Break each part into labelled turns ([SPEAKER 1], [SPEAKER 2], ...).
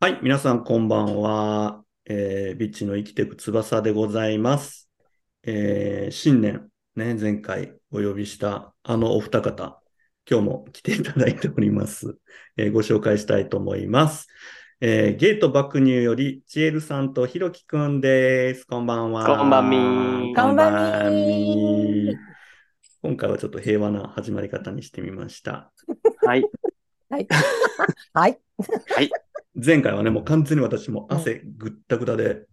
[SPEAKER 1] はい、皆さんこんばんは。えービッチの生きてく翼でございます。えー新年、ね、前回お呼びしたあのお二方、今日も来ていただいております。えーご紹介したいと思います。えーゲート爆乳より、ちえるさんとひろきくんです。こんばんは。
[SPEAKER 2] こんばんみ
[SPEAKER 1] こんばん
[SPEAKER 3] こんばん
[SPEAKER 1] み
[SPEAKER 3] み。
[SPEAKER 1] 今回はちょっと平和な始まり方にしてみました。
[SPEAKER 2] はい。
[SPEAKER 3] はい。 はい。
[SPEAKER 1] 前回はね、もう完全に私も汗ぐったぐたで、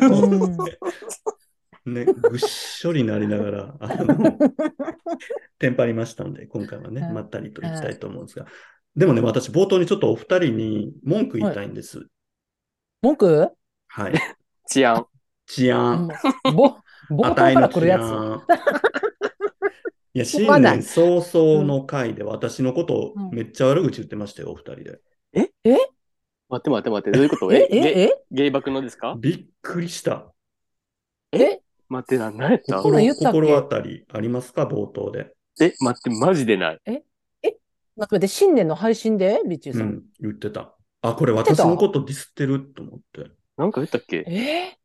[SPEAKER 3] うん
[SPEAKER 1] ね、ぐっしょりなりながら、あの、テンパりましたんで、今回はね、
[SPEAKER 3] はい
[SPEAKER 1] まったりといきたいと思うんですが、でもね、私、冒頭にちょっとお二人に文句言いたいんです。
[SPEAKER 3] 文句
[SPEAKER 1] はい。
[SPEAKER 2] 治安。
[SPEAKER 1] 治安。
[SPEAKER 3] ぼ冒頭
[SPEAKER 1] あ
[SPEAKER 3] か
[SPEAKER 1] たい
[SPEAKER 3] ら
[SPEAKER 1] の
[SPEAKER 3] 来
[SPEAKER 1] 治
[SPEAKER 3] るやつ。
[SPEAKER 1] 安。いや、 新
[SPEAKER 3] まだ
[SPEAKER 1] 年早々の回で私のことをめっちゃ悪口言ってましたよ、お二人で。
[SPEAKER 2] 待って待って待って、どういうこと
[SPEAKER 3] え
[SPEAKER 2] え、
[SPEAKER 3] え
[SPEAKER 2] ゲ
[SPEAKER 3] え
[SPEAKER 2] ゲイバクのですか
[SPEAKER 1] びっくりした。
[SPEAKER 3] え
[SPEAKER 2] 待ってな、何やった
[SPEAKER 3] そん
[SPEAKER 1] 心
[SPEAKER 3] なん言ったっけ
[SPEAKER 1] 心当たりありますか、冒頭で。
[SPEAKER 2] え、待って、マジでない。
[SPEAKER 3] 待って待って、新年の配信でビッチー
[SPEAKER 1] う
[SPEAKER 3] さん。
[SPEAKER 1] ん、言ってた。あ、これ
[SPEAKER 3] って
[SPEAKER 1] 私
[SPEAKER 3] た
[SPEAKER 1] のことディスってると思って。
[SPEAKER 2] なんか言ったっけ
[SPEAKER 3] え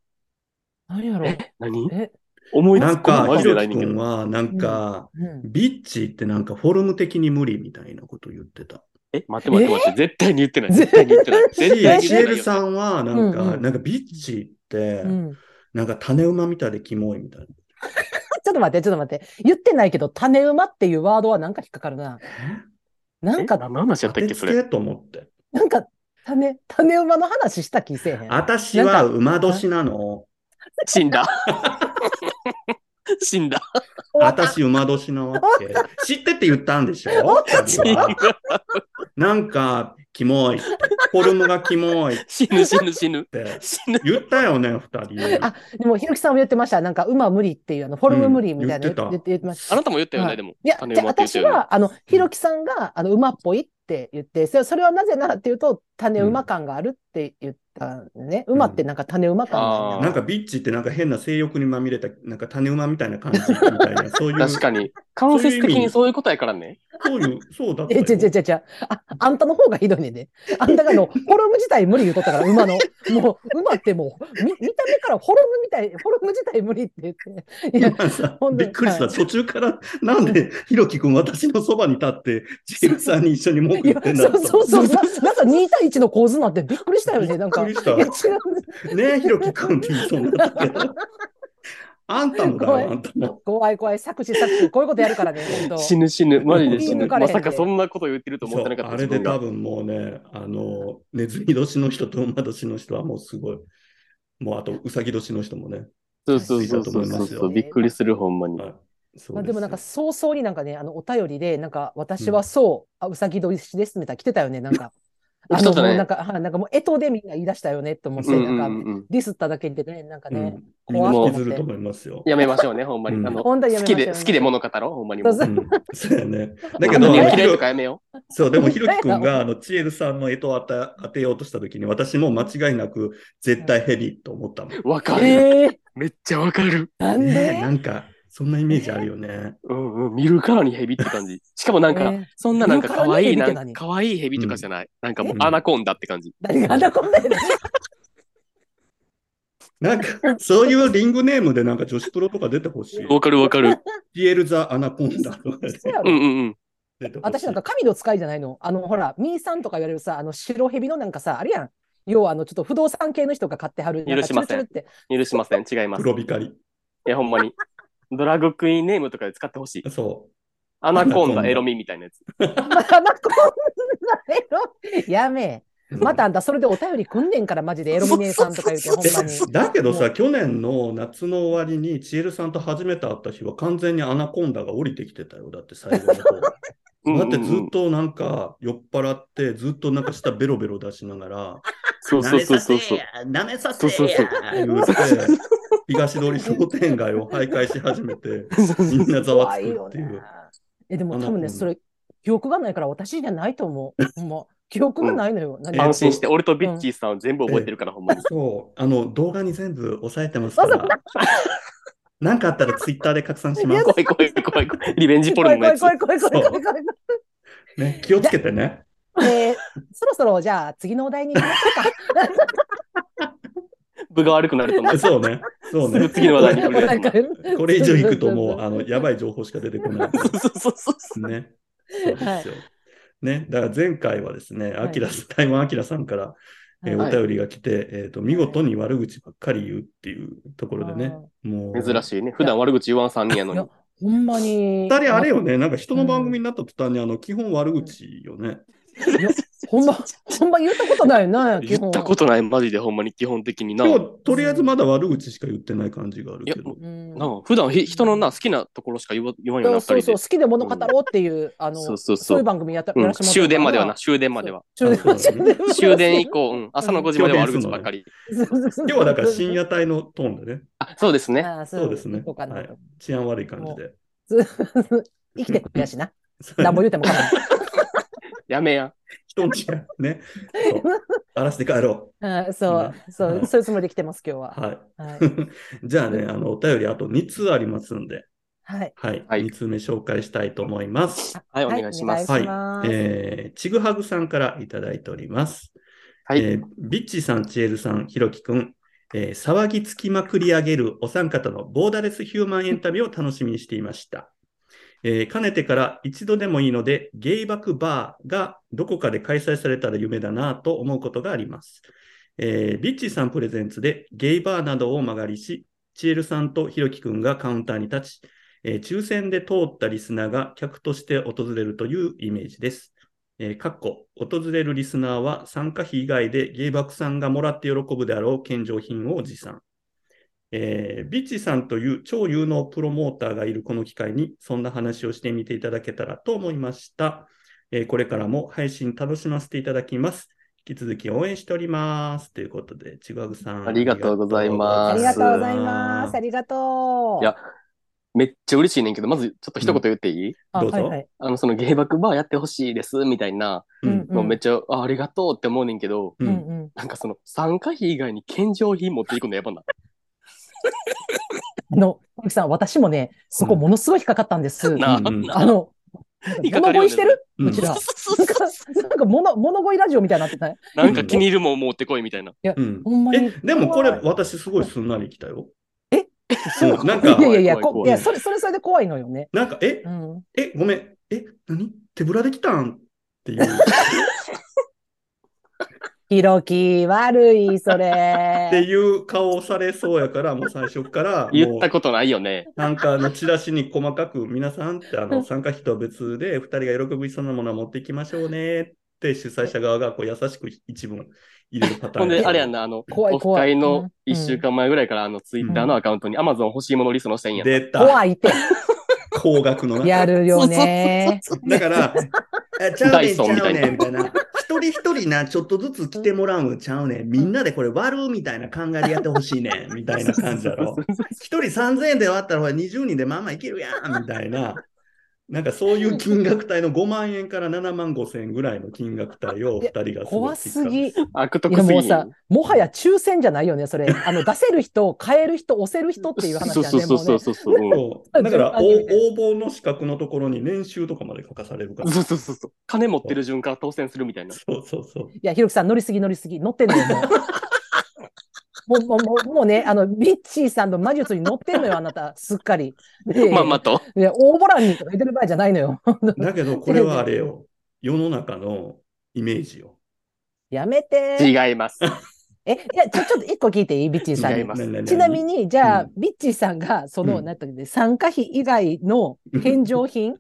[SPEAKER 3] 何やろう
[SPEAKER 2] え、何
[SPEAKER 3] え、
[SPEAKER 2] 思いつ
[SPEAKER 1] なん
[SPEAKER 2] くの
[SPEAKER 1] か、
[SPEAKER 2] マ
[SPEAKER 1] ひ
[SPEAKER 2] ジで
[SPEAKER 1] ろ
[SPEAKER 2] ない
[SPEAKER 1] き
[SPEAKER 2] ねん
[SPEAKER 1] く
[SPEAKER 2] け
[SPEAKER 1] ん
[SPEAKER 2] ど。
[SPEAKER 1] は、なんか、
[SPEAKER 3] うん
[SPEAKER 1] ビッチってなんかフォルム的に無理みたいなこと言ってた。
[SPEAKER 2] え、待って待って待って、絶対に言ってない。
[SPEAKER 3] え
[SPEAKER 2] 絶対に言ってない。絶対に
[SPEAKER 1] し、シ
[SPEAKER 2] 言
[SPEAKER 1] エ
[SPEAKER 2] ってない
[SPEAKER 1] ル
[SPEAKER 2] よ。
[SPEAKER 1] さんは、なん
[SPEAKER 3] うん
[SPEAKER 1] か、
[SPEAKER 3] うん
[SPEAKER 1] なんかビッチって
[SPEAKER 3] う、ん。
[SPEAKER 1] なんか種馬みたいでキモいみたいな。
[SPEAKER 3] ちょっと待って、ちょっと待って。言ってないけど、種馬っていうワードはなんか引っかかるな。な
[SPEAKER 2] え
[SPEAKER 3] ん
[SPEAKER 2] 何
[SPEAKER 3] か、
[SPEAKER 2] の話や
[SPEAKER 1] 当
[SPEAKER 2] ったってけ、
[SPEAKER 1] つ
[SPEAKER 2] そ
[SPEAKER 1] け
[SPEAKER 2] れ。
[SPEAKER 1] と思って。
[SPEAKER 3] なんか、種、種馬の話した気せえへん。
[SPEAKER 1] 私は馬年なの。
[SPEAKER 2] 死 んだ。死んだ。
[SPEAKER 3] 終わった
[SPEAKER 1] 私馬年なわけ。知ってって言ったんでしょ
[SPEAKER 3] 私
[SPEAKER 2] 死
[SPEAKER 1] 多分
[SPEAKER 2] ぬ
[SPEAKER 1] なんか、キモいって。フォルムがキモいっ
[SPEAKER 2] 死ぬ、死ぬ、死ぬ。
[SPEAKER 1] て。
[SPEAKER 2] 死ぬ。
[SPEAKER 1] 言ったよね、二人。
[SPEAKER 3] あでも、ひろきさんも言ってました。なんか、馬無理っていう、あの、フォルム無理みたいな、
[SPEAKER 1] うん言ってた
[SPEAKER 3] 言って言ってました。
[SPEAKER 2] あなたも言ったよ
[SPEAKER 3] は
[SPEAKER 2] ね、
[SPEAKER 3] い
[SPEAKER 2] でも。
[SPEAKER 3] いや、
[SPEAKER 2] 種
[SPEAKER 3] じゃあ
[SPEAKER 2] 馬って言っ
[SPEAKER 3] 私
[SPEAKER 2] たよね
[SPEAKER 3] は、あの、ひろきさんが、あの、馬っぽいって言って、それそれはなぜならっていうと、種馬感があるって言ったんでね。
[SPEAKER 1] うん
[SPEAKER 3] 馬ってなんか種馬感がある
[SPEAKER 1] なんかビッチってなんか変な性欲にまみれた、なんか種馬みたいな感じみたい な、そういう、
[SPEAKER 2] 確かに。間接的にそういうことやからね。
[SPEAKER 1] そういう、そうだった
[SPEAKER 3] え、
[SPEAKER 1] よ
[SPEAKER 3] 違う違う違う違う。あ、あんたの方がひどいねんで。あん たがあの、フォルム自体無理言うとったから、馬の。もう、馬ってもう、み見た目からフォルムみたい、フォルム自体無理って言って。いや、
[SPEAKER 1] 今さ
[SPEAKER 3] ほ ん
[SPEAKER 1] び
[SPEAKER 3] で
[SPEAKER 1] っくりした、
[SPEAKER 3] はい
[SPEAKER 1] 途中から、なんで、ひろきくん、私のそばに立って、ジェームさんに一緒に文句言
[SPEAKER 3] いや
[SPEAKER 1] ってんだ
[SPEAKER 3] そうそうそう。
[SPEAKER 1] と
[SPEAKER 3] ななんか2対1の構図になってびっくりしたよね、なんか。い
[SPEAKER 1] びっく
[SPEAKER 3] や、
[SPEAKER 1] り
[SPEAKER 3] 違
[SPEAKER 1] し
[SPEAKER 3] う。
[SPEAKER 1] た。ねえ、ひろきくんって言いそうになったけど。あんたもだ
[SPEAKER 3] ごめ
[SPEAKER 1] よ、
[SPEAKER 3] ん
[SPEAKER 1] あんたも。
[SPEAKER 3] 怖い怖い、作詞作詞、こういうことやるからね、本当。
[SPEAKER 2] 死ぬ死ぬ、マジで死
[SPEAKER 3] 振り
[SPEAKER 2] ぬ。
[SPEAKER 3] 抜かれ
[SPEAKER 2] ま
[SPEAKER 3] へんで
[SPEAKER 2] さかそんなこと言ってると思ってなかっ
[SPEAKER 1] そ
[SPEAKER 2] た。
[SPEAKER 1] うあれで
[SPEAKER 2] 自分が
[SPEAKER 1] 多分もうね、あの、ネズミ年の人と馬年の人はもうすごい。もうあと、うさぎ年の人もね。
[SPEAKER 2] そうそうそうそう
[SPEAKER 1] ついたと思い
[SPEAKER 2] そ
[SPEAKER 1] ま
[SPEAKER 2] う
[SPEAKER 1] す
[SPEAKER 2] そ
[SPEAKER 1] よ
[SPEAKER 2] う。びっくりする、ほんまに。
[SPEAKER 1] はい。そう
[SPEAKER 3] まあ、
[SPEAKER 1] で
[SPEAKER 3] ですも
[SPEAKER 1] よ
[SPEAKER 3] なんか早々になんかね、あのお便りで、なんか私はそう、あうさぎ年ですみたいな来てたよね、なんか。あ
[SPEAKER 2] 来
[SPEAKER 3] の、
[SPEAKER 2] てたね
[SPEAKER 3] もうなんか、はいなんかもう、えとでみんな言い出したよねって思って、
[SPEAKER 2] うんう
[SPEAKER 3] なんん
[SPEAKER 2] う
[SPEAKER 3] か、
[SPEAKER 2] んうん
[SPEAKER 3] ディスっただけでね、なんかね、
[SPEAKER 1] うん、みんな
[SPEAKER 2] 怖
[SPEAKER 1] 引
[SPEAKER 2] っ
[SPEAKER 1] きず
[SPEAKER 3] と思って
[SPEAKER 1] ると思いますよ。
[SPEAKER 2] やめましょうね、ほんまに。
[SPEAKER 1] うん
[SPEAKER 2] あの
[SPEAKER 3] 本当にや
[SPEAKER 2] 好き
[SPEAKER 3] めましょう
[SPEAKER 2] で、
[SPEAKER 3] やめましょう
[SPEAKER 2] 好きで物語ろう、ほんまにも。
[SPEAKER 3] そううそう
[SPEAKER 1] うん、 そうや ね。だけど、
[SPEAKER 2] あの
[SPEAKER 3] あ
[SPEAKER 1] ひ
[SPEAKER 3] の
[SPEAKER 2] ね
[SPEAKER 1] ろ
[SPEAKER 2] 嫌
[SPEAKER 3] ね
[SPEAKER 2] いとかやめよ
[SPEAKER 1] そう、でも、ひろきくんが、あの、ちえるさんの干支を当て当てようとしたときに、私も間違いなく、絶対ヘビと思ったもん。ね
[SPEAKER 2] う。わかる。
[SPEAKER 3] えー、
[SPEAKER 2] めっちゃわかる。
[SPEAKER 3] なんで、
[SPEAKER 1] えなんか、そんなイメージあるよね。
[SPEAKER 2] うんうん。見るからにヘビって感じ。しかもなんか、
[SPEAKER 3] えー
[SPEAKER 2] そんななんか可愛い
[SPEAKER 3] 見る
[SPEAKER 2] な
[SPEAKER 3] から
[SPEAKER 2] ん
[SPEAKER 3] にヘビって何
[SPEAKER 2] か可愛いヘビとかじゃない。なんかもう
[SPEAKER 1] え
[SPEAKER 2] アナコンダって感じ。
[SPEAKER 3] 誰があんなこんなやねん
[SPEAKER 1] なんか、そういうリングネームで、なんか女子プロとか出てほしい。
[SPEAKER 2] わかるわかる。
[SPEAKER 1] ピエル・ザ・アナコンダとかで
[SPEAKER 3] そうや
[SPEAKER 2] うん
[SPEAKER 3] ろ
[SPEAKER 2] うんうん。
[SPEAKER 1] 出てほしい。
[SPEAKER 3] 私なんか神の使いじゃないの。あの、ほら、ミーさんとか言われるさ、あの、白蛇のなんかさ、あるやん。要は、あの、ちょっと不動産系の人が買ってはる。なんか
[SPEAKER 2] 許しません
[SPEAKER 3] チュルチュルって。
[SPEAKER 2] 許しません。違います。い
[SPEAKER 1] 黒光
[SPEAKER 2] や、ほんまに。ドラッグクイーンネームとかで使ってほしい
[SPEAKER 1] り。。そ
[SPEAKER 2] アナコン
[SPEAKER 1] アナコン
[SPEAKER 2] ダ
[SPEAKER 1] ダ
[SPEAKER 2] エロミみたいなやつ。
[SPEAKER 3] まあまあこんなエロ。やめえ。
[SPEAKER 1] う。
[SPEAKER 3] またあんたそれでお便り来んねんからマジでエロミネさんとか言うてほんまに。
[SPEAKER 1] だけど
[SPEAKER 3] も
[SPEAKER 1] さ、去年の夏の終わりに、ちえるさんと初めて会った日は、完全にアナコンダが降りてきてたよ。だって最後の方。だってずっ
[SPEAKER 2] と。
[SPEAKER 1] となんか酔っ払って、ずっとなんか舌ベロベロ出しながら、
[SPEAKER 2] そうそうそうそうそう。
[SPEAKER 1] 舐めさ
[SPEAKER 2] せえや舐めさせえや
[SPEAKER 1] 言うて、東通り商店街を徘徊し始めて、みんなざわつくっていう。
[SPEAKER 3] えでも多分
[SPEAKER 1] あの
[SPEAKER 3] ねそれ記憶がないから私じゃないと思う。ほんま記憶がないのよ。何
[SPEAKER 1] え
[SPEAKER 2] 安心して、俺とビッチーさんは全部覚えてるから、ほんまに。
[SPEAKER 1] そう、あの動画に全部押さえてますから、なんかあったらツイッターで拡散します。
[SPEAKER 2] 怖い怖い怖い怖い。リベンジポ
[SPEAKER 3] 怖
[SPEAKER 2] ル
[SPEAKER 3] い
[SPEAKER 2] ノの
[SPEAKER 3] 怖
[SPEAKER 2] や
[SPEAKER 3] い
[SPEAKER 2] つ。
[SPEAKER 3] 怖い怖い怖い怖い怖い怖い。
[SPEAKER 1] ね、気をつけてね。
[SPEAKER 3] えーそろそろじゃあ次のお題に行きましょうか。
[SPEAKER 2] 部が悪くなると思う。
[SPEAKER 1] そうね。そう
[SPEAKER 2] す
[SPEAKER 1] ね
[SPEAKER 2] ぐ。次の話題に触れる
[SPEAKER 3] なんか
[SPEAKER 1] これ以上いくともう、あの、やばい情報しか出てこない。
[SPEAKER 2] そうそうそうそう。
[SPEAKER 1] ね。そうですよ。ね。だから前回はですね、アキラ、台湾アキラさんから、えー
[SPEAKER 2] はい
[SPEAKER 1] お便りが来て、えっと、見事に悪口ばっかり言うっていうところでね。もう。
[SPEAKER 2] 珍
[SPEAKER 1] い。
[SPEAKER 2] しいね。普段悪口言わんさんにやのに。
[SPEAKER 3] ほんまに。
[SPEAKER 1] 二人あれよね、なんか人の番組になった途端に、あの、基本悪口よね。
[SPEAKER 3] いやほんま、ほんま言ったことないな、基
[SPEAKER 2] 言
[SPEAKER 3] 本。
[SPEAKER 2] ったことない、マジでほんまに基本的にな。
[SPEAKER 1] 今
[SPEAKER 2] な
[SPEAKER 1] 日、とりあえずまだ悪口しか言ってない感じがあるけど。
[SPEAKER 3] うん
[SPEAKER 2] あ普段ひ人のな、好きなところしか言わ言わんような、二人
[SPEAKER 3] そう
[SPEAKER 2] で。
[SPEAKER 3] そう、好きで物語ろうっていう、あの、
[SPEAKER 2] そ
[SPEAKER 3] そうう
[SPEAKER 2] そうそう
[SPEAKER 3] いう。番組やった
[SPEAKER 2] う
[SPEAKER 3] や
[SPEAKER 2] ん
[SPEAKER 3] らせてもらってるから
[SPEAKER 2] 終電まではな、終電までは。
[SPEAKER 3] 終電まで
[SPEAKER 1] そうそう
[SPEAKER 3] は
[SPEAKER 2] 終電 以降、うん、朝の5時までは悪口ばっかり。
[SPEAKER 3] そうそうそう
[SPEAKER 1] 今日はだから深夜帯のトーンでね、
[SPEAKER 2] あ、そうですね。
[SPEAKER 3] あー
[SPEAKER 1] そうですね
[SPEAKER 3] 行こうかな
[SPEAKER 1] はい治安悪い感じで。
[SPEAKER 3] 生きてくれやしな。何も言うてもかま
[SPEAKER 2] やめや。
[SPEAKER 1] 人んちがね、そう荒らして帰ろ
[SPEAKER 3] らんうんそう、そう、そういうつもりで来てます、今日
[SPEAKER 1] う。
[SPEAKER 3] は。
[SPEAKER 1] はい。
[SPEAKER 3] はい。
[SPEAKER 1] じゃあね、あの、お便りあと2通ありますんで、
[SPEAKER 3] はい。
[SPEAKER 1] はい。
[SPEAKER 2] はい
[SPEAKER 1] 2通目紹介したいと思います。
[SPEAKER 2] はい、お願いします。
[SPEAKER 1] は
[SPEAKER 3] はいいお願いします。
[SPEAKER 1] えー、ちぐはぐさんからいただいております。
[SPEAKER 2] はい
[SPEAKER 1] えービッチさん、チエルさん、ひろきくん、えー騒ぎつきまくり上げるお三方のボーダレスヒューマンエンタメを楽しみにしていました。えーかねてから一度でもいいので、ゲイバクバーがどこかで開催されたら夢だなぁと思うことがあります。えービッチさんプレゼンツでゲイバーなどを曲がりし、チエルさんとひろきくんがカウンターに立ち、えー抽選で通ったリスナーが客として訪れるというイメージです。えー、かっこ訪れるリスナーは参加費以外でゲイバクさんがもらって喜ぶであろう献上品を持参。えービッチさんという超有能プロモーターがいるこの機会に、そんな話をしてみていただけたらと思いました。えーこれからも配信楽しませていただきます。引き続き応援しております。ということで、ちぐはぐさん。
[SPEAKER 2] ありがとうございます
[SPEAKER 3] ありがとうございます。あ
[SPEAKER 1] ど
[SPEAKER 3] りがとう。
[SPEAKER 2] いやめっちゃ嬉しいねんけど、まずちょっと一言言っていい、
[SPEAKER 3] あ、
[SPEAKER 1] うぞ。
[SPEAKER 3] はいはい。
[SPEAKER 2] あの、そのゲイバクバーやってほしいです、みたいな、
[SPEAKER 1] うん
[SPEAKER 3] うん
[SPEAKER 2] もうめっちゃ、あありがとうって思うねんけど、
[SPEAKER 1] う
[SPEAKER 3] うん
[SPEAKER 1] ん
[SPEAKER 3] うん。
[SPEAKER 2] なんかその、参加費以外に献上品持っていくのやばな。
[SPEAKER 3] あの、青木さん、私もね、そこものすごい引っかかったんです。
[SPEAKER 2] なあ、
[SPEAKER 1] うんうん
[SPEAKER 2] な
[SPEAKER 3] あの、
[SPEAKER 2] 引っかか
[SPEAKER 3] 物
[SPEAKER 2] るよ
[SPEAKER 3] 乞
[SPEAKER 2] ね
[SPEAKER 3] いしてる
[SPEAKER 1] うん
[SPEAKER 3] こちら。
[SPEAKER 2] そうそ
[SPEAKER 3] なん
[SPEAKER 2] う
[SPEAKER 3] か
[SPEAKER 2] そう、
[SPEAKER 3] なんか物、物乞いラジオみたいになってない
[SPEAKER 2] なんか気に入るもん持ってこいみたいな。
[SPEAKER 1] うん
[SPEAKER 3] ほんま
[SPEAKER 1] え
[SPEAKER 3] に。、
[SPEAKER 1] でもこれ、私すごいすんなり来たよ。
[SPEAKER 3] え
[SPEAKER 1] うんなんか
[SPEAKER 3] い、やいやいや、
[SPEAKER 2] 怖い怖い
[SPEAKER 3] こいや、それ、それ、それで怖いのよね。
[SPEAKER 1] なんか、え
[SPEAKER 3] う、ん。
[SPEAKER 1] え、ごめん、え、何手ぶらできたんっていう、
[SPEAKER 3] ひろき、悪い、
[SPEAKER 1] っ
[SPEAKER 3] そ
[SPEAKER 1] て
[SPEAKER 3] れ。
[SPEAKER 1] いう顔をされそうやから、もう最初から、
[SPEAKER 2] 言った
[SPEAKER 1] も
[SPEAKER 2] ことないよね。
[SPEAKER 1] うなんかあのチラシに細かく、皆さんってあの参加費とは別で、2人が喜びそうなものは持っていきましょうねって、主催者側がこう優しく一文入れるパター
[SPEAKER 2] ほ
[SPEAKER 1] ン。
[SPEAKER 2] んで、あれやんな、あの、
[SPEAKER 3] 怖い
[SPEAKER 2] オフ
[SPEAKER 3] 怖い
[SPEAKER 2] 会
[SPEAKER 3] う
[SPEAKER 2] の
[SPEAKER 3] ん
[SPEAKER 2] 1週間前ぐらいから、あの、ツイッターのアカウントに Amazon 欲しいものリストのしてんやん。
[SPEAKER 1] 出た、
[SPEAKER 3] 怖いって、
[SPEAKER 1] 高額のな。
[SPEAKER 3] やるよね。
[SPEAKER 1] だ から、えちゃう
[SPEAKER 2] ダ
[SPEAKER 1] ねん、
[SPEAKER 2] イ
[SPEAKER 1] ち
[SPEAKER 2] ソンみ
[SPEAKER 1] ゃ
[SPEAKER 2] た
[SPEAKER 1] う
[SPEAKER 2] いな
[SPEAKER 1] ねん、みたいな。一人一人な、ちょっとずつ来てもらうんちゃうねん。みんなでこれ割るみたいな考えでやってほしいねん、みたいな感じだ ろ。一人3000円で割ったらほら20人でまあまあいけるやん、みたいな。なんかそういう金額帯の5万円から7万5千円ぐらいの金額帯を2人が
[SPEAKER 3] 怖すぎ。い
[SPEAKER 2] 悪徳
[SPEAKER 3] や、
[SPEAKER 2] すぎ
[SPEAKER 3] も
[SPEAKER 2] る
[SPEAKER 3] うさ、もはや抽選じゃないよね、それ。あの、出せる人、買える人、押せる人っていう話
[SPEAKER 2] そう
[SPEAKER 3] だ
[SPEAKER 2] そう
[SPEAKER 3] ね、
[SPEAKER 2] そう
[SPEAKER 3] もう
[SPEAKER 2] そ
[SPEAKER 3] ね
[SPEAKER 2] う。そうそう。うん
[SPEAKER 1] そうだから
[SPEAKER 3] あ
[SPEAKER 1] お
[SPEAKER 3] 自分で
[SPEAKER 1] 応募の資格のところに年収とかまで書かされる から。
[SPEAKER 2] そうそうそうそう。金持ってる瞬間当選するみたいな。
[SPEAKER 1] そうそうそう。
[SPEAKER 3] いや、ひろきさん、乗りすぎ乗りすぎ、乗ってんのよ、もう。もう、もう、もうもうね、あの、ビッチーさんの魔術に乗ってんのよ、あなた、すっかり。で
[SPEAKER 2] まんまと。
[SPEAKER 3] いや、応募欄にとか言ってる場合じゃないのよ。
[SPEAKER 1] だけどこれはあれよ。世の中のイメージよ。
[SPEAKER 3] やめて。
[SPEAKER 2] 違います。
[SPEAKER 3] え、いや、ちょ、ち ょっと一個聞いていいビッチーさん
[SPEAKER 2] 違
[SPEAKER 3] に
[SPEAKER 2] い。ます
[SPEAKER 3] ちなみ
[SPEAKER 1] に
[SPEAKER 3] に、じゃあ、
[SPEAKER 1] うん
[SPEAKER 3] ビッチーさんが、その、
[SPEAKER 1] うん
[SPEAKER 3] なんていうの参加費以外の献上品
[SPEAKER 1] うん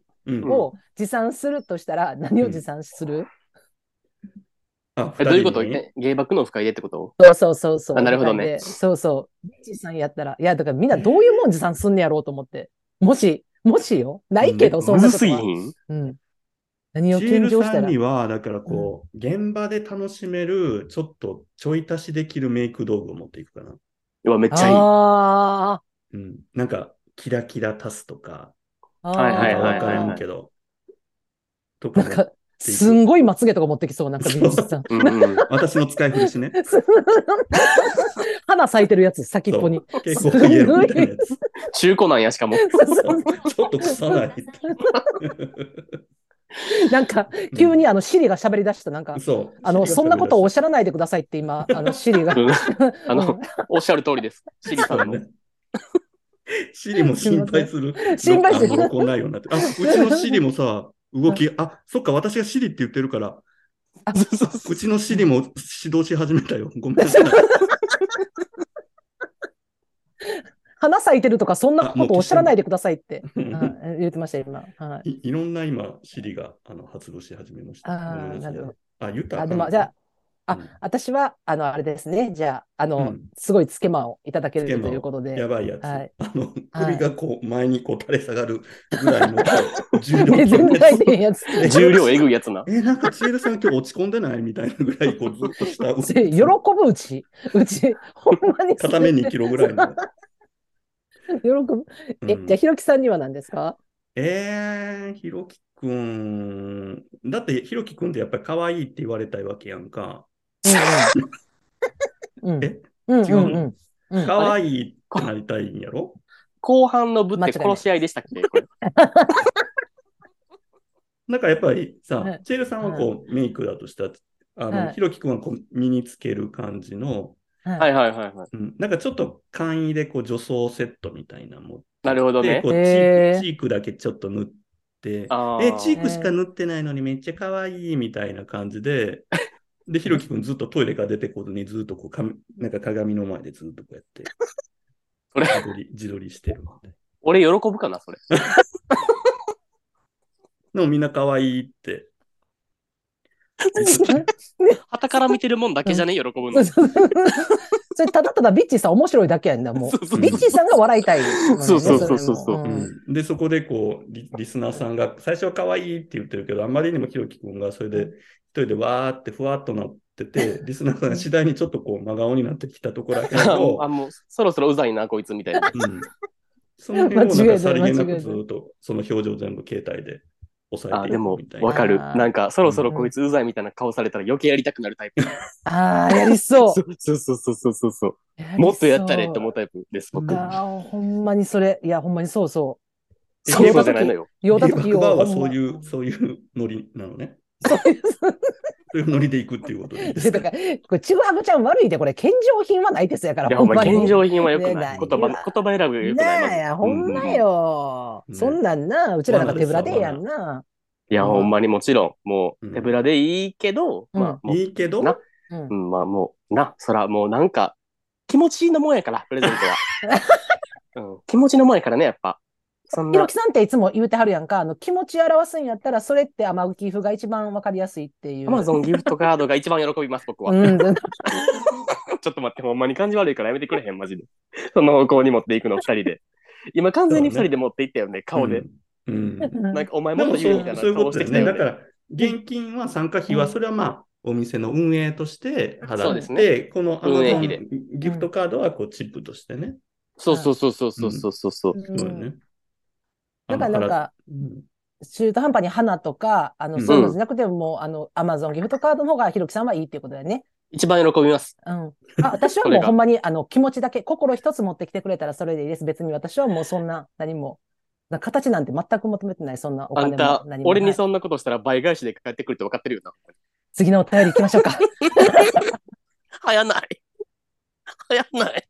[SPEAKER 3] を持参するとしたら、何を持参する、
[SPEAKER 1] あ
[SPEAKER 2] えどういうこと
[SPEAKER 1] 二人に
[SPEAKER 2] え芸爆のオフ会でってこと
[SPEAKER 3] そうそうそうそう。
[SPEAKER 2] あなるほどね
[SPEAKER 3] んでそうそう。ビッチーさんやったら、いや、だからみんなどういうもん持参すんねやろうと思って。もし、もしよ。ないけど、
[SPEAKER 1] うん
[SPEAKER 3] そ
[SPEAKER 2] む
[SPEAKER 3] んな
[SPEAKER 2] ず
[SPEAKER 3] こと
[SPEAKER 2] すぎ
[SPEAKER 3] は。
[SPEAKER 2] ひん
[SPEAKER 3] うん。何を
[SPEAKER 1] シエ
[SPEAKER 3] 献
[SPEAKER 1] ル
[SPEAKER 3] 上し
[SPEAKER 1] さ
[SPEAKER 3] た
[SPEAKER 1] ん
[SPEAKER 3] ら
[SPEAKER 1] に。は、だからこう、現場で楽しめる、ちょっとちょい足しできるメイク道具を持っていくかな。
[SPEAKER 2] うわ、めっちゃいい。
[SPEAKER 3] あ
[SPEAKER 1] うん。なんか、キラキラ足すとか、
[SPEAKER 3] ーあー。
[SPEAKER 2] はいはい
[SPEAKER 1] なんか
[SPEAKER 2] はい
[SPEAKER 1] わからんけど。とか
[SPEAKER 3] なん
[SPEAKER 1] ね、
[SPEAKER 3] か、すんごいまつげとか持ってきそう、なんか、美術さん。
[SPEAKER 2] うんうん
[SPEAKER 1] 私の使い古し ね。
[SPEAKER 3] 花咲いてるやつ、先っぽに。
[SPEAKER 1] 蛍光イエローみたいなやつ。
[SPEAKER 2] 中古なんや、しかも。
[SPEAKER 3] そうそうそう
[SPEAKER 1] ちょっと臭ない。
[SPEAKER 3] なんか、 急にあの、シリが喋り出した、なんか、
[SPEAKER 1] そう。
[SPEAKER 3] あの、そんなことをおっ
[SPEAKER 1] し
[SPEAKER 3] しゃらないでくださいって今、あの、シリ が。
[SPEAKER 2] うんあ
[SPEAKER 3] う
[SPEAKER 2] の
[SPEAKER 3] ん、
[SPEAKER 2] おっしゃる通りです。シリ
[SPEAKER 1] ゃ
[SPEAKER 2] さんの。
[SPEAKER 1] ね。シリも心配する。
[SPEAKER 3] 心配す
[SPEAKER 1] 録音
[SPEAKER 3] る。
[SPEAKER 1] 録音ないようになって。あ、うちのシリもさ、動き、あ、そっか、私がシリって言ってるから、
[SPEAKER 3] あ
[SPEAKER 1] うちのシリも指導し始めた よ。ごめんなさい。
[SPEAKER 3] 花咲いてるとか、そんな
[SPEAKER 1] あも
[SPEAKER 3] こ
[SPEAKER 1] う
[SPEAKER 3] とおっしゃらないでくださいって、
[SPEAKER 1] うん
[SPEAKER 3] はい言ってました、今。はい
[SPEAKER 1] いいろんな今、シリがあの発動し始めました。
[SPEAKER 3] あー
[SPEAKER 1] ごめんなさい
[SPEAKER 3] なるほ
[SPEAKER 1] あ、言った
[SPEAKER 3] あでもじゃあ、
[SPEAKER 1] うん
[SPEAKER 3] あ私は、あの、あれですね。じゃあ、あ
[SPEAKER 1] う
[SPEAKER 3] の
[SPEAKER 1] ん、
[SPEAKER 3] すごいつけまをいただけ
[SPEAKER 1] つけ
[SPEAKER 3] る
[SPEAKER 1] まを
[SPEAKER 3] ということ
[SPEAKER 1] や
[SPEAKER 3] で。
[SPEAKER 1] ばいやつ。
[SPEAKER 3] はい
[SPEAKER 1] あの、
[SPEAKER 3] はい
[SPEAKER 1] 首がこう、前にこう垂れ下がるぐらい の重量
[SPEAKER 3] ね
[SPEAKER 1] 級
[SPEAKER 3] 全
[SPEAKER 1] の
[SPEAKER 3] 体 でやつ。
[SPEAKER 2] 重量えぐいやつな。
[SPEAKER 1] え、なんか千尋さん今日落ち込んでないみたいなぐらい、こう、ずっとした。
[SPEAKER 3] 喜ぶうち、うち、ほんまにそれ
[SPEAKER 1] 片目2キロぐらいの。
[SPEAKER 3] 喜ぶ。 え、
[SPEAKER 1] うん
[SPEAKER 3] じゃあ、ひろきさんには何ですか
[SPEAKER 1] えー、ひろきくん。だって、ひろきくんってやっぱり可愛いって言われたいわけやんか。
[SPEAKER 3] うんうん。
[SPEAKER 1] え
[SPEAKER 3] うん
[SPEAKER 1] 違う
[SPEAKER 3] うんうんうん
[SPEAKER 1] 可愛いってなりたいんやろ
[SPEAKER 2] 後半のぶって殺し合いでしたっけこれ
[SPEAKER 1] なんかやっぱりさ
[SPEAKER 3] はい、
[SPEAKER 1] チェルさんはこう、メイクだとしたら、あ
[SPEAKER 3] は
[SPEAKER 1] の、
[SPEAKER 3] い
[SPEAKER 1] ひろきくんはこう、身につける感じの、
[SPEAKER 3] は。
[SPEAKER 2] はいいはいはいはい。
[SPEAKER 1] うん、なんかちょっと簡易でこう、女装セットみたいなの持って
[SPEAKER 2] なるほどね
[SPEAKER 1] こうチー
[SPEAKER 3] へ
[SPEAKER 1] ク
[SPEAKER 3] ー
[SPEAKER 1] チークだけちょっと塗って、
[SPEAKER 2] あ
[SPEAKER 1] え、チー
[SPEAKER 2] ー
[SPEAKER 1] クしか塗ってないのにめっちゃ可愛いみたいな感じ で、で、ひろきくんずっとトイレから出てこずにずっとこう髪、なんか鏡の前でずっとこうやって、
[SPEAKER 2] それ
[SPEAKER 1] 自撮り、自撮りしてるので。
[SPEAKER 2] 俺喜ぶかなそれ。
[SPEAKER 1] でもみんな可愛いって。
[SPEAKER 2] 旗から見てるもんだけじゃね喜ぶ
[SPEAKER 3] そ
[SPEAKER 2] の。
[SPEAKER 3] う
[SPEAKER 2] そ
[SPEAKER 3] そう それただただビッチーさん面白いだけやんな、もう。
[SPEAKER 2] うそう
[SPEAKER 3] ビッチーさんが笑いたいのにね。
[SPEAKER 2] そうそうそうそう
[SPEAKER 3] れもん
[SPEAKER 1] うんで、そこでこうリ、リスナーさんが最初は可愛いって言ってるけど、あんまりにもひろきくんがそれで
[SPEAKER 3] う
[SPEAKER 1] 一人でわーってふわっとなってて、リスナーさんが次第にちょっとこう真顔になってきたところだけ
[SPEAKER 2] あも
[SPEAKER 1] ど
[SPEAKER 2] う、あもうそろそろうざいな、こいつみたいな。
[SPEAKER 1] うんその辺をなん
[SPEAKER 3] 間違え
[SPEAKER 1] か
[SPEAKER 3] た
[SPEAKER 1] さりげな
[SPEAKER 3] 間違
[SPEAKER 1] く
[SPEAKER 3] えた
[SPEAKER 1] ずっとその表情全部携帯で押さ
[SPEAKER 2] あ
[SPEAKER 1] えて
[SPEAKER 2] で
[SPEAKER 1] い
[SPEAKER 2] も
[SPEAKER 1] くみたい
[SPEAKER 2] わ
[SPEAKER 1] な。
[SPEAKER 2] かる。
[SPEAKER 3] あー
[SPEAKER 2] なんかそろそろこいつうざいみたいな顔されたら余計やりたくなるタイプ。
[SPEAKER 3] ああ、やりそう
[SPEAKER 2] そうそうそうそうそうそう。
[SPEAKER 3] う。
[SPEAKER 2] もっとやったれって思う
[SPEAKER 3] った。
[SPEAKER 2] タイプです、
[SPEAKER 1] う
[SPEAKER 2] 僕。
[SPEAKER 3] あーほんまにそれ。いや、ほんまにそうそう。
[SPEAKER 2] そういうことじゃないのよ。
[SPEAKER 3] ヨーダ
[SPEAKER 1] で、
[SPEAKER 3] 時
[SPEAKER 1] バックバー
[SPEAKER 3] を。
[SPEAKER 1] は
[SPEAKER 3] ほん
[SPEAKER 1] そ
[SPEAKER 3] ま
[SPEAKER 1] ういう、そういうノリなのね。
[SPEAKER 3] そういう
[SPEAKER 1] そういうノリでいくっていうことでいいです
[SPEAKER 3] だ
[SPEAKER 1] ね
[SPEAKER 3] から、これ、ちぐはぐちゃん悪いで、これ、献上品はないですやか
[SPEAKER 2] いや、
[SPEAKER 3] ら、
[SPEAKER 2] ほ
[SPEAKER 3] ほ
[SPEAKER 2] ん
[SPEAKER 3] ん
[SPEAKER 2] ま
[SPEAKER 3] まに。
[SPEAKER 2] 現状品は良く
[SPEAKER 3] ね
[SPEAKER 2] な。
[SPEAKER 3] ないい
[SPEAKER 2] 言葉の、言葉選びが良くない。ま
[SPEAKER 3] なあ
[SPEAKER 2] ず
[SPEAKER 3] や、ほんまよ。
[SPEAKER 1] うん
[SPEAKER 3] そんなんな、うちらなんか手ぶらでええやんな。
[SPEAKER 2] いや、ほんまにもちろん、も
[SPEAKER 1] う
[SPEAKER 2] うん手ぶらでいいけど、
[SPEAKER 3] うん
[SPEAKER 2] まあ、もう
[SPEAKER 1] いいけど、
[SPEAKER 2] な
[SPEAKER 3] うん
[SPEAKER 2] うん、まあもう、な、そら、もうなんか、気持ちいいのもんやから、プレゼントは。うん、気持ちのもんやからね、やっぱ。そん
[SPEAKER 3] ひろ
[SPEAKER 2] な
[SPEAKER 3] き、さんっていつも言うてはるやんか、あの気持ち表すんやったら、それって天浮風が一番わかりやすいっていう。
[SPEAKER 2] アマゾンギフトカードが一番喜びます、僕は。
[SPEAKER 3] うん、で
[SPEAKER 2] ちょっと待って、ほんまに感じ悪いからやめてくれへん、マジで。 その方向に持っていくの、二人で。今、完全に二人で持っていったよね、顔で。
[SPEAKER 1] うん。うん。で
[SPEAKER 2] なんか、お前も
[SPEAKER 1] も
[SPEAKER 2] っ
[SPEAKER 1] そ
[SPEAKER 2] と
[SPEAKER 1] う
[SPEAKER 2] 言うみたいな
[SPEAKER 1] そういうこ
[SPEAKER 2] 顔
[SPEAKER 1] と
[SPEAKER 2] し
[SPEAKER 1] だ
[SPEAKER 2] て
[SPEAKER 1] よ
[SPEAKER 2] きた
[SPEAKER 1] ね。だ
[SPEAKER 2] よ
[SPEAKER 1] か
[SPEAKER 2] ね。
[SPEAKER 1] ら、現金は参加費は、
[SPEAKER 3] うん
[SPEAKER 1] それはまあ、お店の運営として
[SPEAKER 2] そう
[SPEAKER 1] 払
[SPEAKER 2] で
[SPEAKER 1] っ
[SPEAKER 2] す
[SPEAKER 1] て、この
[SPEAKER 2] 運営
[SPEAKER 1] Amazon
[SPEAKER 2] 費で
[SPEAKER 1] ギフトカードはこうチップとしてね。
[SPEAKER 2] そうそうそうそうそうそうそうそう。
[SPEAKER 3] う
[SPEAKER 1] そうよ
[SPEAKER 3] ん
[SPEAKER 1] ね。
[SPEAKER 3] だからなんか、
[SPEAKER 1] あの、払っ
[SPEAKER 3] 中途半端に花とか、あの、
[SPEAKER 1] うん
[SPEAKER 3] そういうのじゃなくても、もうあの、アマゾンギフトカードの方がひろきさんはいいっていうことだよね。
[SPEAKER 2] 一番喜びます。
[SPEAKER 3] うん。あ、私は
[SPEAKER 2] そ
[SPEAKER 3] も
[SPEAKER 2] れ
[SPEAKER 3] う
[SPEAKER 2] が
[SPEAKER 3] ほんまに、あの、気持ちだけ、心一つ持ってきてくれたらそれでいいです。別に私はもうそんな、何も、な形なんて全く求めてない、そんなお
[SPEAKER 2] あ
[SPEAKER 3] 金
[SPEAKER 2] ん
[SPEAKER 3] も
[SPEAKER 2] た
[SPEAKER 3] 何、も
[SPEAKER 2] 俺
[SPEAKER 3] は
[SPEAKER 2] に
[SPEAKER 3] い
[SPEAKER 2] そんなことしたら倍返しで返ってくるって分かってるよな。
[SPEAKER 3] 次のお便り行きましょうか。
[SPEAKER 2] はやない。はやない。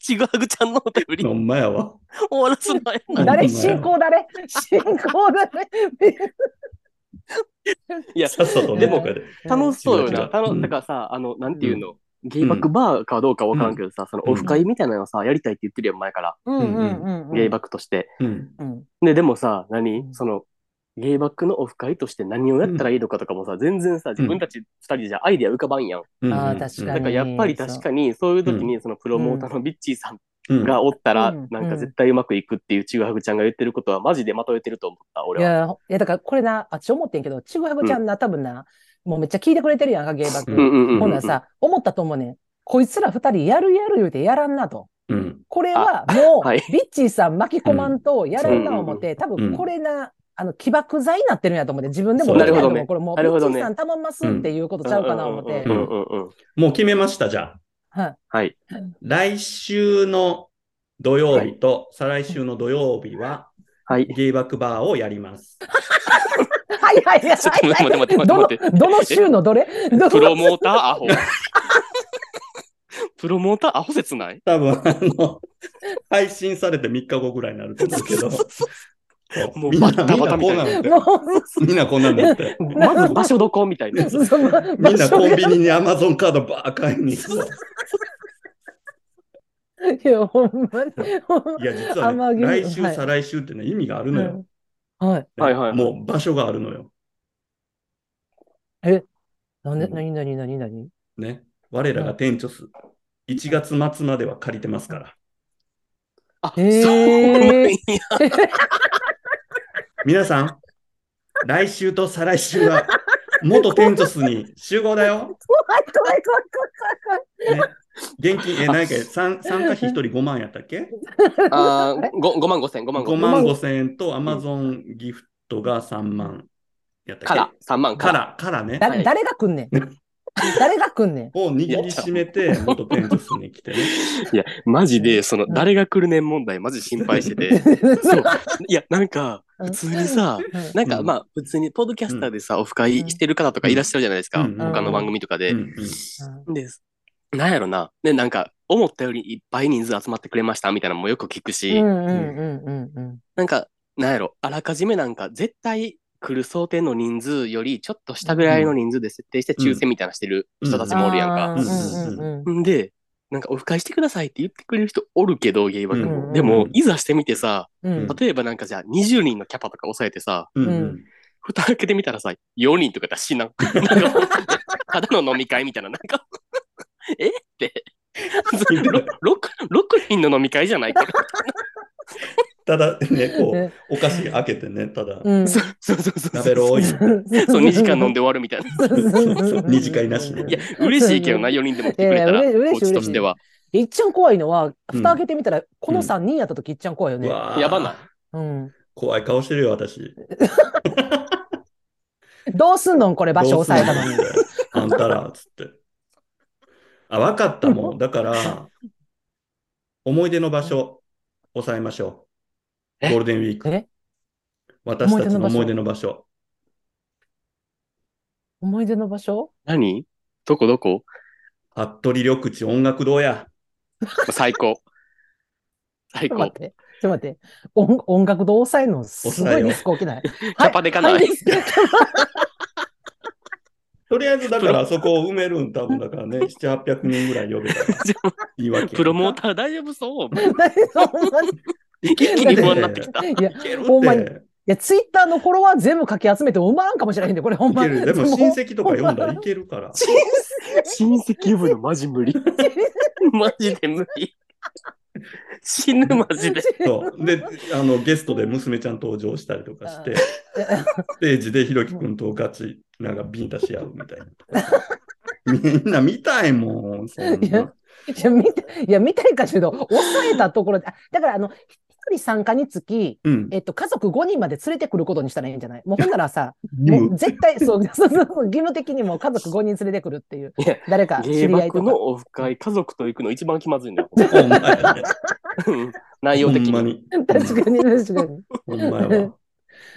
[SPEAKER 2] ちぐはぐちゃんのお便
[SPEAKER 1] た。
[SPEAKER 2] り
[SPEAKER 1] ほんまやわ。
[SPEAKER 2] 終わらすのや
[SPEAKER 1] うん
[SPEAKER 3] 誰進行誰進行誰
[SPEAKER 2] いや、
[SPEAKER 1] さっさと
[SPEAKER 2] で
[SPEAKER 1] ね、
[SPEAKER 2] も
[SPEAKER 1] とかで。
[SPEAKER 2] 楽しそうよ
[SPEAKER 1] 違う違
[SPEAKER 2] な。
[SPEAKER 1] う
[SPEAKER 2] 楽
[SPEAKER 1] うん
[SPEAKER 2] だからさ、あの、なんていうの、ゲイバックバーかどうかわからんけどさ、そのオフ会みたいなのさ、やりたいって言ってるよ、前から。
[SPEAKER 3] うんうんうんうん。
[SPEAKER 2] ゲイバックとして。
[SPEAKER 1] うん。
[SPEAKER 3] うん。
[SPEAKER 2] で、でもさ、何
[SPEAKER 3] うん
[SPEAKER 2] その、ゲイバックのオフ会として何をやったらいいのかとかもさ、全然さ、自分たち二人じゃアイデア浮かばんやん。
[SPEAKER 1] うん
[SPEAKER 3] あー確
[SPEAKER 2] だ
[SPEAKER 3] か
[SPEAKER 2] からやっぱり確かに、そういう時に、そのプロモーターのビッチーさん
[SPEAKER 1] うん
[SPEAKER 2] がおったら、
[SPEAKER 3] うん
[SPEAKER 2] なんか絶対うまくいくっていうちぐはぐちゃんが言ってることは、マジでまとめてると思った、
[SPEAKER 3] い
[SPEAKER 2] 俺は。
[SPEAKER 3] や、いやだからこれな、あっち思ってんけど、ちぐはぐちゃんな、多分な、もうめっちゃ聞いてくれてるやんか、ゲイバック。
[SPEAKER 2] うんうんうんうん
[SPEAKER 3] ほんならさ、思ったと思うねん。こいつら二人やるやる言うてやらんなと。
[SPEAKER 1] うん。
[SPEAKER 3] これはもう、
[SPEAKER 2] あはい
[SPEAKER 3] ビッチーさん巻き込まんとやらんな思って、多
[SPEAKER 1] うん
[SPEAKER 3] 分これな、あの、起爆剤になってるんやと思って、自分でも
[SPEAKER 1] そう
[SPEAKER 3] 思って
[SPEAKER 1] なるほ
[SPEAKER 2] どね
[SPEAKER 3] これもう、
[SPEAKER 2] な
[SPEAKER 3] ビ
[SPEAKER 2] るほ
[SPEAKER 3] ッチ
[SPEAKER 2] どね
[SPEAKER 3] ーさん頼んますっていうことちゃうかな思
[SPEAKER 2] う
[SPEAKER 3] っ
[SPEAKER 2] ん
[SPEAKER 3] て
[SPEAKER 2] う。んうんうんうん。
[SPEAKER 1] もう決めました、じゃあ。
[SPEAKER 3] はい
[SPEAKER 2] はい。
[SPEAKER 1] 来週の土曜
[SPEAKER 2] は
[SPEAKER 1] 日と再来週の土曜日は、
[SPEAKER 2] はい。
[SPEAKER 1] ゲイバックバーをやります。
[SPEAKER 3] はいはいはい。
[SPEAKER 2] ちょっと待って待って
[SPEAKER 3] どの
[SPEAKER 2] 待って待って、
[SPEAKER 3] どの週のどれど の
[SPEAKER 2] プロモーターアホ。 プロモーターアホ説ない
[SPEAKER 1] 多分、あの、配信されて3日後ぐらいになると思うけど、
[SPEAKER 2] もう
[SPEAKER 1] みんな、
[SPEAKER 2] バッタバタみたいな
[SPEAKER 1] みんなこうなるって
[SPEAKER 3] もう、
[SPEAKER 1] みんなこんなんなって。
[SPEAKER 2] まず場所どこみたい なやつ。
[SPEAKER 3] その
[SPEAKER 1] みんな
[SPEAKER 3] 場所
[SPEAKER 1] コ
[SPEAKER 3] が
[SPEAKER 1] ンビニに Amazon カードばー買いに行く。
[SPEAKER 3] いや、ほんまに。ほんま
[SPEAKER 1] いや、実は
[SPEAKER 3] 甘
[SPEAKER 1] ね、
[SPEAKER 3] 牛
[SPEAKER 1] 来週、
[SPEAKER 3] はい
[SPEAKER 1] 再来週ってね、意味があるのよ。
[SPEAKER 3] はい。
[SPEAKER 2] はいはいはい
[SPEAKER 1] もう場所があるのよ。
[SPEAKER 3] な
[SPEAKER 1] うん
[SPEAKER 3] になになになになに
[SPEAKER 1] ね。我らが店長す。1月末までは借りてますから。
[SPEAKER 2] あ、
[SPEAKER 3] へー
[SPEAKER 2] そうなん や
[SPEAKER 1] 皆さん、来週と再来週 は、元店長すに集合だよ。
[SPEAKER 3] 怖い怖い怖い
[SPEAKER 1] ね、現金、え、何やっけ、参参加費1人5万やったっけ
[SPEAKER 2] あー、ご5万5千、5万
[SPEAKER 1] ?5
[SPEAKER 2] 5千。
[SPEAKER 1] 万5千円と Amazon ギフトが3万やったっけ
[SPEAKER 2] から、3万
[SPEAKER 1] か
[SPEAKER 2] から。
[SPEAKER 1] ら、からね。
[SPEAKER 3] 怖い。だ誰が来んねん。 誰が来んねん。
[SPEAKER 1] を握りしめて、元店長すに来てね。
[SPEAKER 2] いや、マジで、その、
[SPEAKER 3] ん
[SPEAKER 2] 誰が来るねん問題、マジ心配してて。そう。いや、なんか、
[SPEAKER 3] うん
[SPEAKER 2] 普通にさ、
[SPEAKER 3] うん
[SPEAKER 2] なんか、
[SPEAKER 1] うん
[SPEAKER 2] まあ、普通に、ポッドキャスターでさ、オフ会してる方とかいらっしゃるじゃないですか。
[SPEAKER 1] うん
[SPEAKER 2] 他の番組とかで
[SPEAKER 1] う。んうん
[SPEAKER 2] で、なんやろな。で、なんか、思ったよりいっぱい人数集まってくれましたみたいなのもよく聞くし、
[SPEAKER 3] うんうんうんうんうん。
[SPEAKER 2] なんか、なんやろ、あらかじめなんか、絶対来る想定の人数より、ちょっとしたぐらいの人数で設定して抽選みたいなしてる人たちもおるやん
[SPEAKER 3] あ
[SPEAKER 2] か。
[SPEAKER 3] ーうんうんうん
[SPEAKER 2] んで、なんか、オフ会してくださいって言ってくれる人おるけど、ゲイバーでも。
[SPEAKER 3] うん
[SPEAKER 2] でも、いざしてみてさ、
[SPEAKER 3] うん
[SPEAKER 2] 例えばなんかじゃあ20人のキャパとか抑えてさ、
[SPEAKER 1] うんう。
[SPEAKER 3] うん
[SPEAKER 2] 蓋開けてみたらさ、4人とかだし な。なんかもうただの飲み会みたいな、なんか、えって。6, 人の飲み会じゃないこれ。
[SPEAKER 1] ただね、こう
[SPEAKER 3] ね、
[SPEAKER 1] お菓子開けてね、ただ、
[SPEAKER 3] うん
[SPEAKER 2] そうそうそうそう。
[SPEAKER 1] 食べろーい。
[SPEAKER 2] そう、2時間飲ん
[SPEAKER 3] で。
[SPEAKER 2] で終わるみたいな。
[SPEAKER 1] 二次会なしね
[SPEAKER 2] いや、嬉しいけどな、4人でも来てくれた
[SPEAKER 3] い
[SPEAKER 2] ら、
[SPEAKER 3] やいや嬉
[SPEAKER 2] こ
[SPEAKER 3] しい
[SPEAKER 2] っちとしては。
[SPEAKER 3] いっちゃん怖いのは、蓋開けてみたら、こ
[SPEAKER 1] う
[SPEAKER 3] の
[SPEAKER 1] ん
[SPEAKER 3] 三人やった時いっちゃん怖いよ
[SPEAKER 1] う
[SPEAKER 3] ね。
[SPEAKER 1] わー
[SPEAKER 2] やばない。
[SPEAKER 3] うん。
[SPEAKER 1] 怖い顔してるよ、私。
[SPEAKER 3] どうすんのんこれ場所
[SPEAKER 1] どうすんの
[SPEAKER 3] 押さえたのに。
[SPEAKER 1] あんたら、つって。あ、わかった もん。だから、思い出の場所、抑えましょう。
[SPEAKER 2] え
[SPEAKER 1] ゴールデンウィーク。
[SPEAKER 3] え
[SPEAKER 1] 私たちの思
[SPEAKER 3] 思
[SPEAKER 1] い
[SPEAKER 3] い
[SPEAKER 1] 出
[SPEAKER 3] 出
[SPEAKER 1] の場所。
[SPEAKER 3] 思い出の場所
[SPEAKER 2] 何どこどこ
[SPEAKER 1] 服部緑地音楽堂や。
[SPEAKER 2] 最高。最
[SPEAKER 3] ちょっと
[SPEAKER 2] 高
[SPEAKER 3] 待っ。て。ちょっと待って。音音楽どう抑えんのす
[SPEAKER 1] 抑
[SPEAKER 3] ご
[SPEAKER 1] えよ
[SPEAKER 3] いうリスク起きない。キ
[SPEAKER 2] キャパでかない
[SPEAKER 1] とりあえず、だ から、そこを埋めるん、多分だからね、7、800人ぐらい呼べたら
[SPEAKER 2] じゃあ
[SPEAKER 1] いいわけ。
[SPEAKER 2] プロモーター大丈夫そう。
[SPEAKER 1] いけ
[SPEAKER 2] 一気に不安になってきた。
[SPEAKER 3] いや、い
[SPEAKER 1] いけるって
[SPEAKER 3] ほんまにや、ツイッターのフォロワー全部かき集めて埋まらんかもしれへんで、これほん
[SPEAKER 1] い
[SPEAKER 3] ま。
[SPEAKER 1] ける。でも、親戚とか呼んだらいけるから。
[SPEAKER 2] 親戚呼ぶのマジ無理。 マジで無理。死ぬマジで。
[SPEAKER 1] そう。で、あの、ゲストで娘ちゃん登場したりとかして、ステージでひろきくんとガチ、なんかビンタし合うみたいな。みんな見たいもん、そん
[SPEAKER 3] いや
[SPEAKER 1] な。
[SPEAKER 3] いや、見たい、いや、見たいかしらんけど、抑えたところで、あだから、あの、一人参加につき、
[SPEAKER 1] うん。
[SPEAKER 3] えっと、家族5人まで連れてくることにしたらいいんじゃないもうほんならさ、
[SPEAKER 1] で
[SPEAKER 3] も
[SPEAKER 1] も
[SPEAKER 3] う絶対、そう、そうそうそう義務的にもう家族5人連れてくるっていう
[SPEAKER 2] いや、
[SPEAKER 3] 誰か知
[SPEAKER 2] 芸
[SPEAKER 3] り合い
[SPEAKER 2] 爆
[SPEAKER 3] とか。
[SPEAKER 2] のオフ会、家族と行くの一番気まずいのよ。
[SPEAKER 1] ほんまやね
[SPEAKER 2] うん内容
[SPEAKER 1] ほ
[SPEAKER 2] 的
[SPEAKER 1] んま
[SPEAKER 2] に。
[SPEAKER 1] に。
[SPEAKER 3] 確かに、確かに。
[SPEAKER 1] ほんまやわ。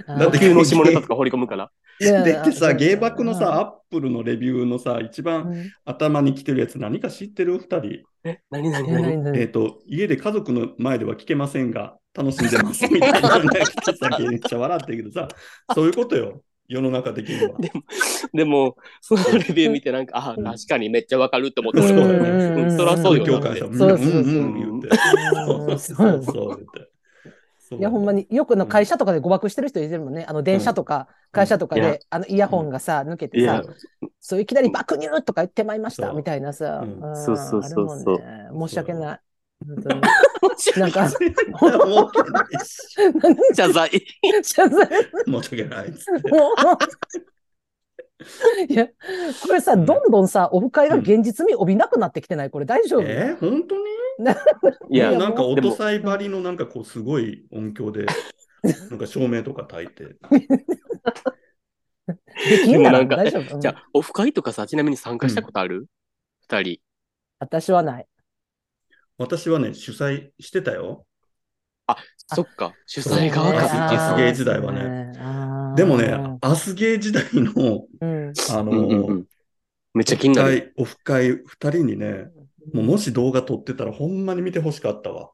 [SPEAKER 1] だって
[SPEAKER 2] 急の下ネタとか掘り込むから。
[SPEAKER 3] いや
[SPEAKER 1] でってさ、
[SPEAKER 3] あ
[SPEAKER 1] 芸爆の
[SPEAKER 3] うん
[SPEAKER 1] さ、アップルのレビューのさ、一
[SPEAKER 3] あー
[SPEAKER 1] 番
[SPEAKER 3] うん
[SPEAKER 1] 頭に来てるやつ何か知ってる二人。
[SPEAKER 2] え、何
[SPEAKER 3] え
[SPEAKER 2] 何何
[SPEAKER 3] 何何
[SPEAKER 1] えっと、家で家族の前では聞けませんが、楽しんでますみたいなのが来てさ。めっちゃ笑ってるけどさ、そういうことよ。世の中的には。
[SPEAKER 2] でも、でも、そのレビュー見てなんか、あ、確かにめっちゃわかると思って
[SPEAKER 1] そうだよね
[SPEAKER 2] うんそらそうよ。
[SPEAKER 1] 共感した。みんな、
[SPEAKER 3] そううそうそう
[SPEAKER 1] う
[SPEAKER 3] ん
[SPEAKER 1] ん言って。そう
[SPEAKER 3] う
[SPEAKER 1] そ
[SPEAKER 3] ん
[SPEAKER 1] うそう言って。そう
[SPEAKER 3] いやほんまによくの会社とかで誤爆してる人いるもんね、あの電車とか会社とか
[SPEAKER 2] いや
[SPEAKER 3] であのイヤホンがさ、抜け
[SPEAKER 2] い
[SPEAKER 3] て
[SPEAKER 2] や
[SPEAKER 3] さ、そういきなり爆乳とか言ってまいりまし
[SPEAKER 1] そ
[SPEAKER 3] た
[SPEAKER 1] う
[SPEAKER 3] みたいなさ、
[SPEAKER 1] うん
[SPEAKER 3] ん
[SPEAKER 2] そうそうそうそう
[SPEAKER 3] あるもんね申し訳ない。本 当
[SPEAKER 2] な
[SPEAKER 3] になんん
[SPEAKER 2] か、
[SPEAKER 3] か、
[SPEAKER 1] そんな思ってないし
[SPEAKER 2] 謝罪。
[SPEAKER 3] 謝罪
[SPEAKER 1] 申し訳ないっつって。
[SPEAKER 3] も ういや、これさ、
[SPEAKER 1] うん
[SPEAKER 3] どんどんさ、オフ会が現実味帯びなくなってきてない、これ大丈夫、
[SPEAKER 1] えー本当に
[SPEAKER 2] いや
[SPEAKER 1] もう、なんか
[SPEAKER 2] でも
[SPEAKER 1] 音さえばりのなんかこうすごい音響で、なんか照明とか焚いて。
[SPEAKER 3] できんな
[SPEAKER 2] でもな
[SPEAKER 3] ら
[SPEAKER 2] んか
[SPEAKER 3] 大丈夫、うん
[SPEAKER 2] じゃあ、オフ会とかさ、ちなみに参加したことある二人。
[SPEAKER 3] 私はない。
[SPEAKER 1] 私はね、主催してたよ。
[SPEAKER 2] そっか、主
[SPEAKER 1] そう
[SPEAKER 2] 催側
[SPEAKER 1] ね
[SPEAKER 2] か。
[SPEAKER 1] あー
[SPEAKER 2] そっかそっか
[SPEAKER 1] ゲイ時代はね
[SPEAKER 3] ね。あ
[SPEAKER 1] でもね、アスゲー時代の、
[SPEAKER 3] うん。
[SPEAKER 1] あの
[SPEAKER 2] うんうんうんめっちゃ気になる。
[SPEAKER 1] 会オフ会2人にね、もうもし動画撮ってたらほんまに見てほしかったわ。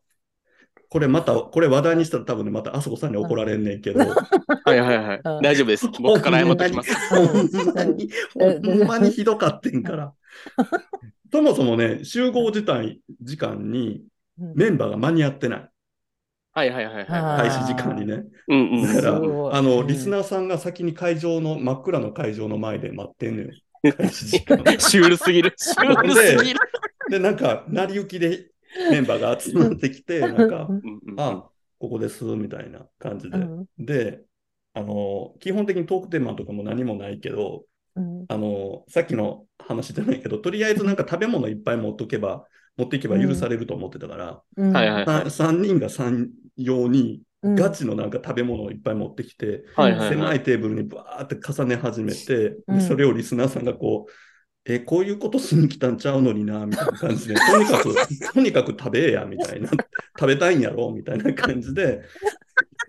[SPEAKER 1] これまた、これ話題にしたら多分ね、またあそこさんに怒られんねんけど、
[SPEAKER 2] はいはいはい。
[SPEAKER 3] うん
[SPEAKER 2] 大丈夫です。僕から謝っておきます。
[SPEAKER 1] ほんまに、ほんまにひどかってんから。そもそもね、集合時間時間に
[SPEAKER 3] うん
[SPEAKER 1] メンバーが間に合ってない。
[SPEAKER 2] はいはいはい
[SPEAKER 3] あ
[SPEAKER 2] は
[SPEAKER 3] ー
[SPEAKER 1] 開始時間にね。
[SPEAKER 2] い。うんうん。
[SPEAKER 1] だから、
[SPEAKER 3] すごい
[SPEAKER 1] あの、
[SPEAKER 3] うん
[SPEAKER 1] リスナーさんが先に会場の、真っ暗の会場の前で待ってんのよ。開始時間。
[SPEAKER 2] シュールすぎる。シュールすぎる。
[SPEAKER 1] で、なんか、成り行きでメンバーが集まってきて、なん か、
[SPEAKER 2] うんうん
[SPEAKER 1] あ、ここです、みたいな感じ
[SPEAKER 3] う
[SPEAKER 1] で。
[SPEAKER 3] ん
[SPEAKER 1] で、あの、基本的にトークテーマとかも何もないけど、
[SPEAKER 3] うん
[SPEAKER 1] あの、さっきの話じゃないけど、とりあえずなんか食べ物いっぱい持っとけば、持っていけば許されると思ってたから、
[SPEAKER 3] うん
[SPEAKER 2] はいはい
[SPEAKER 1] 三3人が3用に、
[SPEAKER 3] うん
[SPEAKER 1] ガチのなんか食べ物をいっぱい持ってきて、
[SPEAKER 2] はいはい
[SPEAKER 1] 狭
[SPEAKER 2] はい。
[SPEAKER 1] いテーブルにバーって重ね始めて、で
[SPEAKER 3] うん
[SPEAKER 1] それをリスナーさんがこう、え、こういうことしに来たんちゃうのにな、みたいな感じで、とにかく、とにかく食べえや、みたいな、 食べたいんやろ、みたいな感じで、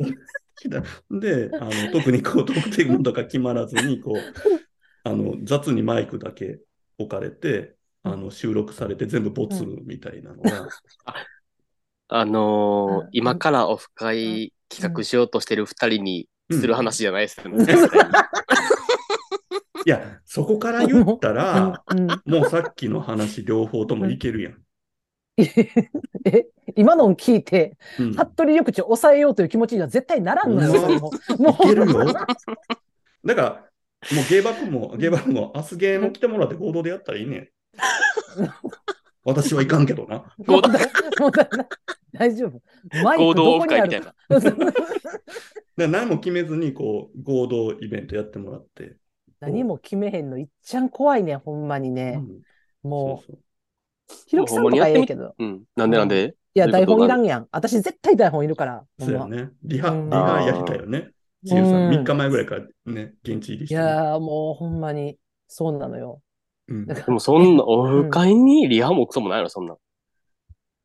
[SPEAKER 1] で、あの特にこう、特定群とか決まらずに、こう、あの雑にマイクだけ置かれて、あの収録されて全部ボツみたいなのが、
[SPEAKER 2] あの
[SPEAKER 3] う
[SPEAKER 2] ー
[SPEAKER 3] ん、
[SPEAKER 2] 今からオフ会企画しようとしてる二人にする話じゃないですよね。
[SPEAKER 1] いや、そこから言ったら、
[SPEAKER 3] うん
[SPEAKER 1] もうさっきの話両方ともいけるやん。
[SPEAKER 3] え今のを聞いて、
[SPEAKER 1] うん
[SPEAKER 3] 服部緑地を抑えようという気持ちには絶対ならんのよ、
[SPEAKER 1] うん
[SPEAKER 3] もうも
[SPEAKER 1] いけ
[SPEAKER 3] う
[SPEAKER 1] るよ。だから、もうゲイバックも、ゲイバックも、明日ゲーム来てもらって合同でやったらいいねん。私はいかんけどな。
[SPEAKER 2] 合同
[SPEAKER 3] もうもう大丈夫。マイク
[SPEAKER 2] 合
[SPEAKER 3] ど
[SPEAKER 2] 同オフ
[SPEAKER 3] こに
[SPEAKER 2] 会
[SPEAKER 3] あ
[SPEAKER 2] みたい
[SPEAKER 3] る
[SPEAKER 2] な。
[SPEAKER 1] で何も決めずに、こう、合同イベントやってもらって。
[SPEAKER 3] 何も決めへんの、いっちゃん怖いね、ほんまに
[SPEAKER 1] う
[SPEAKER 3] ね。
[SPEAKER 1] ん
[SPEAKER 3] も
[SPEAKER 1] そう
[SPEAKER 3] う、ひろきさんとかええけど。
[SPEAKER 2] うん。なんでなんで
[SPEAKER 3] いや、
[SPEAKER 2] どうい
[SPEAKER 3] 台
[SPEAKER 2] うこと
[SPEAKER 3] 本いらんやん。私絶対台本いるから。
[SPEAKER 1] そ
[SPEAKER 3] ほ
[SPEAKER 1] うんそう
[SPEAKER 3] ま
[SPEAKER 1] やね。リハ、
[SPEAKER 3] うん
[SPEAKER 1] リハやりたいよね。
[SPEAKER 3] うん
[SPEAKER 1] ちゆさん、3日前ぐらいからね、現地入りし
[SPEAKER 3] い
[SPEAKER 1] てね。
[SPEAKER 3] やー、もうほんまに、そうなのよ。
[SPEAKER 1] うん
[SPEAKER 3] だか
[SPEAKER 2] でもそんな、オフ会にリハもクソもないの、そんな。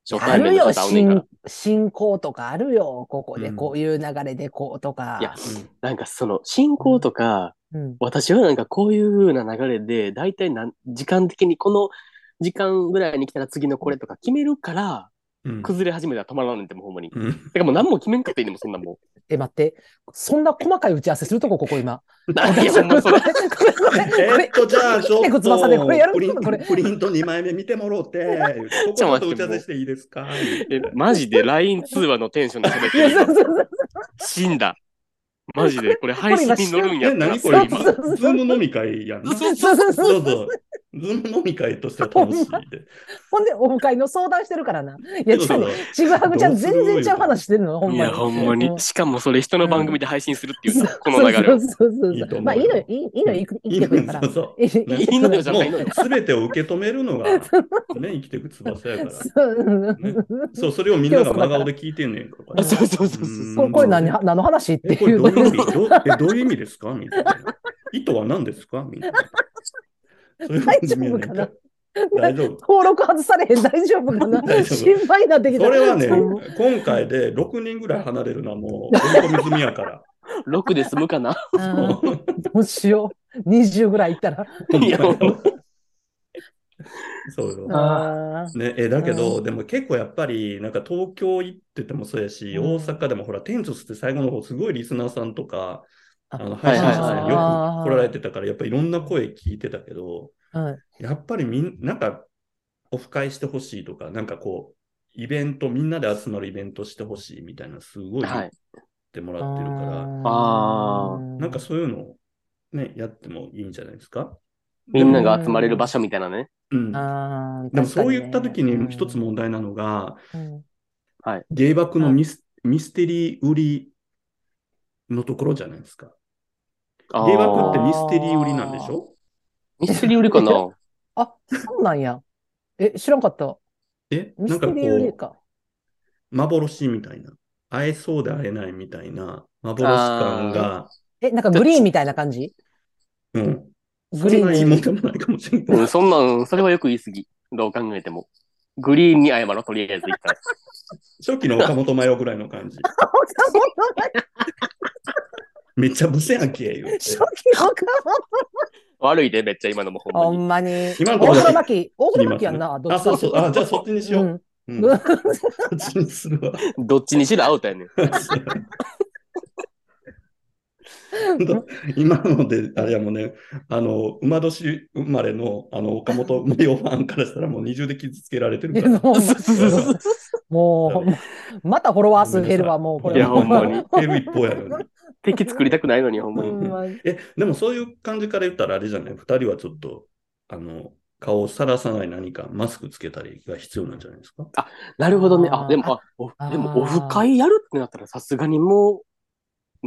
[SPEAKER 2] 初
[SPEAKER 3] あ
[SPEAKER 2] 対面
[SPEAKER 3] る
[SPEAKER 2] の
[SPEAKER 3] よ、
[SPEAKER 2] 方会うねんから
[SPEAKER 3] 進。進行とかあるよ、ここで、
[SPEAKER 1] うん
[SPEAKER 3] こういう流れでこうとか。
[SPEAKER 2] いやなんかその、進行とか、
[SPEAKER 3] うん、
[SPEAKER 2] 私はなんかこういう風な流れで、大体なん時間的にこの時間ぐらいに来たら次のこれとか決めるから、
[SPEAKER 1] うん。
[SPEAKER 2] 崩れ始めたら止まらんねんて、もうほんまに。
[SPEAKER 1] うん
[SPEAKER 2] てかもう何も決めんかっていいねんもん、そんなも
[SPEAKER 3] え、待って、そんな細かい打ち合わせするとこ、ここ今。
[SPEAKER 2] う。 なんや、ほんまそれ。
[SPEAKER 3] これ、これ、これこ
[SPEAKER 1] え
[SPEAKER 3] れ
[SPEAKER 1] っと、じゃあ、ちょっ
[SPEAKER 3] 生きてく
[SPEAKER 1] と、
[SPEAKER 3] 翼でこれやる
[SPEAKER 1] プリン
[SPEAKER 3] これ
[SPEAKER 1] プリント2枚目見てもろうて、 言うてここちょっと打ち合わせしていいですか
[SPEAKER 2] え、マジで LINE 通話のテンションで喋っ
[SPEAKER 3] い
[SPEAKER 2] て
[SPEAKER 3] や、そ
[SPEAKER 2] る。
[SPEAKER 3] うそうそう。
[SPEAKER 2] 死んだ。マジで、これ配信に乗るんや
[SPEAKER 1] え、
[SPEAKER 2] ったら
[SPEAKER 1] 何こ
[SPEAKER 2] それ
[SPEAKER 1] れ
[SPEAKER 2] 今
[SPEAKER 1] 今、
[SPEAKER 3] そ
[SPEAKER 1] ズ
[SPEAKER 3] うそうそう
[SPEAKER 1] ーム飲み会やんな。
[SPEAKER 3] そうそうそう
[SPEAKER 1] そうそう。ズーム飲み会としては楽しいで。
[SPEAKER 3] ほんで、オフ会の相談してるからな。いや、ちょっとね、ちぐはぐちゃん、全然ちゃう話してるのよ、ほん
[SPEAKER 2] い
[SPEAKER 3] ま
[SPEAKER 2] や、
[SPEAKER 3] に。
[SPEAKER 2] ほんまに
[SPEAKER 3] う。ん
[SPEAKER 2] しかもそれ人の番組で配信するっていうさ、この流れ
[SPEAKER 3] そ
[SPEAKER 2] を
[SPEAKER 3] う。そうそう
[SPEAKER 1] いい
[SPEAKER 3] そう
[SPEAKER 1] と思うよ
[SPEAKER 3] まあ、いいのよ、いいいいのよ、生き
[SPEAKER 1] い
[SPEAKER 3] 生き
[SPEAKER 1] い
[SPEAKER 3] てく
[SPEAKER 1] の
[SPEAKER 3] る
[SPEAKER 1] よ
[SPEAKER 3] か
[SPEAKER 1] そ。
[SPEAKER 3] ら
[SPEAKER 1] うそ
[SPEAKER 3] いい
[SPEAKER 2] いいのよ、じゃ
[SPEAKER 1] う。
[SPEAKER 2] な
[SPEAKER 1] も
[SPEAKER 2] いのよ
[SPEAKER 1] う。すべてを受け止めるのが、ね、生きてく翼 やから。
[SPEAKER 3] そう
[SPEAKER 1] ねそう、それをみんなが真顔で聞いてんねんか
[SPEAKER 2] あ
[SPEAKER 1] ら。
[SPEAKER 2] そうそうそうそう
[SPEAKER 1] うん
[SPEAKER 3] これ、これ何、何の話って
[SPEAKER 1] え、こ
[SPEAKER 3] い
[SPEAKER 1] れ
[SPEAKER 3] う
[SPEAKER 1] どういう意味どうえどういう意味ですかみたいな。意図は何ですかみたいな。そういう感じ見えないら大丈夫。
[SPEAKER 3] 登録外されへん、大丈夫かな
[SPEAKER 1] 大丈夫
[SPEAKER 3] 心配になってきた。
[SPEAKER 1] それはね
[SPEAKER 3] そう、
[SPEAKER 1] 今回で6人ぐらい離れるのはもう追い込み済みや から。
[SPEAKER 2] 6で済むかな
[SPEAKER 3] あーどうしよう。20ぐらいいったら。
[SPEAKER 2] いや、ほんま
[SPEAKER 1] そうよ。
[SPEAKER 3] あ
[SPEAKER 1] ね、えだけど、
[SPEAKER 3] う
[SPEAKER 1] でも結構やっぱり、なんか東京行っててもそうやし、
[SPEAKER 3] うん
[SPEAKER 1] 大阪でもほら、天卒って最後の方、すごいリスナーさんとか、
[SPEAKER 3] あ
[SPEAKER 1] あの配信者さんよく
[SPEAKER 3] あー
[SPEAKER 1] 来られてたから、やっぱりいろんな声聞いてたけど、
[SPEAKER 3] ーはい
[SPEAKER 1] やっぱりみんなんか、オフ会してほしいとか、なんかこう、イベント、みんなで集まるイベントしてほしいみたいな、すごい言
[SPEAKER 2] は
[SPEAKER 1] っ
[SPEAKER 2] い。
[SPEAKER 1] てもらってるから、
[SPEAKER 2] あ
[SPEAKER 1] なんかそういうのを、ね、やってもいいんじゃないですか。
[SPEAKER 2] みんなが集まれる場所みたいなね。
[SPEAKER 1] うん。
[SPEAKER 3] あー
[SPEAKER 1] でも
[SPEAKER 3] 確か
[SPEAKER 1] そう
[SPEAKER 3] ね
[SPEAKER 1] 言った時に一つ問題なのが、
[SPEAKER 3] うん
[SPEAKER 1] 芸爆のミス,、ミステリー売りのところじゃないですか。
[SPEAKER 2] あ
[SPEAKER 1] 芸爆っ
[SPEAKER 2] ー
[SPEAKER 1] てミステリー売りなんでしょ
[SPEAKER 2] ミステリー売りかな
[SPEAKER 3] あ、そうなんや。え、知らんかった。
[SPEAKER 1] え
[SPEAKER 3] ミ
[SPEAKER 1] なん
[SPEAKER 3] ス
[SPEAKER 1] か
[SPEAKER 3] テ
[SPEAKER 1] こ
[SPEAKER 3] リーより
[SPEAKER 1] う、
[SPEAKER 3] か。
[SPEAKER 1] 幻みたいな。会えそうで会えないみたいな幻感が、
[SPEAKER 3] え、なんかグリーンみたいな感じ
[SPEAKER 1] うん。
[SPEAKER 3] グ
[SPEAKER 1] そ
[SPEAKER 3] リ
[SPEAKER 1] んなに
[SPEAKER 3] ーン
[SPEAKER 1] も
[SPEAKER 3] に。
[SPEAKER 1] でもないかもしれない。
[SPEAKER 2] う ん、そんなん、それはよく言い過ぎ。どう考えても。グリーンに謝ろう、とりあえず一回。
[SPEAKER 1] 初期の岡本真代ぐらいの感じ。めっちゃブセやんけ、言う て
[SPEAKER 3] 初期の
[SPEAKER 2] 悪いで、めっちゃ今のもほ
[SPEAKER 3] 顔。ほ
[SPEAKER 2] んまに。
[SPEAKER 3] んまに。
[SPEAKER 1] 今のとこ
[SPEAKER 3] 大黒
[SPEAKER 1] ろ
[SPEAKER 3] 摩季、大黒摩季やんな、ど
[SPEAKER 1] あ、
[SPEAKER 3] っちか
[SPEAKER 1] そうそう。あ、じゃあそっちにしよ
[SPEAKER 3] う
[SPEAKER 1] う。
[SPEAKER 3] ん
[SPEAKER 1] うん。そっちにする わ。
[SPEAKER 2] どっちにしろアウトやねん。
[SPEAKER 1] 今ので、あれやもんね、あの、馬年生まれの、あの、岡本無料ファンからしたらもう二重で傷つけられ てる
[SPEAKER 3] い
[SPEAKER 1] か
[SPEAKER 3] や
[SPEAKER 1] ら。
[SPEAKER 3] ほんま
[SPEAKER 1] そうそうそう
[SPEAKER 3] もうほんま、またフォロワー数減るわ、もう、これ
[SPEAKER 2] いや、ほんまに。
[SPEAKER 1] 減る一方やのに。
[SPEAKER 2] 敵作りたくないのに、ほんま
[SPEAKER 3] ほ
[SPEAKER 2] に。
[SPEAKER 3] んまに
[SPEAKER 1] え、でもそういう感じから言ったらあれじゃない二人はちょっと、あの、顔をさらさない何かマスクつけたりが必要なんじゃないですか
[SPEAKER 2] なるほどね。あ
[SPEAKER 3] あ、ー
[SPEAKER 2] でも、あ、お
[SPEAKER 3] あー
[SPEAKER 2] でも、オフ会やるってなったら、さすがにもう、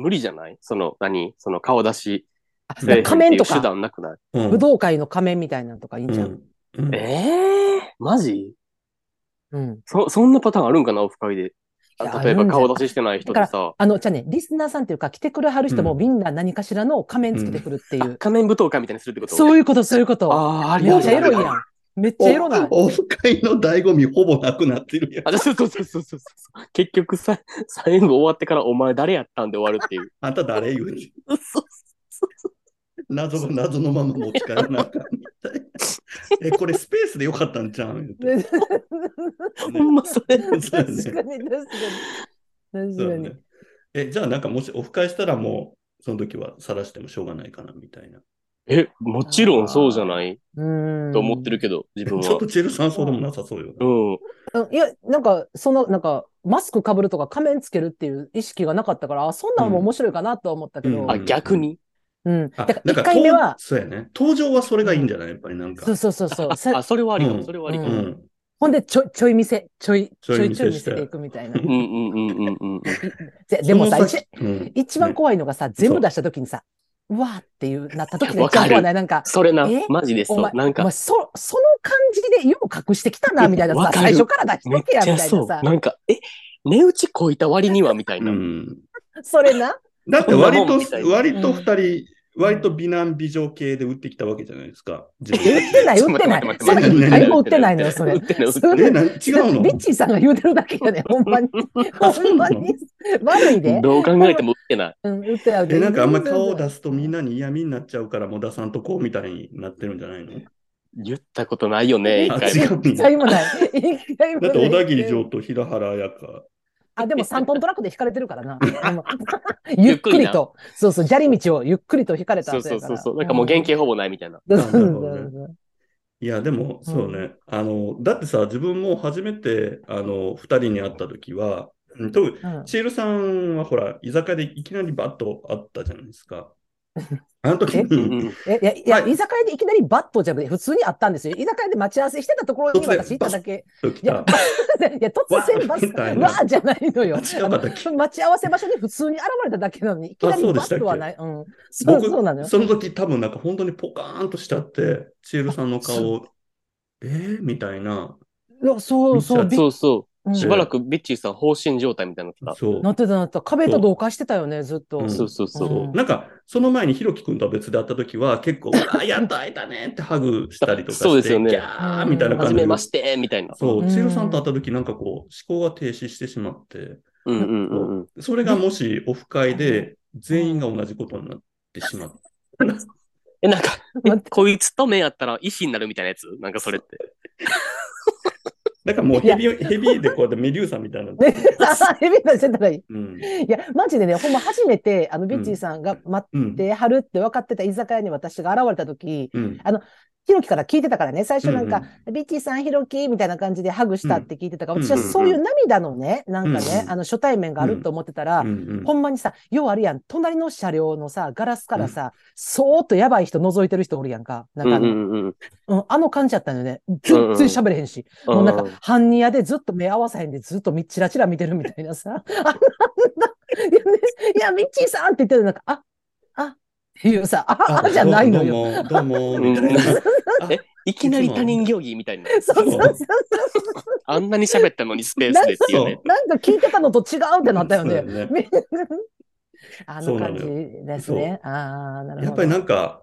[SPEAKER 2] 無理じゃないその、何その顔出し。
[SPEAKER 3] あ
[SPEAKER 1] ね
[SPEAKER 3] 仮面と
[SPEAKER 2] 手
[SPEAKER 3] か、
[SPEAKER 2] 段なくない
[SPEAKER 1] うん。
[SPEAKER 3] 武道会の仮面みたいなのとかいいん
[SPEAKER 1] う
[SPEAKER 3] じゃん。
[SPEAKER 1] ん。うん
[SPEAKER 2] ええー、マジ
[SPEAKER 3] うん。
[SPEAKER 2] そ、そんなパターンあるんかなオフ会で。あ
[SPEAKER 3] いや
[SPEAKER 2] 例え
[SPEAKER 3] あ
[SPEAKER 2] ば、
[SPEAKER 3] るんじゃな
[SPEAKER 2] 顔
[SPEAKER 3] い
[SPEAKER 2] 出ししてない人でさ、
[SPEAKER 3] あの、じゃあね、リスナーさんっていうか、来てくれはる人も
[SPEAKER 1] うん
[SPEAKER 3] みんな何かしらの仮面つけてくるっていう。
[SPEAKER 2] 仮面舞踏会みたいにするってこと
[SPEAKER 3] そう
[SPEAKER 2] う。
[SPEAKER 3] いうこと、そういうこと。
[SPEAKER 2] ああ、あり
[SPEAKER 3] め
[SPEAKER 2] あ
[SPEAKER 3] っ
[SPEAKER 2] り
[SPEAKER 3] ちゃエロいや
[SPEAKER 2] あり
[SPEAKER 3] ん。めっちゃエロない。
[SPEAKER 1] オフ会の醍醐味ほぼなくなってるやん。
[SPEAKER 2] あ、そうそうそうそうそうそう。結局さ、最後終わってから、お前誰やったんで終わるって いう。
[SPEAKER 1] あんた誰言うて
[SPEAKER 2] そう
[SPEAKER 1] 謎が謎のまま持ち帰らなあかんみたいな。え、これスペースでよかったんちゃうん言うて
[SPEAKER 2] ほんまそれ。
[SPEAKER 1] そうやね
[SPEAKER 3] 確かに、確かに。確
[SPEAKER 1] そう
[SPEAKER 3] か
[SPEAKER 1] や
[SPEAKER 3] に
[SPEAKER 1] ね。え、じゃあなんかもしオフ会したらもう、その時は晒してもしょうがないかなみたいな。
[SPEAKER 2] え、もちろんそうじゃない
[SPEAKER 3] うん。
[SPEAKER 2] と思ってるけど、自
[SPEAKER 1] ち
[SPEAKER 2] 分
[SPEAKER 1] ょっ
[SPEAKER 2] は
[SPEAKER 1] と。チェルさんそうでもなさそうよな。
[SPEAKER 2] うん。
[SPEAKER 3] うんいや、なんか、その、なんか、マスクかぶるとか仮面つけるっていう意識がなかったから、あそんなんも面白いかなとは思ったけど、
[SPEAKER 1] う
[SPEAKER 3] うんん。
[SPEAKER 2] あ、逆に。
[SPEAKER 3] だ
[SPEAKER 1] あ
[SPEAKER 3] から
[SPEAKER 1] なん
[SPEAKER 3] 1回目
[SPEAKER 1] とう
[SPEAKER 3] は、
[SPEAKER 1] そうやね。登場はそれがいいんじゃないやっぱりなんか。
[SPEAKER 3] そうそうそうそう。せ
[SPEAKER 2] あ、それはありか
[SPEAKER 1] う
[SPEAKER 2] も、
[SPEAKER 1] ん
[SPEAKER 2] それはありか
[SPEAKER 1] う
[SPEAKER 2] も。
[SPEAKER 1] ん。
[SPEAKER 3] ほんで、ちょい、ちょい見せ、ちょい、
[SPEAKER 1] ちょい
[SPEAKER 3] ちょい
[SPEAKER 1] 見
[SPEAKER 3] ちょい
[SPEAKER 1] せ
[SPEAKER 3] 見
[SPEAKER 1] して
[SPEAKER 3] せていくみたいな。
[SPEAKER 2] うんうんうんうんうんうん。
[SPEAKER 3] ぜでもさ、
[SPEAKER 1] その
[SPEAKER 3] 一
[SPEAKER 1] 先、うん
[SPEAKER 3] 一番
[SPEAKER 1] ね
[SPEAKER 3] 怖いのがさ、全部出した時にさ、うわーっていう、なった時の一番怖いのはなんか、
[SPEAKER 2] それな
[SPEAKER 3] え、
[SPEAKER 2] マジで
[SPEAKER 3] お
[SPEAKER 2] そう
[SPEAKER 3] 前。、
[SPEAKER 2] なん
[SPEAKER 3] お
[SPEAKER 2] か
[SPEAKER 3] 前、そ、その感じでよう隠してきたな、みたいな
[SPEAKER 2] わ
[SPEAKER 3] さ、
[SPEAKER 2] かる
[SPEAKER 3] 最初から出し
[SPEAKER 2] め
[SPEAKER 3] と
[SPEAKER 2] っ
[SPEAKER 3] けや、
[SPEAKER 2] ちゃ
[SPEAKER 3] みたいな
[SPEAKER 2] そう。
[SPEAKER 3] さ、
[SPEAKER 2] なんか、え、値打ちこいた割にはみたいな。
[SPEAKER 1] うん
[SPEAKER 3] それな。
[SPEAKER 1] だって割と
[SPEAKER 2] こんなもんみたい、な
[SPEAKER 1] 割と二人、割と美男美女系で売ってきたわけじゃないですか。自分
[SPEAKER 3] 売ってない、
[SPEAKER 2] ちょ
[SPEAKER 3] 売ってない
[SPEAKER 2] 待っ。て
[SPEAKER 3] そ
[SPEAKER 1] 待
[SPEAKER 3] れ
[SPEAKER 1] って
[SPEAKER 3] 一
[SPEAKER 1] 何
[SPEAKER 3] 回も売ってないのよ、それ
[SPEAKER 2] 売っ。てない売って
[SPEAKER 3] そ
[SPEAKER 2] ない
[SPEAKER 3] れ
[SPEAKER 1] え、な違うの
[SPEAKER 3] リッチーさんが言うてるだけやねん、ほんまに。
[SPEAKER 1] あ
[SPEAKER 3] ほんまに。悪いで。
[SPEAKER 2] どう考えても売ってない。
[SPEAKER 3] うん、売ってない、売って
[SPEAKER 1] え、なんかあんま顔を
[SPEAKER 3] だ
[SPEAKER 1] 出すとみんなに嫌味になっちゃうから、もださんとこうみたいになってるんじゃないの
[SPEAKER 2] 言ったことないよね、一
[SPEAKER 1] あ、
[SPEAKER 2] 回
[SPEAKER 1] 違
[SPEAKER 2] も。
[SPEAKER 1] うん
[SPEAKER 3] 一
[SPEAKER 1] だ。
[SPEAKER 3] 回もない。一回もな
[SPEAKER 1] だ
[SPEAKER 3] い。
[SPEAKER 1] って小田切城と平原綾香。
[SPEAKER 3] あ、でも3本トラックで引かれてるか らな。 ゆっくりと。そうそう、砂利道をゆっくりと引かれた
[SPEAKER 2] そう
[SPEAKER 3] 後
[SPEAKER 2] そ
[SPEAKER 3] や
[SPEAKER 2] う
[SPEAKER 3] か
[SPEAKER 2] そ
[SPEAKER 3] ら。
[SPEAKER 2] うそう。なんかもう原
[SPEAKER 3] 元気。
[SPEAKER 2] 型ほぼないみたいな。
[SPEAKER 3] そうそう
[SPEAKER 1] なるほど
[SPEAKER 3] そう。
[SPEAKER 1] いや、でも、そうね。あの、だってさ、自分も初めて、あの、二人に会った時は、うん特に、
[SPEAKER 3] うん
[SPEAKER 1] チールさんはほら、居酒屋でいきなりバッと会ったじゃないですか。あの時に、
[SPEAKER 3] え、いや、いや、
[SPEAKER 1] はい
[SPEAKER 3] 居酒屋でいきなりバッとじゃなくて、普通にあったんですよ。居酒屋で待ち合わせしてたところに
[SPEAKER 1] 突然
[SPEAKER 3] 私行っただけ。
[SPEAKER 1] と来
[SPEAKER 3] いや
[SPEAKER 1] た。、
[SPEAKER 3] いや突然バス、
[SPEAKER 1] わみ
[SPEAKER 3] わ
[SPEAKER 1] たいな
[SPEAKER 3] ーじゃないのよ。
[SPEAKER 1] あ違うかったっけ
[SPEAKER 3] あの待ち合わせ場所に普通に現れただけなのに、いきな
[SPEAKER 1] あ
[SPEAKER 3] り
[SPEAKER 1] そうで
[SPEAKER 3] バ
[SPEAKER 1] したっ
[SPEAKER 3] ッ
[SPEAKER 1] け
[SPEAKER 3] とはない。うん。そう、
[SPEAKER 1] 僕
[SPEAKER 3] そうなのよ。
[SPEAKER 1] その時多分なんか本当にポカーンとしちゃって、チールさんの顔を、えー、みたいな。
[SPEAKER 3] いやそう、そう、
[SPEAKER 1] 見
[SPEAKER 3] び
[SPEAKER 1] ち
[SPEAKER 3] っ
[SPEAKER 2] そうそうう。
[SPEAKER 3] ん
[SPEAKER 2] しばらくビッチーさん放心状態みたいになって
[SPEAKER 1] そう。
[SPEAKER 3] なってたなってた。壁と同化してたよね、ずっと。
[SPEAKER 1] うん
[SPEAKER 2] た。そうそうそう。
[SPEAKER 1] そう
[SPEAKER 3] うん
[SPEAKER 1] なんか、その前にひろきくんとは別で会った時は、結構、あ、やっと会えたねってハグしたりとかして、
[SPEAKER 2] そうですよね
[SPEAKER 1] ギャーみたいな
[SPEAKER 2] は
[SPEAKER 1] 感じ
[SPEAKER 2] じ
[SPEAKER 1] で
[SPEAKER 2] め。まして、みたいな。
[SPEAKER 1] そうう、
[SPEAKER 3] ん
[SPEAKER 1] 千尋さんと会った時なんかこう、思考が停止してしまって、
[SPEAKER 2] うんうんうんうん。
[SPEAKER 1] それがもしオフ会で全員が同じことになってしまう。
[SPEAKER 2] え、なんか、え
[SPEAKER 3] 待って
[SPEAKER 2] こいつと目やったら医師になるみたいなやつなんかそれって。
[SPEAKER 1] だからもうヘビ、ヘビでこうやってメデューサみたいな。
[SPEAKER 3] ね、ヘビーなしてたらいい。
[SPEAKER 1] うん。
[SPEAKER 3] いや、マジでね、ほんま初めて、あの、ビッチーさんが待
[SPEAKER 1] うん
[SPEAKER 3] っ。てはるって分かってた居酒屋に私が現れた時、
[SPEAKER 1] うん。
[SPEAKER 3] ひろきから聞いてたからね、最初なんか
[SPEAKER 1] うん、
[SPEAKER 3] ビッチーさん、ひろきみたいな感じでハグしたって聞いてたから、
[SPEAKER 1] うん
[SPEAKER 3] 私はそういう涙のね、なんか
[SPEAKER 1] う
[SPEAKER 3] ね
[SPEAKER 1] ん、
[SPEAKER 3] あの、初対面があると思ってたら
[SPEAKER 1] う、ん
[SPEAKER 3] ほんまにさ、ようあるやん、隣の車両のさ、ガラスからさ、そーっとやばい人覗いてる人おるやんか、なんかあ
[SPEAKER 2] う
[SPEAKER 3] の、
[SPEAKER 2] んうんうん。
[SPEAKER 3] うんあの感じやったんよね。全然喋れへんし、もうなんか、半ニヤでずっと目合わさへんで、ずっとみちらちら見てるみたいな さ、あんな、あんないや、ね、いや、ミッチーさんって言ってるなんか、あ、あ、っていうさ、あ、あじゃないのよ。
[SPEAKER 1] よ。どうも、どうも、みたい
[SPEAKER 2] うん
[SPEAKER 1] な。
[SPEAKER 2] え、いきなり他人行儀みたいな。
[SPEAKER 3] そうそうそうそう。
[SPEAKER 2] あんなに喋ったのにスペースでっていうね。
[SPEAKER 3] なんか聞いてたのと違うってなったよ
[SPEAKER 1] そう
[SPEAKER 3] ね
[SPEAKER 1] だ。よね
[SPEAKER 3] みんなあの感じですね。ああ、なるほど。
[SPEAKER 1] やっぱりなんか、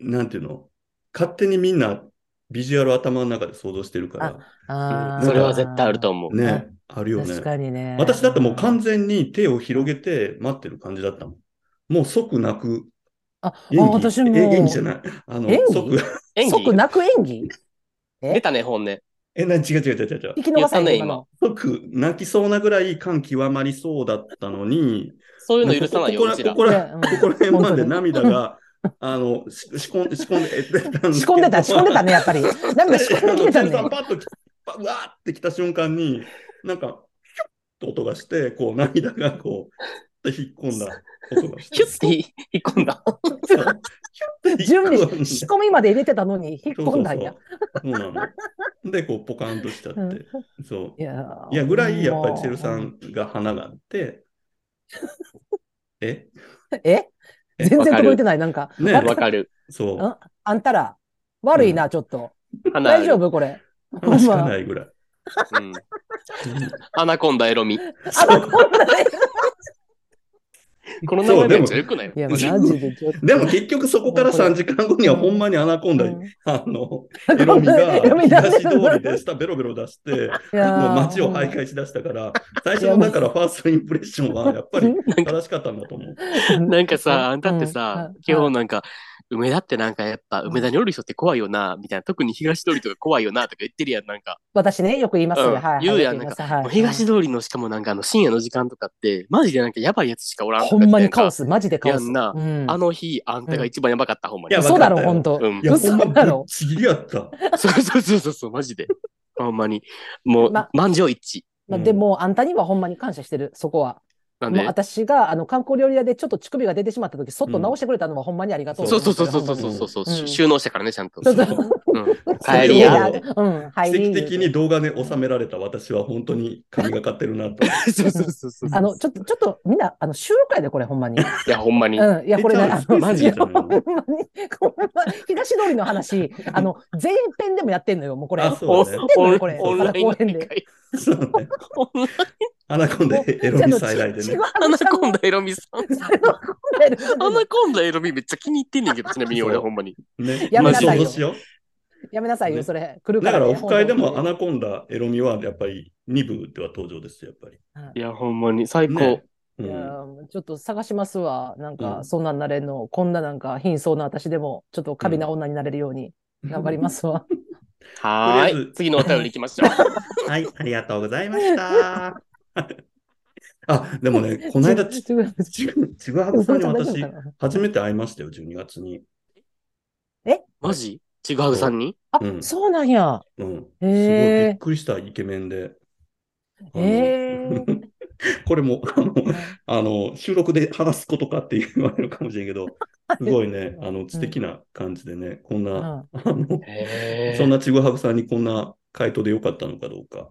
[SPEAKER 1] なんていうの、勝手にみんなビジュアル頭の中で想像してるから、
[SPEAKER 3] あー
[SPEAKER 2] それは絶対あると思う。
[SPEAKER 1] ね、あるよね。
[SPEAKER 3] 確かにね。
[SPEAKER 1] 私だってもう完全
[SPEAKER 3] 全
[SPEAKER 1] に手を広げて待ってる感じだったもん。もう即泣く。
[SPEAKER 3] あ、あ
[SPEAKER 1] 演技
[SPEAKER 3] 私も。
[SPEAKER 1] え演技じゃない。あの
[SPEAKER 3] 演技、
[SPEAKER 1] 即、
[SPEAKER 2] 演
[SPEAKER 3] 即
[SPEAKER 2] 技
[SPEAKER 3] 泣く演技
[SPEAKER 2] 出たね、本音。
[SPEAKER 1] え、な、違う違う違う違う違う。
[SPEAKER 3] 生き
[SPEAKER 2] 言
[SPEAKER 3] 逃さない
[SPEAKER 2] ったね今
[SPEAKER 1] 即泣きそうなぐらい感極まりそうだったのに、
[SPEAKER 2] そういうの
[SPEAKER 1] もう
[SPEAKER 2] 許
[SPEAKER 1] こ
[SPEAKER 2] さないよ、
[SPEAKER 1] ここ
[SPEAKER 2] う
[SPEAKER 1] ら
[SPEAKER 2] ちら
[SPEAKER 1] こ。こら、
[SPEAKER 3] うん
[SPEAKER 1] ここら辺まで
[SPEAKER 3] 本当に
[SPEAKER 1] 涙が、あの、し仕込んで、仕込んで、 仕込
[SPEAKER 3] 仕込んでた、仕込ん でたね、やっぱり。涙仕込んできてたね。
[SPEAKER 1] パッときパうわーってきた瞬間に、なんか、ヒュッと音がして、こう、涙がこう、引っ込んだ音がして。
[SPEAKER 2] キュッて引っ込んだ。
[SPEAKER 1] ヒュッて引っ込んだ
[SPEAKER 3] 準備し、仕込みまで入れてたのに、引っ込んだんや。
[SPEAKER 1] そうそうそうそうなの。で、こう、ポカンとしちゃって。
[SPEAKER 3] うん
[SPEAKER 1] そう。
[SPEAKER 3] いやー
[SPEAKER 1] いや、ぐらい、やっぱり
[SPEAKER 3] もう
[SPEAKER 1] チェルさんが花があって、え
[SPEAKER 3] え
[SPEAKER 1] え
[SPEAKER 3] 全
[SPEAKER 2] わ
[SPEAKER 3] 然
[SPEAKER 2] かる
[SPEAKER 3] 届いてない。なんか、
[SPEAKER 1] ね
[SPEAKER 2] わかる。
[SPEAKER 1] そう。
[SPEAKER 3] んあんたら、悪いな、ちょっと。
[SPEAKER 2] 花ある
[SPEAKER 3] 大丈夫これ。
[SPEAKER 1] 話しかないぐらい。
[SPEAKER 2] うんアナコンダエロミ。
[SPEAKER 3] あら、こんなね。
[SPEAKER 2] この名前めっ
[SPEAKER 1] そうで
[SPEAKER 2] ちゃ
[SPEAKER 1] も
[SPEAKER 2] 良くない
[SPEAKER 3] いや、
[SPEAKER 1] も
[SPEAKER 3] マ
[SPEAKER 1] う
[SPEAKER 3] ジでちょっと。
[SPEAKER 1] でも結局そこから3時間後にはほんまにアナコンダに、
[SPEAKER 3] うん
[SPEAKER 1] あの、エロミが
[SPEAKER 3] エロミなんで
[SPEAKER 1] 東通りで下ベロベロ出して、
[SPEAKER 3] いやー
[SPEAKER 1] もう街を徘徊しだしたから、最初のだからファーストインプレッションはやっぱり正しかったんだと思う。
[SPEAKER 2] なんかさ、あんたってさ、
[SPEAKER 3] うん
[SPEAKER 2] 今日なんか、梅田ってなんかやっぱ、
[SPEAKER 3] うん
[SPEAKER 2] 梅田におる人って怖いよな、みたいな、特に東通りとか怖いよな、とか言ってるやん、なんか。
[SPEAKER 3] 私ね、よく言います
[SPEAKER 2] うん
[SPEAKER 3] よ。はい。
[SPEAKER 2] 言うやん
[SPEAKER 3] はいよく言いますはい
[SPEAKER 2] もう東通りの、しかもなんかあの深夜の時間とかって、マジでなんかやばいやつしかおらんとか
[SPEAKER 3] ほんまにカ
[SPEAKER 2] 言
[SPEAKER 3] オ
[SPEAKER 2] って
[SPEAKER 3] ス、マジでカオス。
[SPEAKER 2] やんな
[SPEAKER 3] う
[SPEAKER 2] た
[SPEAKER 3] ん
[SPEAKER 2] やんかあの日、あんたが一番やばかった、ほんまに。
[SPEAKER 1] いや
[SPEAKER 3] 嘘だろ、
[SPEAKER 1] わかったよ
[SPEAKER 3] ほんと。
[SPEAKER 2] うん
[SPEAKER 1] いや、ほ
[SPEAKER 3] 嘘
[SPEAKER 1] んまぶ
[SPEAKER 3] だ
[SPEAKER 1] っ
[SPEAKER 3] ろ
[SPEAKER 1] ちぎりやった。
[SPEAKER 2] そうそうそうそうそう、マジで。ほんまに。もう、
[SPEAKER 3] ま
[SPEAKER 2] 満場一
[SPEAKER 3] まあ
[SPEAKER 1] うん
[SPEAKER 3] でも、あんたにはほんまに感謝してる、そこは。
[SPEAKER 2] 致。なん
[SPEAKER 3] もう
[SPEAKER 2] で、
[SPEAKER 3] 私が、あの、観光料理屋でちょっと乳首が出てしまった時、そっと直してくれたのはほんまにありがとう。
[SPEAKER 2] そうそうそうそう
[SPEAKER 3] ほんま
[SPEAKER 2] そ
[SPEAKER 3] に
[SPEAKER 2] うそう、
[SPEAKER 3] うん
[SPEAKER 2] 収納したからね、ちゃんと。
[SPEAKER 3] そうそう
[SPEAKER 2] うん
[SPEAKER 1] 帰りや
[SPEAKER 3] うん、入
[SPEAKER 1] 奇
[SPEAKER 3] り
[SPEAKER 1] 跡的に動画で収められた私は本当に神がかってるなと。
[SPEAKER 2] そうそうそうそう。
[SPEAKER 3] あの、ちょっと、ちょっと、みんな、あの、収録やで、これ、ほんまに。
[SPEAKER 2] いや、ほんまに。
[SPEAKER 3] うん、いや、これね、
[SPEAKER 1] えじゃあ
[SPEAKER 3] あの、
[SPEAKER 1] マジで
[SPEAKER 3] ほんまに、ほんまに、東通りの話、あの、前編でもやってんのよ、もうこれ。
[SPEAKER 1] あ、そう
[SPEAKER 3] そ
[SPEAKER 1] だね。
[SPEAKER 2] オン
[SPEAKER 3] これ
[SPEAKER 2] オンライン飲み会。
[SPEAKER 1] そうね。
[SPEAKER 2] オン
[SPEAKER 1] アナコンダエロミ再来でね。
[SPEAKER 2] アナコンダエロミさん。アナコンダエロミめっちゃ気に入ってんねんけど、ちなみに俺
[SPEAKER 1] そう
[SPEAKER 2] ほんまに。
[SPEAKER 1] ね。
[SPEAKER 3] や
[SPEAKER 1] ま
[SPEAKER 3] め
[SPEAKER 1] あ
[SPEAKER 3] なさいよ
[SPEAKER 1] そうしよう。
[SPEAKER 3] やめなさいよ、それ。来るか
[SPEAKER 1] だ
[SPEAKER 3] ら
[SPEAKER 1] か
[SPEAKER 3] ね。
[SPEAKER 1] らオフ会でもア
[SPEAKER 3] の、
[SPEAKER 1] ナコンダ、エロミはやっぱり2部では登場ですよ、やっぱり。
[SPEAKER 2] いや、ほんまに。最高
[SPEAKER 1] ね。
[SPEAKER 3] いや
[SPEAKER 1] うん
[SPEAKER 3] ーちょっと探しますわ。なん
[SPEAKER 1] う
[SPEAKER 3] か、
[SPEAKER 1] ん
[SPEAKER 3] そんなんなれんの、こんななんか、貧相な私でも、ちょっと過敏な女になれるように、頑張りますわ。
[SPEAKER 2] は
[SPEAKER 1] とりあえ
[SPEAKER 2] ー
[SPEAKER 1] ず
[SPEAKER 2] い。次のお便り行きましょう。
[SPEAKER 1] はい、ありがとうございました。 あ、でもね、この 間、ち
[SPEAKER 3] ちょっと
[SPEAKER 1] ちちぐはぐさんに
[SPEAKER 3] 大丈夫
[SPEAKER 1] 私
[SPEAKER 3] か、な
[SPEAKER 1] 初めて会いましたよ、12月に。
[SPEAKER 2] マジちぐはぐさんに
[SPEAKER 3] あ
[SPEAKER 1] う、ん
[SPEAKER 3] そうなんや。
[SPEAKER 1] うん。す
[SPEAKER 3] へ
[SPEAKER 1] ごい
[SPEAKER 3] ー
[SPEAKER 1] びっくりしたイケメンで。あの
[SPEAKER 3] へ ー
[SPEAKER 1] これもあのあの収録で話すことかって言われるかもしれんけど、すごいね、あの知的な感じでね、こんな、
[SPEAKER 3] うん
[SPEAKER 1] あの
[SPEAKER 2] へ
[SPEAKER 1] そんなちぐはぐさんにこんな回答でよかったのかどうか、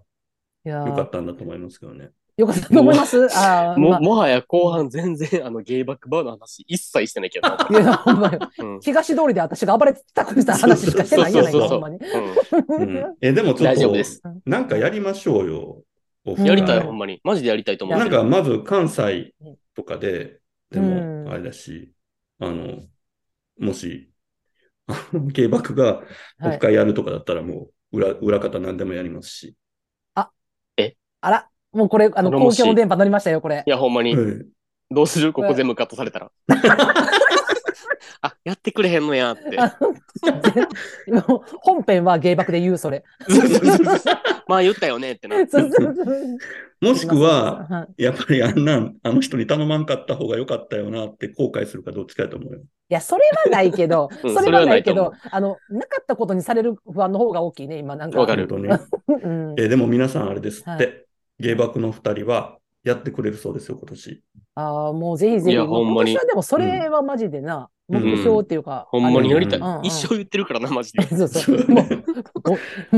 [SPEAKER 3] いやー
[SPEAKER 1] よかったんだと思いますけどね。
[SPEAKER 3] よかったと思います。あーま
[SPEAKER 2] も
[SPEAKER 3] あ
[SPEAKER 2] もはや後半全然あのゲイバックバーの話一切してないけど。
[SPEAKER 3] いや、ほんまよ。
[SPEAKER 2] うん
[SPEAKER 3] 東通りで私が暴れてたくした話しかしてないやない
[SPEAKER 2] そう
[SPEAKER 3] か、
[SPEAKER 2] そ
[SPEAKER 3] ほ
[SPEAKER 2] うん
[SPEAKER 3] まに。
[SPEAKER 1] うん、えでもちょっ
[SPEAKER 2] 大丈夫で
[SPEAKER 1] と
[SPEAKER 2] す、
[SPEAKER 1] なんかやりましょうよ。オフ
[SPEAKER 2] う
[SPEAKER 1] 会
[SPEAKER 2] ん。やりたい、
[SPEAKER 3] うん
[SPEAKER 2] ほんまに。マジでやりたいと思う。
[SPEAKER 1] なんかまず関西とかで、で
[SPEAKER 3] うん
[SPEAKER 1] もあれだし、あの、もし、あの芸爆がオ
[SPEAKER 3] は
[SPEAKER 1] フ
[SPEAKER 3] い。
[SPEAKER 1] 会やるとかだったらもう裏、裏方何でもやりますし。
[SPEAKER 3] あら、もうこれ、あの、
[SPEAKER 2] 頼も
[SPEAKER 3] 公
[SPEAKER 2] しい
[SPEAKER 3] 共の電波乗りましたよ、こ れ
[SPEAKER 2] い。や、ほんまに。
[SPEAKER 1] うん
[SPEAKER 2] どうするここ全部カットされたら。あ、やってくれへんのやって。
[SPEAKER 3] あのもう本編は芸爆で言う、それ。
[SPEAKER 2] そうそうそうそうまあ言ったよねってな。
[SPEAKER 3] そうそう
[SPEAKER 1] もしくは、
[SPEAKER 3] はい
[SPEAKER 1] やっぱりあんなん、あの人に頼まんかった方が良かったよなって後悔するかどっちかやと思うよ。
[SPEAKER 3] いや、それはないけど、
[SPEAKER 2] うん
[SPEAKER 3] それはないけ
[SPEAKER 2] それは
[SPEAKER 3] ど、あの、なかったことにされる不安の方が大きいね、今、なんか。
[SPEAKER 2] わかる
[SPEAKER 1] 本当に。
[SPEAKER 3] うん。
[SPEAKER 1] えでも皆さんあれですっ
[SPEAKER 3] は
[SPEAKER 1] て、芸爆の二人はやってくれるそうですよ、今年。
[SPEAKER 3] ああ、もうぜひぜひ。
[SPEAKER 2] いや
[SPEAKER 3] もう
[SPEAKER 2] ほんまに
[SPEAKER 3] 今年はでも、それはマジでな、
[SPEAKER 1] う
[SPEAKER 3] 目
[SPEAKER 1] ん
[SPEAKER 3] 標っていうか。
[SPEAKER 2] ほんまにやりたい。
[SPEAKER 3] うんうん
[SPEAKER 2] 一生言ってるからな、マジ
[SPEAKER 3] あ
[SPEAKER 2] で
[SPEAKER 3] れ。 そうそう。もうも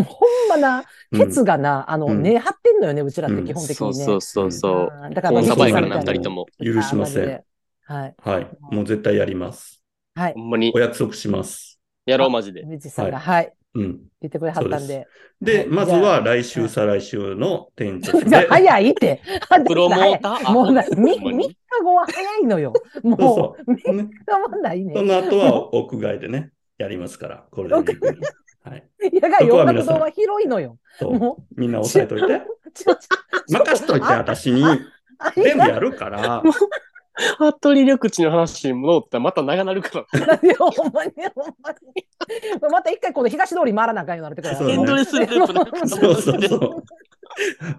[SPEAKER 3] うほんまな、ケツがな、あの、
[SPEAKER 1] うん
[SPEAKER 3] 根張ってんのよね、うちらって
[SPEAKER 1] うん
[SPEAKER 3] 基本的
[SPEAKER 2] そ
[SPEAKER 3] に
[SPEAKER 2] う
[SPEAKER 3] ね。
[SPEAKER 2] そうそうそう。
[SPEAKER 3] うんだから、
[SPEAKER 2] コ
[SPEAKER 3] まあ
[SPEAKER 2] ンサバイから
[SPEAKER 1] ぜ
[SPEAKER 2] な、
[SPEAKER 1] ひぜ
[SPEAKER 2] 二
[SPEAKER 1] ひ
[SPEAKER 2] 人とも。
[SPEAKER 1] 許しませ。
[SPEAKER 3] あーマジ
[SPEAKER 1] ん。
[SPEAKER 3] ではい。
[SPEAKER 1] はい。もう絶対やります。
[SPEAKER 3] はい
[SPEAKER 2] ほ。んまに
[SPEAKER 1] お。約束します。
[SPEAKER 2] やろう、マジで。
[SPEAKER 3] みちさんが、はい。
[SPEAKER 1] うん。
[SPEAKER 3] 言ってくれはったん
[SPEAKER 1] そう
[SPEAKER 3] で。は
[SPEAKER 1] で、
[SPEAKER 3] い
[SPEAKER 1] まず
[SPEAKER 3] じゃ
[SPEAKER 1] は
[SPEAKER 3] あ
[SPEAKER 1] 来週、再来週の店長
[SPEAKER 3] じゃあ
[SPEAKER 1] で。
[SPEAKER 3] 早いって。
[SPEAKER 2] プロモーター
[SPEAKER 3] もうな、
[SPEAKER 2] あほん
[SPEAKER 3] み
[SPEAKER 2] ま
[SPEAKER 3] 3
[SPEAKER 2] に
[SPEAKER 3] 日後は早いのよ。も、
[SPEAKER 1] そう
[SPEAKER 3] 3
[SPEAKER 1] そう。ね、
[SPEAKER 3] 日もない
[SPEAKER 1] そ
[SPEAKER 3] ね。
[SPEAKER 1] の後は屋外でね、やりますから、これで
[SPEAKER 3] 屋外
[SPEAKER 1] はい。
[SPEAKER 3] 野外
[SPEAKER 1] そこは
[SPEAKER 3] 音
[SPEAKER 1] 皆
[SPEAKER 3] 楽
[SPEAKER 1] さん
[SPEAKER 3] 堂は広いのよ。
[SPEAKER 1] そう。
[SPEAKER 3] も
[SPEAKER 1] みんな 押さえといて。
[SPEAKER 3] う、ちょちょ
[SPEAKER 1] 任しといて、
[SPEAKER 3] あ
[SPEAKER 1] 私に。
[SPEAKER 3] あい
[SPEAKER 1] 全部
[SPEAKER 3] や
[SPEAKER 1] やるから。
[SPEAKER 2] 服部緑地の話に戻ったらまた長なるから。
[SPEAKER 3] なんでほんまに、ほんまに。 また一回、この東通り回らなあかんようになるってくる
[SPEAKER 1] そうね
[SPEAKER 2] エンドレスル ープなん か
[SPEAKER 1] そうそうそう。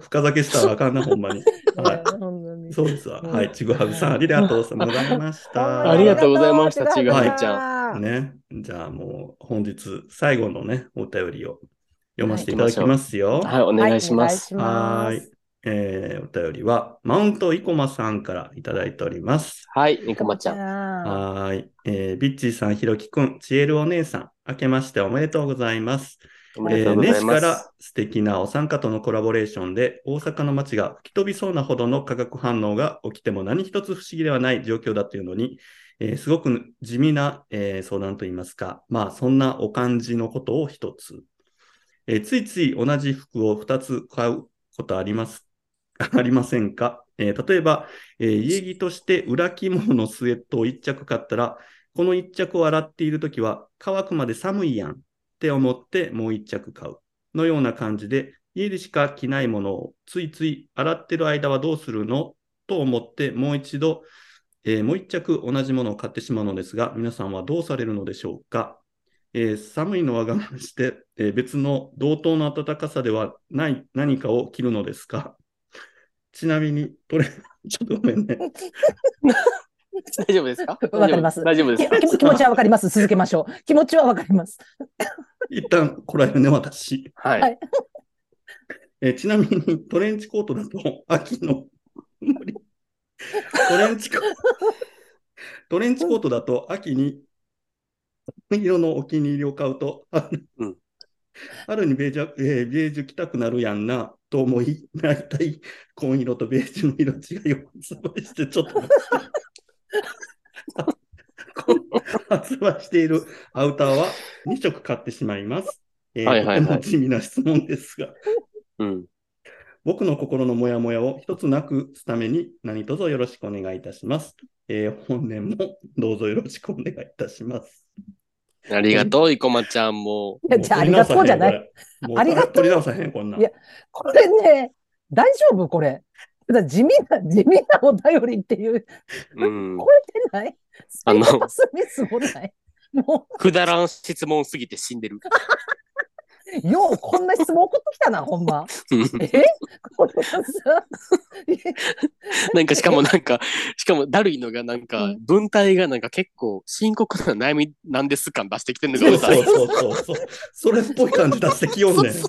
[SPEAKER 1] 深酒したらあかんな、ほんまに。は
[SPEAKER 3] ねほんまに
[SPEAKER 1] い。そうですわ。はい。ちぐはぐさん、ありがとうございました。
[SPEAKER 2] ありがとうございましたちぐ
[SPEAKER 1] は
[SPEAKER 2] ぐち
[SPEAKER 3] ゃ。
[SPEAKER 1] ね。じゃあもう、本日最後のね、お便りを読ませていただきますよ。
[SPEAKER 2] はい、お願いします。
[SPEAKER 3] はいお
[SPEAKER 1] は
[SPEAKER 3] 願
[SPEAKER 1] ー
[SPEAKER 3] い
[SPEAKER 1] い
[SPEAKER 3] します。
[SPEAKER 1] えーお便りは、マウント生駒さんからいただいております。
[SPEAKER 2] はい、ニコマちゃん。
[SPEAKER 3] ん。
[SPEAKER 1] はーい。えービッチーさん、ひろきくん、ちえるお姉さん、明けましておめでとうございます。
[SPEAKER 2] お
[SPEAKER 1] え
[SPEAKER 2] めでと
[SPEAKER 1] ー
[SPEAKER 2] うご
[SPEAKER 1] ネ
[SPEAKER 2] ざい
[SPEAKER 1] シ
[SPEAKER 2] ま
[SPEAKER 1] か
[SPEAKER 2] す。
[SPEAKER 1] ら素敵なお三方のコラボレーションで、大阪の街が吹き飛びそうなほどの化学反応が起きても何一つ不思議ではない状況だというのに、えーすごく地味な、えー相談といいますか、まあ、そんなお感じのことを一つ。えーついつい同じ服を二つ買うことあります、 ありませんか、えー例えば、えー家着として裏起毛のスウェットを一着買ったら、この一着を洗っているときは、乾くまで寒いやんって思ってもう一着買う。のような感じで、家でしか着ないものをついつい洗ってる間はどうするのと思って、もう一度、えーもう一着同じものを買ってしまうのですが、皆さんはどうされるのでしょうか、えー寒いのは我慢して、えー別の同等の暖かさではない何かを着るのですかちなみに、トレちょっとごめんね。
[SPEAKER 2] 大丈夫ですか
[SPEAKER 3] わかります
[SPEAKER 2] 大丈夫ですか
[SPEAKER 3] き気持ちはわかります。続けましょう。気持ちはわかり ます。
[SPEAKER 1] 一旦こらえるね、私。
[SPEAKER 2] はい。
[SPEAKER 3] はい
[SPEAKER 1] えーちなみに、トレンチコートだと、秋の森。トレンチコート。トレンチコートだと、秋に、色のお気に入りを買うと、春,、
[SPEAKER 2] うん
[SPEAKER 1] 春にベージュ、えーベージュ着たくなるやんな、と思い、大体、紺色とベージュの色違いを発売して、ちょっと待って。こ発売しているアウターは2色買ってしまいます。えー
[SPEAKER 2] はいはいはい
[SPEAKER 1] とても地味な質問ですが、
[SPEAKER 2] うん。
[SPEAKER 1] 僕の心のモヤモヤを一つなくすために何卒よろしくお願いいたします。えー本年もどうぞよろしくお願いいたします。
[SPEAKER 2] ありがとう、生駒ちゃんも。
[SPEAKER 3] いやじゃあ、ありがとうじゃない。
[SPEAKER 1] もう
[SPEAKER 3] ありがとう
[SPEAKER 1] 取り直さへん、これもう取り直さへんこんなん。
[SPEAKER 3] いやこれね、大丈夫これ。だから地味な、地味なお便りっていう、
[SPEAKER 2] うん
[SPEAKER 3] 超。えてないス
[SPEAKER 2] あの
[SPEAKER 3] ピードスミスもない。も
[SPEAKER 2] くだらん質問すぎて死んで る。
[SPEAKER 3] う、よう、こんな質問送ってきたな、ほんま。
[SPEAKER 2] うん
[SPEAKER 3] えこれさ、
[SPEAKER 2] なんかしかもなんか、しかもだるいのがなん
[SPEAKER 3] う
[SPEAKER 2] か、
[SPEAKER 3] ん
[SPEAKER 2] 文体がなんか結構深刻な悩みなんです感出してきてるの
[SPEAKER 1] そう
[SPEAKER 2] が
[SPEAKER 1] そう
[SPEAKER 2] さ、
[SPEAKER 1] そうそうそう。それっぽい感じ出してきよんねん。
[SPEAKER 3] フ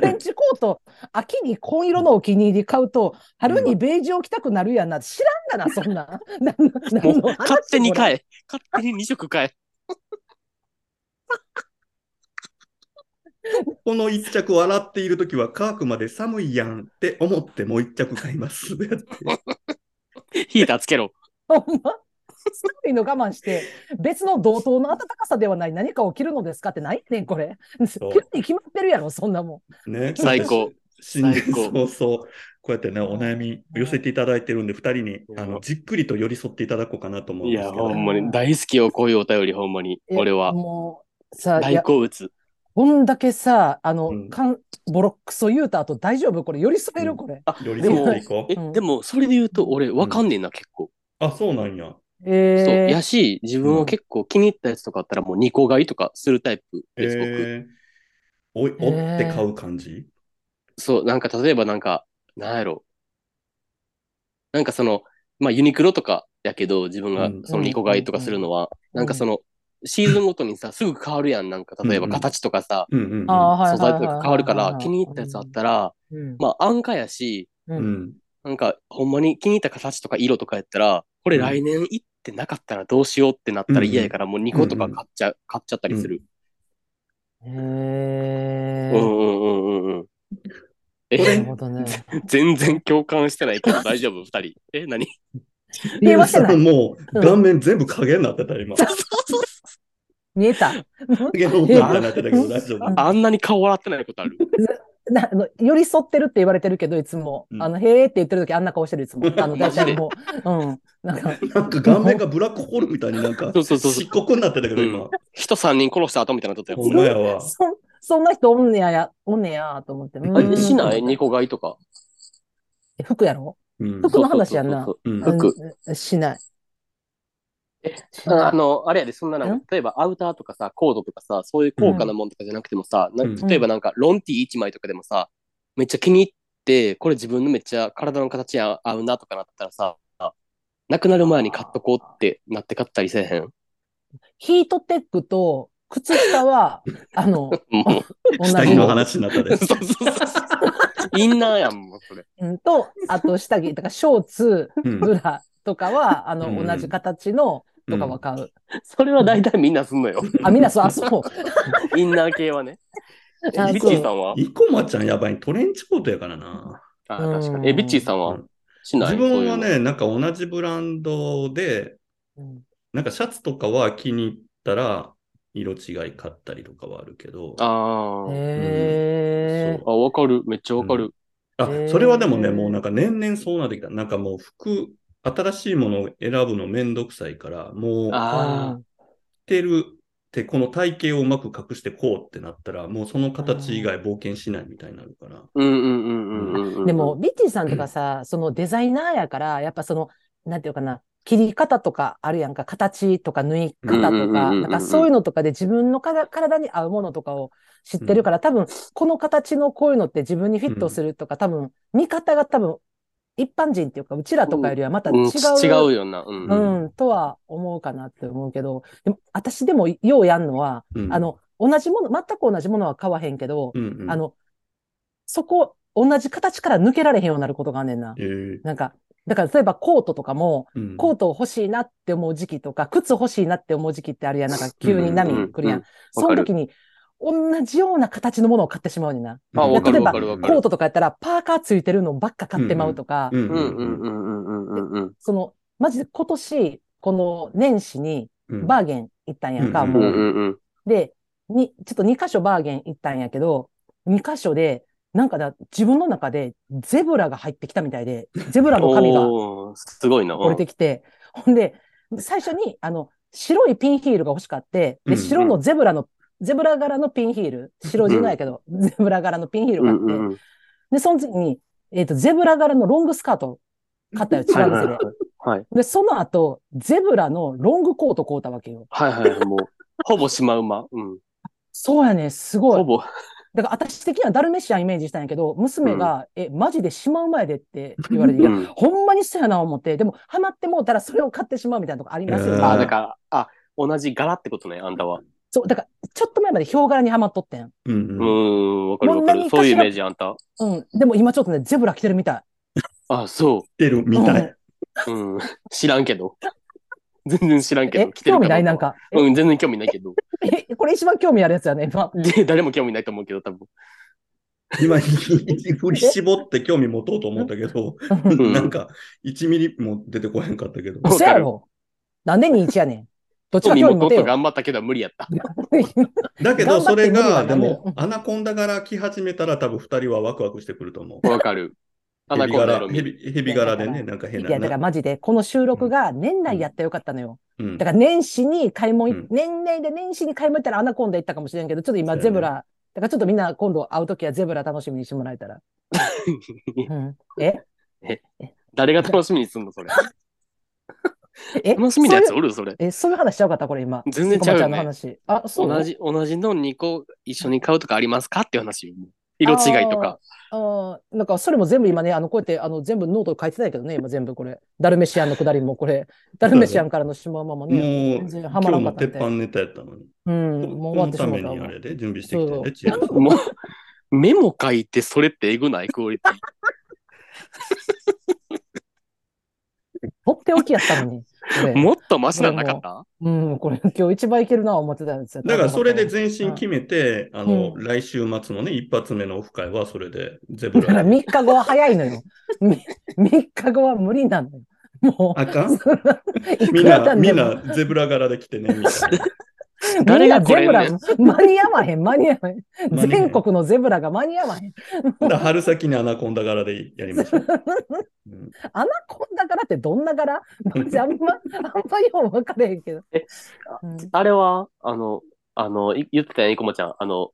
[SPEAKER 3] レンチコート、秋に紺色のお気に入り買うと、春にベージュを着たくなるやんな。知らんがな、そんな。なんの
[SPEAKER 2] も
[SPEAKER 3] 何
[SPEAKER 2] う
[SPEAKER 3] の話
[SPEAKER 2] 勝手に
[SPEAKER 3] これ
[SPEAKER 2] 買え。勝手に2色買え。
[SPEAKER 1] この一着を洗っているときは乾くまで寒いやんって思ってもう一着買います。
[SPEAKER 2] ヒーターつけろ。
[SPEAKER 3] ほんま寒いの我慢して、別の同等の暖かさではない何かを着るのですかってないねん、これ。着
[SPEAKER 1] う
[SPEAKER 3] るに決まってるやろ、そんなも
[SPEAKER 1] ね、
[SPEAKER 2] 最高。
[SPEAKER 1] 新年
[SPEAKER 2] 最高
[SPEAKER 1] そうそう。こうやってね、お悩み寄せていただいてるんで、二人に
[SPEAKER 2] うん
[SPEAKER 1] あのじっくりと寄り添っていただこうかなと思うん
[SPEAKER 2] い
[SPEAKER 1] ですけ
[SPEAKER 2] や、
[SPEAKER 1] ど
[SPEAKER 2] ほ。んまに。大好きよ、こういうお便り、ほんまに。
[SPEAKER 3] ん。
[SPEAKER 2] 俺
[SPEAKER 3] いや
[SPEAKER 2] は。
[SPEAKER 3] もう、さ、い
[SPEAKER 2] 大
[SPEAKER 3] や、
[SPEAKER 2] 好物。
[SPEAKER 3] こんだけさ、あの、
[SPEAKER 1] うん
[SPEAKER 3] かんボロクソ言うた後大丈夫これ、寄り添え
[SPEAKER 1] う
[SPEAKER 3] る
[SPEAKER 1] ん
[SPEAKER 3] これ。
[SPEAKER 2] あ、
[SPEAKER 1] 寄り
[SPEAKER 2] で
[SPEAKER 1] 添っ
[SPEAKER 2] も
[SPEAKER 1] ていこう。
[SPEAKER 2] え
[SPEAKER 3] う、ん
[SPEAKER 2] でも、それで言うと、俺、わかんねえな、結構。
[SPEAKER 1] あ、そうなんや。
[SPEAKER 3] え
[SPEAKER 2] そう。
[SPEAKER 3] ー
[SPEAKER 2] やし、自分は結構気に入ったやつとかあったら、もう2個買いとかするタイプ
[SPEAKER 1] え
[SPEAKER 2] です、僕。
[SPEAKER 1] ー、おい、
[SPEAKER 3] えー
[SPEAKER 1] おって買う感じ、
[SPEAKER 2] そう、なんか例えばなんか、なんやろ。なんかその、まあユニクロとかやけど、自分が
[SPEAKER 1] うん
[SPEAKER 2] そのニコ買いとかするのは、
[SPEAKER 3] うん
[SPEAKER 2] なんかその、シーズンごとにさ、すぐ変わるやん。なんか例えば
[SPEAKER 1] うんうん
[SPEAKER 2] 形とかさ、
[SPEAKER 1] うんうんうん。
[SPEAKER 3] あーは
[SPEAKER 2] 素
[SPEAKER 3] い
[SPEAKER 2] 材と
[SPEAKER 3] はいはい
[SPEAKER 2] か
[SPEAKER 3] はい
[SPEAKER 2] 変わるから、気に入ったやつあったら、
[SPEAKER 3] うん
[SPEAKER 2] まあ安価やし、
[SPEAKER 3] う
[SPEAKER 1] うんん。
[SPEAKER 2] なんかほんまに気に入った形とか色とかやったら、これ来年行ってなかったらどうしようってなったら嫌やから、もう2個とか買っちゃ、う買っちゃったりする。
[SPEAKER 3] え
[SPEAKER 2] う
[SPEAKER 3] ー
[SPEAKER 2] んうんうんうんうん。
[SPEAKER 1] こ
[SPEAKER 3] な
[SPEAKER 1] れ
[SPEAKER 2] え
[SPEAKER 3] る、ほどね。
[SPEAKER 2] 全然共感してないけど大丈夫二人。え、何
[SPEAKER 3] 電話してない
[SPEAKER 1] ゆうさんもう、
[SPEAKER 3] うん
[SPEAKER 1] 顔面全部影になってた、今。
[SPEAKER 3] 見えた。
[SPEAKER 1] 影の女みたいになってたけど、大丈夫。
[SPEAKER 2] あんなに顔笑ってないことある。
[SPEAKER 3] なあの寄り添ってるって言われてるけど、いつも。
[SPEAKER 1] うん
[SPEAKER 3] あの、へーって言ってる時あんな顔してる、い つも。あの、
[SPEAKER 2] マ
[SPEAKER 3] 大
[SPEAKER 2] ジで
[SPEAKER 3] 体もう。うん。なんか、
[SPEAKER 1] なんか顔面がブラックホールみたいになんか
[SPEAKER 2] そうそうそうそう
[SPEAKER 1] 漆黒になってたけど、今。
[SPEAKER 2] 人三人殺した後みたいなの撮った
[SPEAKER 1] ほん
[SPEAKER 2] や
[SPEAKER 1] まやわ。
[SPEAKER 3] そんそんな人おんねやや、おんねやと思って。うーん
[SPEAKER 2] つ。あしないニコ買いとか。
[SPEAKER 3] 服やろ
[SPEAKER 1] うん
[SPEAKER 3] 服の話やんな
[SPEAKER 2] そう
[SPEAKER 1] うん
[SPEAKER 2] そうそうそう。服。
[SPEAKER 3] うんしない。
[SPEAKER 2] あの、あれやで、そんななん
[SPEAKER 3] ん
[SPEAKER 2] か、例えばアウターとかさ、コードとかさ、そういう高価なもんとかじゃなくてもさ、なん
[SPEAKER 1] う
[SPEAKER 2] か
[SPEAKER 1] ん
[SPEAKER 2] 例えばなんか、ロンティー一枚とかでもさ、めっちゃ気に入って、これ自分のめっちゃ体の形に合合うなとかなったらさ、なくなる前に買っとこうってなって買ったりせえへん。
[SPEAKER 3] ヒートテックと靴下 は、あ
[SPEAKER 2] も
[SPEAKER 3] の、
[SPEAKER 2] う、
[SPEAKER 3] 同
[SPEAKER 1] 下
[SPEAKER 3] じ
[SPEAKER 1] 着の話になったで
[SPEAKER 2] そう
[SPEAKER 1] す。
[SPEAKER 2] そうそうそう。インナーやん、もうそれ。
[SPEAKER 3] うんと、あと下着、だからショーツ、
[SPEAKER 1] うん
[SPEAKER 3] ブラとかは、あの、
[SPEAKER 1] うん
[SPEAKER 3] 同じ形のとかは買う。
[SPEAKER 2] それは大体みんなすんの よ。
[SPEAKER 3] あ、みんなそう、あ、そう。
[SPEAKER 2] インナー系はね。え
[SPEAKER 3] あ
[SPEAKER 2] ビッチーさんは
[SPEAKER 1] 生駒ちゃんやばい、トレンチコートやからな。
[SPEAKER 2] あ、
[SPEAKER 3] うん
[SPEAKER 2] 確かに。え、ビッチーさんはしない
[SPEAKER 1] 自分は
[SPEAKER 2] そうい
[SPEAKER 1] ね、
[SPEAKER 2] う
[SPEAKER 1] なんか同じブランドで、
[SPEAKER 3] うん
[SPEAKER 1] なんかシャツとかは気に入ったら、色違い買ったりとかはあるけど、
[SPEAKER 2] の
[SPEAKER 1] あ、
[SPEAKER 2] あー
[SPEAKER 3] へ
[SPEAKER 1] そ
[SPEAKER 2] あ、わかる。めっちゃわかる。
[SPEAKER 3] へー
[SPEAKER 1] それはでもね、もうなんか年々そうなってきた。なんかもう服、新しいものを選ぶのめんどくさいから、もう
[SPEAKER 3] ー
[SPEAKER 2] あ
[SPEAKER 1] 着てるって、この体型をうまく隠してこうってなったら、もうその形以外冒険しないみたいになるから。
[SPEAKER 2] うんうんうんうんうんうん。
[SPEAKER 3] でも、、ビッチーさんとかさ、そのデザイナーやから、やっぱその、なんていうかな、切り方とかあるやんか、形とか縫い
[SPEAKER 2] うん
[SPEAKER 3] 方
[SPEAKER 2] うんうんう
[SPEAKER 3] と
[SPEAKER 2] ん
[SPEAKER 3] か、
[SPEAKER 2] うん
[SPEAKER 3] なんかそういうのとかで自分のから体に合うものとかを知ってるから、多分、この形のこういうのって自分にフィットするとか、多分、見方が多分、一般人っていうか、うちらとかよりはまた
[SPEAKER 2] うん、
[SPEAKER 3] 違う。
[SPEAKER 2] 違うよな。うん。
[SPEAKER 1] ん
[SPEAKER 3] うん、とは思うかなって思うけど、でも私でもようやんのは、
[SPEAKER 1] うん
[SPEAKER 3] あ、の、同じもの、全く同じものは買わへんけど、
[SPEAKER 1] うんうん
[SPEAKER 3] あ、の、そこ、同じ形から抜けられへんようになることがあんねんな
[SPEAKER 1] え。ー
[SPEAKER 3] なんか、だから例えばコートとかも、
[SPEAKER 1] うん
[SPEAKER 3] コート欲しいなって思う時期とか、靴欲しいなって思う時期ってあるやん。なんか急に波来るや
[SPEAKER 2] うんうんうん
[SPEAKER 3] ん。その時に、同じような形のものを買ってしまうねんな。
[SPEAKER 2] あ
[SPEAKER 1] うん
[SPEAKER 2] わ
[SPEAKER 3] かるわか
[SPEAKER 2] るわかる
[SPEAKER 3] コートとかやったら、パーカーついてるのばっか買ってまうとか、
[SPEAKER 1] うん
[SPEAKER 2] う
[SPEAKER 1] うん
[SPEAKER 2] う
[SPEAKER 1] ん
[SPEAKER 2] んうんうんうんうん
[SPEAKER 3] その、マジで今年、この年始に
[SPEAKER 1] うん。
[SPEAKER 3] バーゲン行ったんやんか、
[SPEAKER 1] うん
[SPEAKER 3] もう。
[SPEAKER 2] うんうんうん。
[SPEAKER 3] で、に、ちょっと2箇所バーゲン行ったんやけど、2箇所で、なんかだ、自分の中でゼブラが入ってきたみたいで、ゼブラの髪が
[SPEAKER 2] おーすごいな。
[SPEAKER 3] 降りてきて、ほんで、最初に、あの、白いピンヒールが欲しかって、
[SPEAKER 1] うんう
[SPEAKER 3] で、
[SPEAKER 1] ん
[SPEAKER 3] 白のゼブラの、ゼブラ柄のピンヒール、白地のやけど、ゼブラ柄のピンヒール
[SPEAKER 2] う
[SPEAKER 3] があ
[SPEAKER 2] ん
[SPEAKER 3] っ
[SPEAKER 2] うん
[SPEAKER 3] て、
[SPEAKER 2] うん。
[SPEAKER 3] で、その次に、えっと、ゼブラ柄のロングスカート買ったよ、違う
[SPEAKER 2] はい
[SPEAKER 3] 店
[SPEAKER 2] はい
[SPEAKER 3] で
[SPEAKER 2] はい。。はい
[SPEAKER 3] で、その後、ゼブラのロングコート買うたわけよ。
[SPEAKER 2] はいはい。もう、ほぼシマウマ。うん。
[SPEAKER 3] そうやね、すごい
[SPEAKER 2] ほ。ぼ。
[SPEAKER 3] だから私的にはダルメシアンイメージしたんやけど、娘が、え、マジでしまう前でって 言われて、いや、
[SPEAKER 2] うん
[SPEAKER 3] ほんまにそうやな思って、でも、ハマってもうたらそれを買ってしまうみたいなとこありますよ
[SPEAKER 1] う
[SPEAKER 3] ね。
[SPEAKER 1] ん
[SPEAKER 2] あ、だから、あ、同じ柄ってことね、あんたは。
[SPEAKER 3] そう、だから、ちょっと前までヒョウ柄にハマっとってん。
[SPEAKER 1] うんう
[SPEAKER 2] う
[SPEAKER 1] ん
[SPEAKER 2] ーん、わかるわか
[SPEAKER 3] もう何
[SPEAKER 2] る。
[SPEAKER 3] かしら
[SPEAKER 2] そういうイメージ、あんた。
[SPEAKER 3] うん。でも今ちょっとね、ゼブラ着てるみた
[SPEAKER 2] あ、そ
[SPEAKER 1] 着てるみたい。
[SPEAKER 2] う。うん。 知らんけど。全然知らん
[SPEAKER 3] い。
[SPEAKER 2] け
[SPEAKER 3] え
[SPEAKER 2] ど。来、てる
[SPEAKER 3] 興
[SPEAKER 2] ど
[SPEAKER 3] 味
[SPEAKER 2] う
[SPEAKER 3] ないなん。か。え
[SPEAKER 2] うん、全然興味ないけど。
[SPEAKER 3] え、これ一番興味あるやつやね、今。
[SPEAKER 2] で、誰も興味ないと思うけど、多分。
[SPEAKER 1] 今、振り絞って興味持とうと思ったけど、
[SPEAKER 2] ん
[SPEAKER 1] なんか、1ミリも出てこへんかったけ ど。
[SPEAKER 2] わ
[SPEAKER 3] 嘘
[SPEAKER 2] か
[SPEAKER 3] や
[SPEAKER 2] る
[SPEAKER 3] ろ。なんで21やねん。どっち
[SPEAKER 2] 興
[SPEAKER 3] か
[SPEAKER 2] 味
[SPEAKER 3] 興味
[SPEAKER 2] もと
[SPEAKER 3] 持
[SPEAKER 2] ってと
[SPEAKER 3] よ。
[SPEAKER 2] 頑張ったけど無理やった。
[SPEAKER 1] だけど、それが、
[SPEAKER 3] 頑張っ
[SPEAKER 1] で
[SPEAKER 3] て無理は
[SPEAKER 1] も、アナコンダ柄着始めたら、多分2人はワクワクしてくると思う。
[SPEAKER 2] わかる。アナ
[SPEAKER 1] 蛇
[SPEAKER 2] コンダ
[SPEAKER 1] 柄
[SPEAKER 2] の、
[SPEAKER 1] 蛇蛇柄でね、なんか変
[SPEAKER 3] い
[SPEAKER 1] な
[SPEAKER 3] や、だから
[SPEAKER 1] な。
[SPEAKER 3] マジで、この収録が年内やったらよかったのよ。
[SPEAKER 1] うん
[SPEAKER 3] だから年始に買い物い、
[SPEAKER 1] うん
[SPEAKER 3] 年内で年始に買い物行ったらアナコンダ行ったかもしれんけど、ちょっと
[SPEAKER 1] そ
[SPEAKER 3] 今
[SPEAKER 1] うやね
[SPEAKER 3] ゼブラ、だからちょっとみんな今度会うときはゼブラ楽しみにしてもら えたら。うんえ
[SPEAKER 2] 誰が楽しみにすんの、それ。
[SPEAKER 3] え
[SPEAKER 2] 楽しみなやつ
[SPEAKER 3] そういう
[SPEAKER 2] おる、それ。
[SPEAKER 3] え、そういう話しちゃうかったこれ今。
[SPEAKER 2] 全然ちゃうよね
[SPEAKER 3] 生駒ちゃんの話。あ、そう。
[SPEAKER 2] 同じ、同じの2個一緒に買うとかありますかっていう話よ。もう色違いとか。
[SPEAKER 3] あー。あーなんかそれも全部今ね、あの、こうやってあの全部ノートに書いてたけどね、今全部これ。ダルメシアンのくだりもこれ、ダルメシアンからのシマウマもね、
[SPEAKER 1] もう、
[SPEAKER 3] 全然ハ
[SPEAKER 1] 今日
[SPEAKER 3] マらん
[SPEAKER 1] の
[SPEAKER 3] かった
[SPEAKER 1] 鉄
[SPEAKER 3] みたい
[SPEAKER 1] 板ネタやったのに。
[SPEAKER 3] うん、もう終わってし
[SPEAKER 1] こ
[SPEAKER 3] ま
[SPEAKER 1] の
[SPEAKER 3] ったた
[SPEAKER 1] めにあ
[SPEAKER 3] わ。
[SPEAKER 1] れで準備してきたん
[SPEAKER 3] そ
[SPEAKER 1] で、
[SPEAKER 3] う
[SPEAKER 1] チアリ
[SPEAKER 2] もう、メモ書いてそれってえぐないクオリティ。
[SPEAKER 3] とっておきやったのに。これ
[SPEAKER 2] もっとマシなんなかった
[SPEAKER 3] うん、これ今日一番いけるな思ってたんですよ。
[SPEAKER 1] だからそれで全身決めて、あの、
[SPEAKER 3] う
[SPEAKER 1] 来週末のね、一発目のオフ会はそれで ゼブ
[SPEAKER 3] だから
[SPEAKER 1] ラ。
[SPEAKER 3] 3日後は早いのよ。み3日後は無理なのよ。も
[SPEAKER 1] あか
[SPEAKER 3] う、
[SPEAKER 1] ん
[SPEAKER 3] そらい
[SPEAKER 1] み
[SPEAKER 3] く
[SPEAKER 1] ん
[SPEAKER 3] らな
[SPEAKER 1] な、
[SPEAKER 3] ん
[SPEAKER 1] み
[SPEAKER 3] で
[SPEAKER 1] ん
[SPEAKER 3] も
[SPEAKER 1] なゼブラ柄で着てね、みたいな。
[SPEAKER 2] 誰がこれ
[SPEAKER 3] みんなゼブラ、間に合わへん、間に合わへん。
[SPEAKER 1] 間に合わへん
[SPEAKER 3] 全国のゼブラが間に合わへん。
[SPEAKER 1] ほんなら春先にアナコンダ柄でやりま しょう。うん
[SPEAKER 3] アナコンダ柄ってどんな柄マジあんま、あんまよう分かれへんけど。
[SPEAKER 2] え
[SPEAKER 3] うん
[SPEAKER 2] あれは、あの、あの、い言ってたやん、いこまちゃん。あの、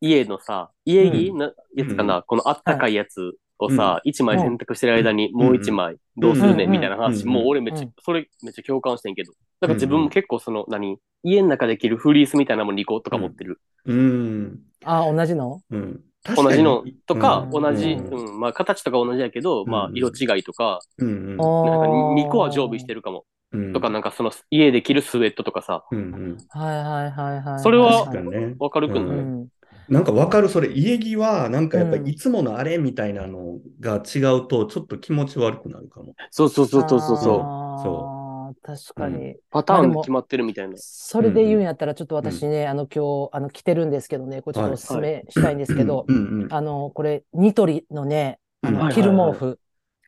[SPEAKER 2] 家のさ、家着のやつかな、このあったかいやつをさ、一枚選択してる間にもう一枚どうするねんみたいな話、
[SPEAKER 1] うん
[SPEAKER 2] もう俺めっちゃ
[SPEAKER 3] うん、
[SPEAKER 2] それめっちゃ共感してんけど。だから自分も結構その、何家の中で着るフリースみたいなもん2個とか持ってる。
[SPEAKER 1] うん。
[SPEAKER 3] あ、同じの
[SPEAKER 1] うん。
[SPEAKER 2] 同じのとか、
[SPEAKER 3] うん
[SPEAKER 2] 同じ、
[SPEAKER 1] うん
[SPEAKER 2] うん、まあ形とか同じやけど、まあ
[SPEAKER 1] うん
[SPEAKER 2] 色違いとか、
[SPEAKER 1] うん。
[SPEAKER 2] なんか
[SPEAKER 3] 2
[SPEAKER 2] 2個は常備してるかも。
[SPEAKER 1] うん。
[SPEAKER 2] とか、なんかその家で着るスウェットとかさ、
[SPEAKER 1] うんうん。
[SPEAKER 3] はいはいはいはい。
[SPEAKER 2] それは
[SPEAKER 1] 確
[SPEAKER 3] 確か
[SPEAKER 1] か
[SPEAKER 3] に
[SPEAKER 1] にね。
[SPEAKER 2] わかるく
[SPEAKER 3] う
[SPEAKER 1] うん
[SPEAKER 2] ない
[SPEAKER 3] ん。
[SPEAKER 1] なんかわかる、それ、家着は、なんかやっぱ
[SPEAKER 3] うん
[SPEAKER 1] りいつものあれみたいなのが違うと、ちょっと気持ち悪くなるかも。
[SPEAKER 2] そうそうそうそうそうそう。
[SPEAKER 3] そう。確かに。
[SPEAKER 2] パターンが決まってるみたいな。
[SPEAKER 3] それで言うんやったら、ちょっと私ね、あの、今日、あの、着てるんですけどね、これちょっとおすすめしたいんですけど、
[SPEAKER 1] うんうん。
[SPEAKER 3] あの、これ、ニトリのね、あ
[SPEAKER 1] うん
[SPEAKER 3] の、
[SPEAKER 2] はい
[SPEAKER 3] 着る毛布、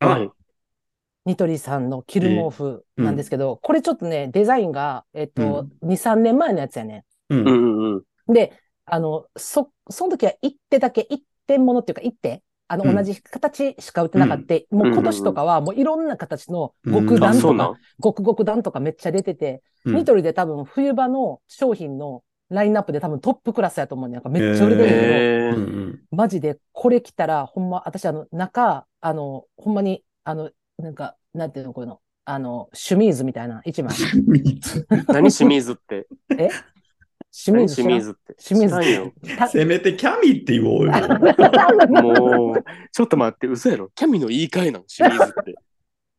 [SPEAKER 1] あ
[SPEAKER 2] はい。
[SPEAKER 3] ニトリさんの着る毛布なんですけど、これちょっとね、デザインが、えっと、2、3年前のやつやね。
[SPEAKER 1] う
[SPEAKER 2] うん
[SPEAKER 1] ん。
[SPEAKER 2] うんうん。
[SPEAKER 3] で、あの、そ、その時は一手だけ、一点ものっていうか、一手、あの、
[SPEAKER 1] うん
[SPEAKER 3] 同じ形しか売ってなかった。もう今年とかは、もういろんな形の極
[SPEAKER 1] うん
[SPEAKER 2] あ、
[SPEAKER 3] 段
[SPEAKER 2] そう
[SPEAKER 3] と
[SPEAKER 2] なん
[SPEAKER 3] か、。極極段とかめっちゃ出てて、
[SPEAKER 1] うん
[SPEAKER 3] ニトリで多分冬場の商品のラインナップで多分トップクラスやと思うね。なんかめっちゃ売れてるんだけど、
[SPEAKER 2] へ
[SPEAKER 1] うん
[SPEAKER 2] ー
[SPEAKER 1] うん。
[SPEAKER 3] マジでこれ着たら、ほんま、私あの、中、あの、ほんまに、あの、なんか、なんていうの、こういうの、あの、シュミーズみたいな、一枚。
[SPEAKER 2] 何清水って。
[SPEAKER 3] シュミー
[SPEAKER 2] 何
[SPEAKER 3] ズ
[SPEAKER 2] 清水って。
[SPEAKER 3] 清水
[SPEAKER 2] 知らんよ
[SPEAKER 3] た
[SPEAKER 1] せめてキャミって言おうよ。
[SPEAKER 2] もう、 ちょっと待って、嘘やろ。キャミの言い換えなの、清水 って。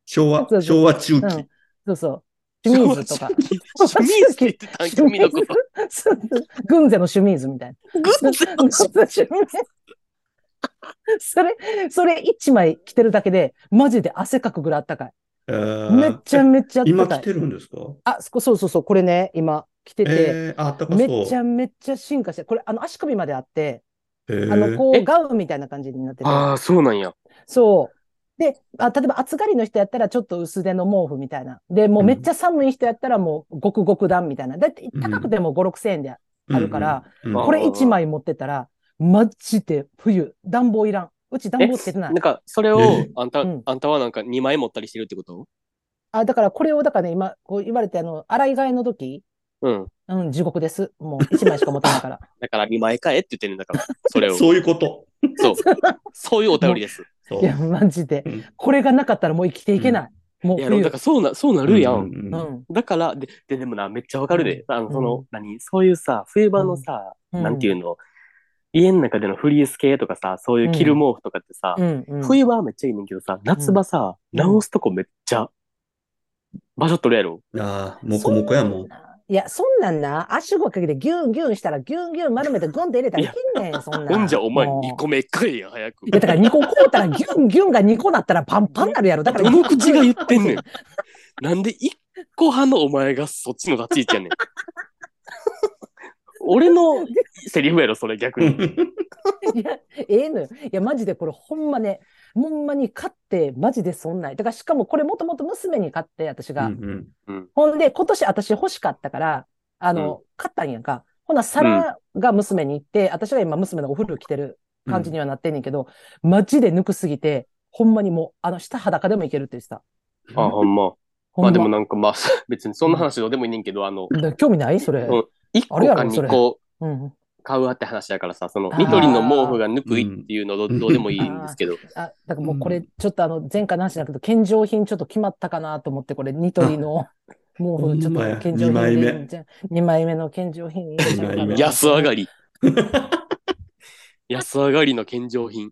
[SPEAKER 1] 昭和
[SPEAKER 3] そう、そう
[SPEAKER 1] 昭和中
[SPEAKER 3] う
[SPEAKER 1] 期
[SPEAKER 3] ん。 そうそう。シュミーズとか。
[SPEAKER 2] 清水って言ってたん、キャミのこと。
[SPEAKER 3] そう軍勢のシュミーズみたいな。軍勢のシュミーズ。 それ、それ一枚着てるだけで、マジで汗かくぐらいあったかい。
[SPEAKER 1] えー
[SPEAKER 3] めちゃめちゃあっ
[SPEAKER 1] 今
[SPEAKER 3] たか
[SPEAKER 1] 着て
[SPEAKER 3] い。
[SPEAKER 1] るんですか
[SPEAKER 3] あ、そそうそうそう、これね、今着てて、
[SPEAKER 1] えー、あったかそう。
[SPEAKER 3] めちゃめちゃ進化して、これあの足首まであって、
[SPEAKER 1] え
[SPEAKER 3] あの、こ
[SPEAKER 2] え
[SPEAKER 3] うガウンみたいな感じになってて。
[SPEAKER 2] ああ、そうなんや。
[SPEAKER 3] そう。で、あ、例えば暑がりの人やったらちょっと薄手の毛布みたいな。で、もうめっちゃ寒い人やったらもうごくごく段みたいな。だって高くても5、6千円であるから、
[SPEAKER 1] うん
[SPEAKER 2] あー
[SPEAKER 3] これ1枚持ってたら、マジで冬、暖房いらん。うち暖房つけてな
[SPEAKER 2] ないん。か、それを
[SPEAKER 1] え、
[SPEAKER 2] あんた
[SPEAKER 3] うん、
[SPEAKER 2] あんたはなんか2枚持ったりしてるってこと
[SPEAKER 3] あ、だからこれを、だからね、今、こう言われて、あの、洗い替えの時、
[SPEAKER 2] うん。
[SPEAKER 3] うん、地獄です。もう1枚しか持たないから。
[SPEAKER 2] だから2枚買えって言ってるんだから、それを。
[SPEAKER 1] そういうこと。
[SPEAKER 2] そう。 そういうお便りです。
[SPEAKER 1] そう
[SPEAKER 3] いや、マジで
[SPEAKER 1] うん。
[SPEAKER 3] これがなかったらもう生きていけない。もう
[SPEAKER 2] いやろ、
[SPEAKER 3] 冬。
[SPEAKER 2] だからそうな、そうなるや。
[SPEAKER 1] うんん
[SPEAKER 3] う
[SPEAKER 1] うん
[SPEAKER 3] ん。
[SPEAKER 2] だから、で、で、でもな、めっちゃわかるで。あの、そうの
[SPEAKER 3] ん、
[SPEAKER 2] 何そういうさ、冬場のさ、
[SPEAKER 3] うん
[SPEAKER 2] なんていうの、家の中でのフリース系とかさ、そういう着る毛布とかってさ
[SPEAKER 3] う、ん、うん。
[SPEAKER 2] 冬場はめっちゃいいねんけどさ、夏場さ、
[SPEAKER 3] うん
[SPEAKER 2] 直すとこめっちゃ、場所取るやろ。
[SPEAKER 1] ああ、もこもこやもん。
[SPEAKER 3] いや、そんなんな、足をかけてギュンギュンしたら、ギュンギュン丸めてグンって入れたらいけんねん、そんなん。
[SPEAKER 2] ほんじゃ、お前
[SPEAKER 3] もう
[SPEAKER 2] 2個目かいや、早く
[SPEAKER 3] い。や、だから2個買うたら、ギュンギュンが2個なったらパンパンなるやろ。だから、
[SPEAKER 2] どの口が言ってんねん。なんで一個派のお前がそっちの立ち位 置やねん。俺のセリフやろ、それ逆に。
[SPEAKER 3] いや、ええのよ。いや、マジでこれほんまね、ほんまに買って、マジでそんない。だからしかもこれもともと娘に買って、私が。
[SPEAKER 1] うん
[SPEAKER 3] ほんで、今年私欲しかったから、あの、買ったんやんか。ほな、皿が娘に行って、私は今娘のお風呂着てる感じにはなってんねんけど、マジで抜くすぎて、ほんまにもう、あの、下裸でもいけるって言ってた。
[SPEAKER 2] あ、ほんま。
[SPEAKER 3] ほ
[SPEAKER 2] ま
[SPEAKER 3] んま
[SPEAKER 2] あでもなんかまあ、 別にそんな話どうでもいいねんけど、あの、
[SPEAKER 3] だから興味ないそれ。
[SPEAKER 2] うん一個
[SPEAKER 3] あれや
[SPEAKER 2] か
[SPEAKER 3] ろそ
[SPEAKER 2] 二
[SPEAKER 3] れ
[SPEAKER 2] 個
[SPEAKER 3] うん。
[SPEAKER 2] 買うわって話だからさ、その
[SPEAKER 3] あー
[SPEAKER 2] 緑の毛布がぬくいっていうのどどうでもいいんですけど。
[SPEAKER 3] あ、だからもうこれ、ちょっとあの、前回の話だけど、献上品ちょっと決まったかなと思って、これ、ニト リの、もうちょっと献上
[SPEAKER 1] ほんまや
[SPEAKER 3] 品
[SPEAKER 1] 二
[SPEAKER 3] で
[SPEAKER 1] 枚目
[SPEAKER 3] じゃあ二枚目の献上品入れ ちゃおうかな
[SPEAKER 1] 二枚目
[SPEAKER 2] 安上
[SPEAKER 3] い
[SPEAKER 2] が り。安上がりの献上品。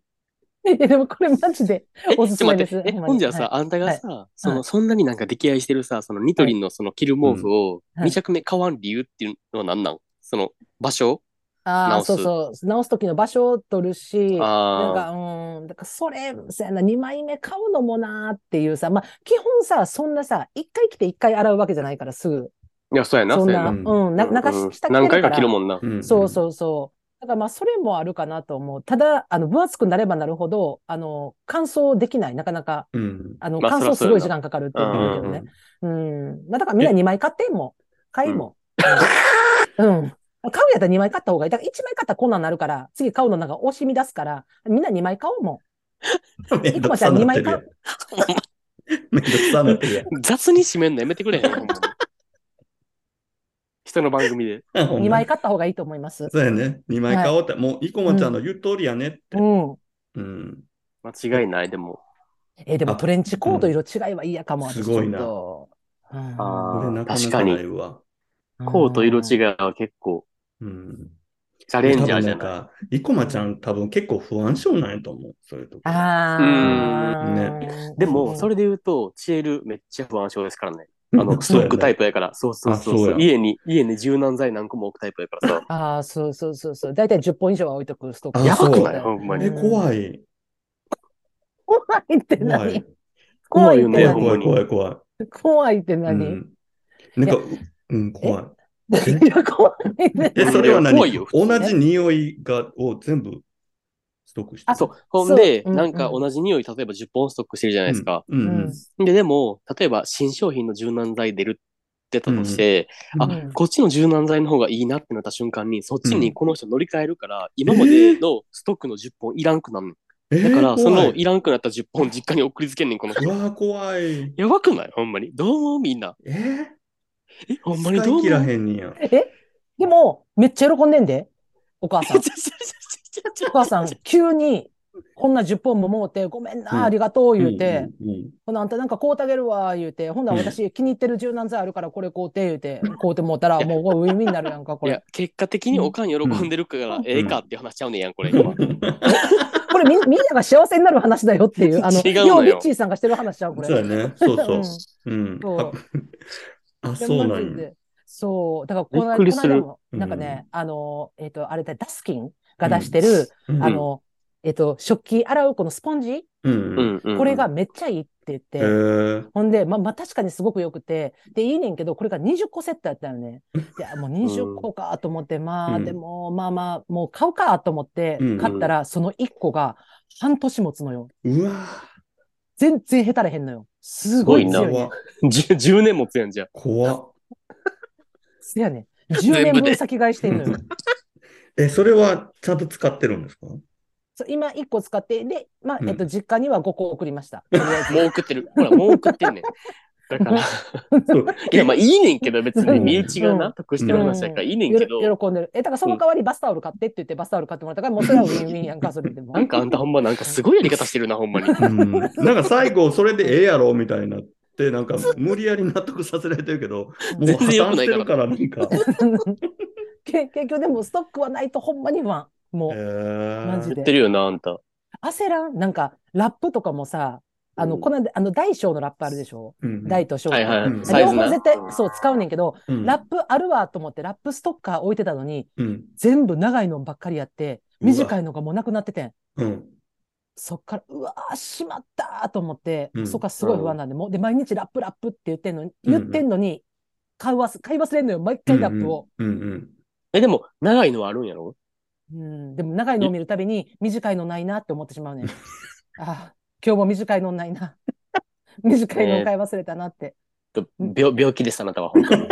[SPEAKER 3] や、でもこれマジで
[SPEAKER 2] え、
[SPEAKER 3] おすす
[SPEAKER 2] ちょっ
[SPEAKER 3] め
[SPEAKER 2] と待
[SPEAKER 3] で
[SPEAKER 2] って
[SPEAKER 3] す。
[SPEAKER 2] え、
[SPEAKER 3] ほんまに
[SPEAKER 2] ほんじゃ
[SPEAKER 3] はい
[SPEAKER 2] さ、あんたがさ、そ
[SPEAKER 3] は
[SPEAKER 2] の、
[SPEAKER 3] い
[SPEAKER 2] そんなになんか出来合いしてるさ、そのニトリのその着る毛布を
[SPEAKER 3] はい
[SPEAKER 2] 2着目買わん理由っていうのは何なんその、場所
[SPEAKER 3] ああ、
[SPEAKER 2] 直す
[SPEAKER 3] そうそう。直す時の場所を取るし、なん
[SPEAKER 2] あ
[SPEAKER 3] か、うん、だからそれ、そやな、2枚目買うのもなーっていうさ、まあ、基本さ、そんなさ、1回来て1回洗うわけじゃないから、すぐ。
[SPEAKER 2] あ。いや、そうやな、
[SPEAKER 3] そん
[SPEAKER 2] そうや
[SPEAKER 3] な、
[SPEAKER 2] な。
[SPEAKER 3] うん、な、
[SPEAKER 2] うん
[SPEAKER 3] 流
[SPEAKER 2] うん
[SPEAKER 3] し下着て
[SPEAKER 2] 何
[SPEAKER 3] る
[SPEAKER 2] 回か
[SPEAKER 3] か
[SPEAKER 2] ら着るもんな。
[SPEAKER 1] うん
[SPEAKER 3] そうそうそう。だからまあ、それもあるかなと思う。ただ、あの、分厚くなればなるほど、あの、乾燥できない。なかなか、
[SPEAKER 1] うん。うん。
[SPEAKER 3] あの、
[SPEAKER 2] まあ
[SPEAKER 3] 乾
[SPEAKER 2] そらそ
[SPEAKER 3] 燥
[SPEAKER 2] う
[SPEAKER 3] す
[SPEAKER 2] やな
[SPEAKER 3] ごい時間かかるっていうのもあるけどね。うん。まあ、だからみんな2枚買っても、買いも。うん。うん買うやったら2枚買った方がいい。だから1枚買ったらこんなんなるから、次買うのなんか惜しみ出すから、みんな2枚買おうも
[SPEAKER 1] めんどくさなってるやん。めんどくさなってる
[SPEAKER 2] 雑に締めんのやめてくれへん。ほんまに人の番組で。
[SPEAKER 1] やん。
[SPEAKER 3] ん。2枚買った方がいいと思います。
[SPEAKER 1] そうやね。2枚買おうって、もう、生駒ちゃんの言う通りやねって。
[SPEAKER 3] うん。
[SPEAKER 1] うん。
[SPEAKER 2] 間違いない、でも。
[SPEAKER 3] えーでも
[SPEAKER 1] あ
[SPEAKER 3] トレンチコート色違いは嫌かも。
[SPEAKER 1] うん
[SPEAKER 3] 私
[SPEAKER 1] すごいな
[SPEAKER 3] ちょっとうん
[SPEAKER 2] あ
[SPEAKER 1] これなかな
[SPEAKER 2] 確か
[SPEAKER 1] か
[SPEAKER 2] に
[SPEAKER 1] ないわ。
[SPEAKER 2] コート色違
[SPEAKER 3] う
[SPEAKER 2] い
[SPEAKER 3] ん。
[SPEAKER 2] は結構、
[SPEAKER 1] うん。
[SPEAKER 2] チャレンジャーじ
[SPEAKER 1] 多分ん
[SPEAKER 2] ゃない。
[SPEAKER 1] か、生駒ちゃん多分結構不安症なんやと思う。そういうとこ。
[SPEAKER 3] あ
[SPEAKER 1] うん
[SPEAKER 3] ー
[SPEAKER 2] でも、そ
[SPEAKER 3] れ、
[SPEAKER 2] れで言うと、チエルめっちゃ不安症ですからね。
[SPEAKER 1] あ
[SPEAKER 2] あの、ストックタイプやから。そうそうそう
[SPEAKER 1] あそう
[SPEAKER 2] そう
[SPEAKER 1] や
[SPEAKER 2] 家に、家に柔軟剤何個も置くタイプやからさ。
[SPEAKER 3] ああ、そうそうそうそう。だいたい10本以上は置いとくストック。
[SPEAKER 1] あ
[SPEAKER 2] やばくない
[SPEAKER 1] そう
[SPEAKER 2] ほんま
[SPEAKER 1] え、
[SPEAKER 2] に。
[SPEAKER 1] 怖い。
[SPEAKER 3] 怖いって
[SPEAKER 1] 怖
[SPEAKER 3] 何
[SPEAKER 1] い。
[SPEAKER 3] 怖い
[SPEAKER 1] 怖い、
[SPEAKER 2] 怖い
[SPEAKER 3] って
[SPEAKER 2] よね
[SPEAKER 3] 何
[SPEAKER 1] 怖い、怖い、怖い。
[SPEAKER 3] 怖いって
[SPEAKER 1] う
[SPEAKER 3] 何
[SPEAKER 1] ん。なんか、うん、怖い。
[SPEAKER 3] いや、怖いね。
[SPEAKER 1] え、それはい
[SPEAKER 2] や
[SPEAKER 1] 何
[SPEAKER 2] 怖いよ普
[SPEAKER 1] 同じ匂いが、を全部ストックしてる
[SPEAKER 2] あ、そう。ほんで、
[SPEAKER 3] そううん
[SPEAKER 2] なんか同じ匂い、例えば10本ストックしてるじゃないですか。
[SPEAKER 1] うん。うん
[SPEAKER 3] うん
[SPEAKER 2] で、でも、例えば新商品の柔軟剤出る出たとして、
[SPEAKER 1] うん
[SPEAKER 2] あ、
[SPEAKER 3] うん
[SPEAKER 2] こっちの柔軟剤の方がいいなってなった瞬間に、そっち
[SPEAKER 1] う
[SPEAKER 2] に
[SPEAKER 1] ん
[SPEAKER 2] この人乗り換えるから、今までのストックの10本いらんくなんの。
[SPEAKER 1] えー
[SPEAKER 2] だから、そ
[SPEAKER 1] 怖
[SPEAKER 2] の
[SPEAKER 1] い
[SPEAKER 2] いらんくなった10本実家に送りつけんね ん、この
[SPEAKER 1] う
[SPEAKER 2] 人。
[SPEAKER 1] わー、怖い。
[SPEAKER 2] やばくないほんまに。どう思うみんな。
[SPEAKER 1] えー、
[SPEAKER 2] え、ほんまに
[SPEAKER 1] 使
[SPEAKER 2] どう
[SPEAKER 1] い切ら
[SPEAKER 2] 思う
[SPEAKER 1] へんねや。
[SPEAKER 3] えでも、めっちゃ喜んでんで、お 母さん。お母さん、急に、こんな10本ももうて、ごめん
[SPEAKER 1] うん
[SPEAKER 3] な、ありがとう、言うて、
[SPEAKER 1] うんうんうん
[SPEAKER 3] ほな、あんたなんか買うてあげるわ、言うて、ほんなら
[SPEAKER 1] うん
[SPEAKER 3] 私気に入ってる柔軟剤あるからこれ買うて、言うて、買うてもうたら、もうウィンウィンになるやん か、こ
[SPEAKER 2] い
[SPEAKER 3] れ
[SPEAKER 2] や。、結果的におかん喜んでるから
[SPEAKER 3] う、ん
[SPEAKER 2] ええかって話しちゃうねんやん、これ今。
[SPEAKER 3] これみみんなが幸せになる話だよっていう、あの、
[SPEAKER 2] 違うのよ
[SPEAKER 3] ようリッチーさんがしてる話ちゃう、これ。
[SPEAKER 1] そうやね。そうそ
[SPEAKER 3] ん
[SPEAKER 1] う。うん。
[SPEAKER 3] そう
[SPEAKER 1] ああ、
[SPEAKER 3] いや
[SPEAKER 1] そうな
[SPEAKER 3] マジ
[SPEAKER 1] んや。
[SPEAKER 3] でそう、だからこの間、
[SPEAKER 2] びっくりする
[SPEAKER 3] この間もなんかね、あの、えっ、と、あれだ、ダスキンが出して
[SPEAKER 1] うん
[SPEAKER 3] る、
[SPEAKER 1] うん
[SPEAKER 3] あ、の、えっ、と、食器洗うこのスポンジ、
[SPEAKER 1] うん
[SPEAKER 2] うんうん
[SPEAKER 3] こ れが、めっちゃいいって言って、
[SPEAKER 1] へー
[SPEAKER 3] ほんで、まあ、まあ、確かにすごく良くて、で、いいねんけど、これが20個セットやったよね。で、あもう20個かと思って、ま
[SPEAKER 1] う
[SPEAKER 3] あ、
[SPEAKER 1] ん
[SPEAKER 3] でも、まあまあ、もう買うかと思って
[SPEAKER 1] うん、
[SPEAKER 3] 買ったら、その1個が半年持つのよ。
[SPEAKER 1] うわ
[SPEAKER 3] 全然へたれへんのよ。すごい
[SPEAKER 2] す
[SPEAKER 1] ー
[SPEAKER 2] ごいな
[SPEAKER 3] 強いね。
[SPEAKER 1] 怖っ
[SPEAKER 2] 10, 10年持つやんじゃん。
[SPEAKER 1] 怖っ
[SPEAKER 3] せやねん。
[SPEAKER 2] 全
[SPEAKER 3] 10年
[SPEAKER 2] 部で
[SPEAKER 3] 分先買いしてんのよ。
[SPEAKER 1] え、それはちゃんと使ってるんですか
[SPEAKER 3] そう今1個使って、で、まあ
[SPEAKER 1] う、ん
[SPEAKER 3] えっと、実家には5個送りました。
[SPEAKER 2] もう送ってる。ほら、もう送ってんねん。だから、
[SPEAKER 1] そう
[SPEAKER 2] いや、まあいいねんけど、別に身内が
[SPEAKER 3] う
[SPEAKER 2] 納
[SPEAKER 3] ん
[SPEAKER 2] 得してる話だからいいねん
[SPEAKER 3] よ
[SPEAKER 2] け
[SPEAKER 3] ろ
[SPEAKER 2] ど、
[SPEAKER 3] 喜んでる。え、だからその代わりバスタオル買ってって言ってバスタオル買ってもらったから、もうそれはウィンウィンやんか、それでも。
[SPEAKER 2] なんかあんたほんまなんかすごいやり方してるな、ほんまに。
[SPEAKER 1] うんなんか最後、それでええやろみたいになって、なんか無理やり納得させられてるけど、 もう
[SPEAKER 2] 全
[SPEAKER 1] 破
[SPEAKER 2] 然良
[SPEAKER 1] 産
[SPEAKER 2] く
[SPEAKER 1] し
[SPEAKER 2] な
[SPEAKER 1] て
[SPEAKER 2] いから
[SPEAKER 1] るから、なんか。
[SPEAKER 3] け結局でもストックはないとほんまに不安。も
[SPEAKER 1] え
[SPEAKER 3] う、
[SPEAKER 1] ー
[SPEAKER 3] マ
[SPEAKER 2] 言
[SPEAKER 3] ジ
[SPEAKER 2] っ
[SPEAKER 3] で
[SPEAKER 2] て。るよな、あんた。
[SPEAKER 3] 焦らんなんか、ラップとかもさ、あの、
[SPEAKER 2] うん
[SPEAKER 3] この間、あの、大小のラップあるでしょ
[SPEAKER 1] うん
[SPEAKER 3] 大と小と
[SPEAKER 2] はいはい
[SPEAKER 1] うん
[SPEAKER 2] サイ
[SPEAKER 3] 両
[SPEAKER 2] ズな
[SPEAKER 3] 方絶対、そう、使うねんけど、
[SPEAKER 1] うん
[SPEAKER 3] ラップあるわと思って、ラップストッカー置いてたのに、
[SPEAKER 1] うん。
[SPEAKER 3] 全部長いのばっかりやって、
[SPEAKER 1] うわ
[SPEAKER 3] 短いのがもうなくなっててん。
[SPEAKER 1] うん。
[SPEAKER 3] そっから、うわー、しまったーと思って、
[SPEAKER 1] うん
[SPEAKER 3] そっからすごい不安なんで、もう、で、毎日ラップラップって言ってんのに、
[SPEAKER 1] うん
[SPEAKER 3] 言ってんのに、買い忘買い忘れんのよ、毎回ラップを。
[SPEAKER 1] うんうん。
[SPEAKER 2] え、でも、長いのはあるんやろ
[SPEAKER 3] うん、でも、長いのを見るたびに、短いのないなって思ってしまうねん。ああ、今日も短いのないな。 短いの買い忘れたなって。
[SPEAKER 2] 病病気です、あなたは、本当に。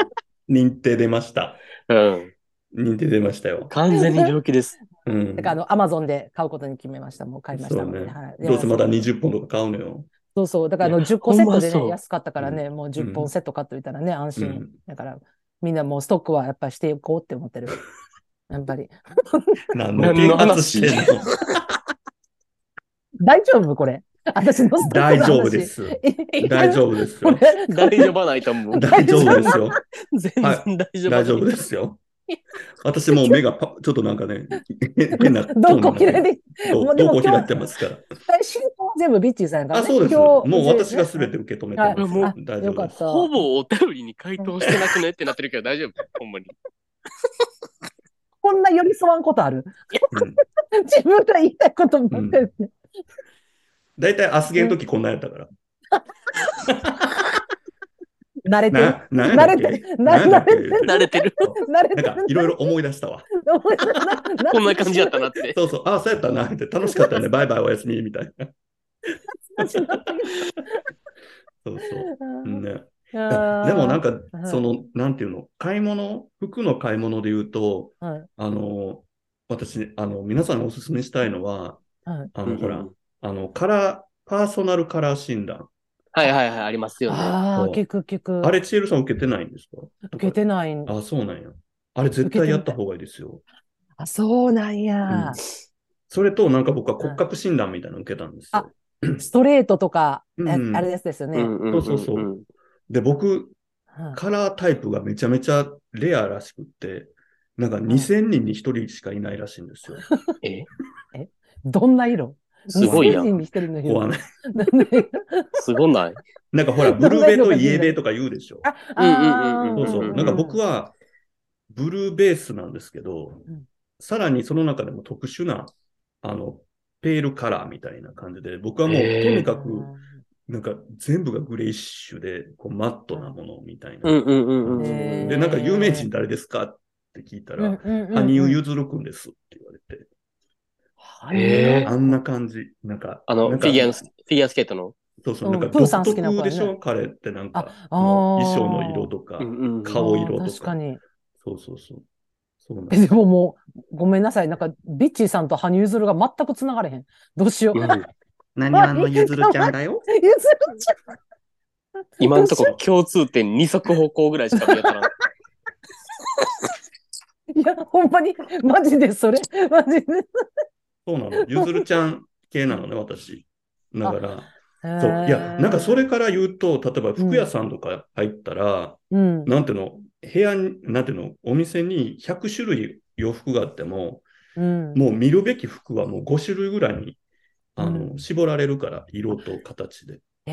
[SPEAKER 1] 認定出ました。
[SPEAKER 2] うん。
[SPEAKER 1] 認定出ましたよ。
[SPEAKER 2] 完全に病気です。
[SPEAKER 1] うん
[SPEAKER 3] だ。から、あの、アマゾンで買うことに決めました。もう買いました
[SPEAKER 1] そう
[SPEAKER 3] ので。
[SPEAKER 1] ね
[SPEAKER 3] はい、
[SPEAKER 1] どうせまだ
[SPEAKER 3] いや
[SPEAKER 1] 20本とか買うの よ。
[SPEAKER 3] そうそう。だから、あの、10個セット
[SPEAKER 2] ほんま
[SPEAKER 3] で
[SPEAKER 2] そう
[SPEAKER 3] ね、安かったからね、もう10
[SPEAKER 1] うん
[SPEAKER 3] 本セット買っといたらね、
[SPEAKER 1] う
[SPEAKER 3] 安心。
[SPEAKER 1] ん
[SPEAKER 3] だから、みんなもうストックはやっぱりしていこうって思ってる。やっぱり。
[SPEAKER 1] 何の
[SPEAKER 2] 何
[SPEAKER 1] 啓
[SPEAKER 2] の
[SPEAKER 1] 発
[SPEAKER 2] 話
[SPEAKER 1] してんの
[SPEAKER 3] 大丈夫これ。私のストッ
[SPEAKER 1] 大
[SPEAKER 3] ク
[SPEAKER 1] 丈
[SPEAKER 3] の話
[SPEAKER 1] 夫で。 す。
[SPEAKER 3] え
[SPEAKER 1] 大丈夫です
[SPEAKER 3] こ
[SPEAKER 1] よ。
[SPEAKER 3] れ、
[SPEAKER 2] 大丈夫はないと思う。
[SPEAKER 1] 大丈夫ですよ。
[SPEAKER 2] 全然
[SPEAKER 1] は
[SPEAKER 2] 大丈夫。。
[SPEAKER 1] 大丈夫ですすよ。私もう目がパちょっとなんか ね、変な。
[SPEAKER 3] どこ嫌い
[SPEAKER 1] で
[SPEAKER 3] で、
[SPEAKER 1] ど
[SPEAKER 3] もうでも
[SPEAKER 1] こ
[SPEAKER 3] 今日
[SPEAKER 1] 開いてますから。
[SPEAKER 3] 進行は全部ビッチーさんやから
[SPEAKER 1] あ、
[SPEAKER 3] ね。
[SPEAKER 1] そうです。
[SPEAKER 3] 今
[SPEAKER 1] も
[SPEAKER 3] 日
[SPEAKER 1] う私が全
[SPEAKER 3] て。
[SPEAKER 1] て受け止めてます
[SPEAKER 2] は
[SPEAKER 1] よ
[SPEAKER 3] い。
[SPEAKER 1] 大丈
[SPEAKER 3] よか
[SPEAKER 1] 夫
[SPEAKER 3] っ
[SPEAKER 1] です。
[SPEAKER 3] た。
[SPEAKER 2] ほぼお便りに回答してなくねってなってるけど大丈夫ほんまに。
[SPEAKER 3] こんな寄り添わんことある。
[SPEAKER 1] うん
[SPEAKER 3] 自分が言いたいことばっかりで。
[SPEAKER 1] 大体、アスゲの時こんなんやった から。
[SPEAKER 3] 慣れてる。
[SPEAKER 1] な、なんやったっけ
[SPEAKER 3] 慣れてな
[SPEAKER 1] なんやったっけ
[SPEAKER 3] 慣れて
[SPEAKER 2] 慣れてる。
[SPEAKER 3] 慣れて
[SPEAKER 1] なん
[SPEAKER 3] る。
[SPEAKER 1] か、いろいろ思い出したわ。
[SPEAKER 2] こんな感じだったなって。
[SPEAKER 1] そうそう、あ、そうやったな、って楽しかった ね、バイバイおやすみ、みたいな。そうそう。ね、だでもなん
[SPEAKER 3] か、
[SPEAKER 1] か、
[SPEAKER 3] はい
[SPEAKER 1] その、なんていうの、買い物、服の買い物で言うと、
[SPEAKER 3] はい
[SPEAKER 1] あの、私、あの、皆さんにおすすめしたいのは、
[SPEAKER 3] はい
[SPEAKER 1] あ
[SPEAKER 2] うんう
[SPEAKER 1] の、
[SPEAKER 2] ん
[SPEAKER 1] ほら、あの、カラー、パーソナルカラー診断。
[SPEAKER 2] はいはいはい、ありますよね。
[SPEAKER 3] ああ、
[SPEAKER 1] そう
[SPEAKER 3] 聞く聞く。
[SPEAKER 1] あれ、チエルさん受けてないんですか
[SPEAKER 3] 受けてない。
[SPEAKER 1] あ、そうなんや。あれ、絶対やった方がいいですよ。
[SPEAKER 3] あ、そうなんや。
[SPEAKER 1] それと、なんか僕は骨格診断みたいなの受けたんですよ。
[SPEAKER 3] ストレートとか、
[SPEAKER 1] うん
[SPEAKER 3] ああれですですよね。うん
[SPEAKER 1] そうそうそうで、僕、カラータイプがめちゃめちゃレアらしくって、なんか2000人に1人しかいないらしいんですよ。
[SPEAKER 2] え
[SPEAKER 3] どんな色
[SPEAKER 2] すごいや
[SPEAKER 3] 2000人
[SPEAKER 2] ん。
[SPEAKER 3] に一人の
[SPEAKER 1] こう
[SPEAKER 3] 色
[SPEAKER 1] は。ね。
[SPEAKER 2] すごない。
[SPEAKER 1] なんかほら、ブルーベとイエベとか言うでしょ。
[SPEAKER 3] あ
[SPEAKER 2] うんうん
[SPEAKER 3] あー
[SPEAKER 1] そうそうう。
[SPEAKER 2] ん
[SPEAKER 1] なんか僕は、ブルーベースなんですけど
[SPEAKER 3] うん、
[SPEAKER 1] さらにその中でも特殊な、あの、ペールカラーみたいな感じで、僕はもうと
[SPEAKER 2] へー
[SPEAKER 1] にかく、なんか全部がグレイッシュで、こうマットなものみたい
[SPEAKER 2] うん
[SPEAKER 1] な。
[SPEAKER 2] うんうんうん。
[SPEAKER 3] ね
[SPEAKER 1] で、なんか有名人誰ですかって聞いた
[SPEAKER 3] うんうん
[SPEAKER 1] ら、
[SPEAKER 3] うんうん
[SPEAKER 1] 羽生結弦くんですって言われて、
[SPEAKER 2] えー
[SPEAKER 1] あんな感じ。なんか、
[SPEAKER 2] あの、
[SPEAKER 1] な
[SPEAKER 2] フ
[SPEAKER 1] んか
[SPEAKER 2] ィギュアの、フィギュアスケートの。
[SPEAKER 1] そうそうう、
[SPEAKER 3] ん
[SPEAKER 1] なんか
[SPEAKER 3] プーさん好きな子
[SPEAKER 1] 独
[SPEAKER 3] やね
[SPEAKER 1] 特でしょ彼ってなんか、
[SPEAKER 3] ああー
[SPEAKER 1] 衣装の色とか
[SPEAKER 2] う、んうんうん。
[SPEAKER 1] 顔色とか
[SPEAKER 3] あー確かに。
[SPEAKER 1] そうそうそう。そうなん
[SPEAKER 3] え
[SPEAKER 1] です
[SPEAKER 3] でももう、ごめんなさい。なんか、ビッチーさんと羽生結弦が全く繋がれへん。どうしよう。
[SPEAKER 2] う
[SPEAKER 3] ゆ
[SPEAKER 2] ん
[SPEAKER 3] ずる
[SPEAKER 1] 何はのゆずるちゃん だよ。
[SPEAKER 3] ちゃん。
[SPEAKER 2] 今のところ共通点二足歩行ぐらいしか見当たらん。
[SPEAKER 3] いや、ほんまに、マジでそれ。マジで。
[SPEAKER 1] そうなの。ゆずるちゃん系なのね、私。だから、
[SPEAKER 3] そ
[SPEAKER 1] そう。いや、なんかそれ、から言うと、例えば服屋さんとか入ったら、
[SPEAKER 3] うん。
[SPEAKER 1] なんていうの、部屋に、なんていうの、お店に100種類洋服があっても、
[SPEAKER 3] うん。
[SPEAKER 1] もう見るべき服はもう5種類ぐらいに、あの、
[SPEAKER 3] うん
[SPEAKER 1] 絞られるから、色と形で。
[SPEAKER 3] え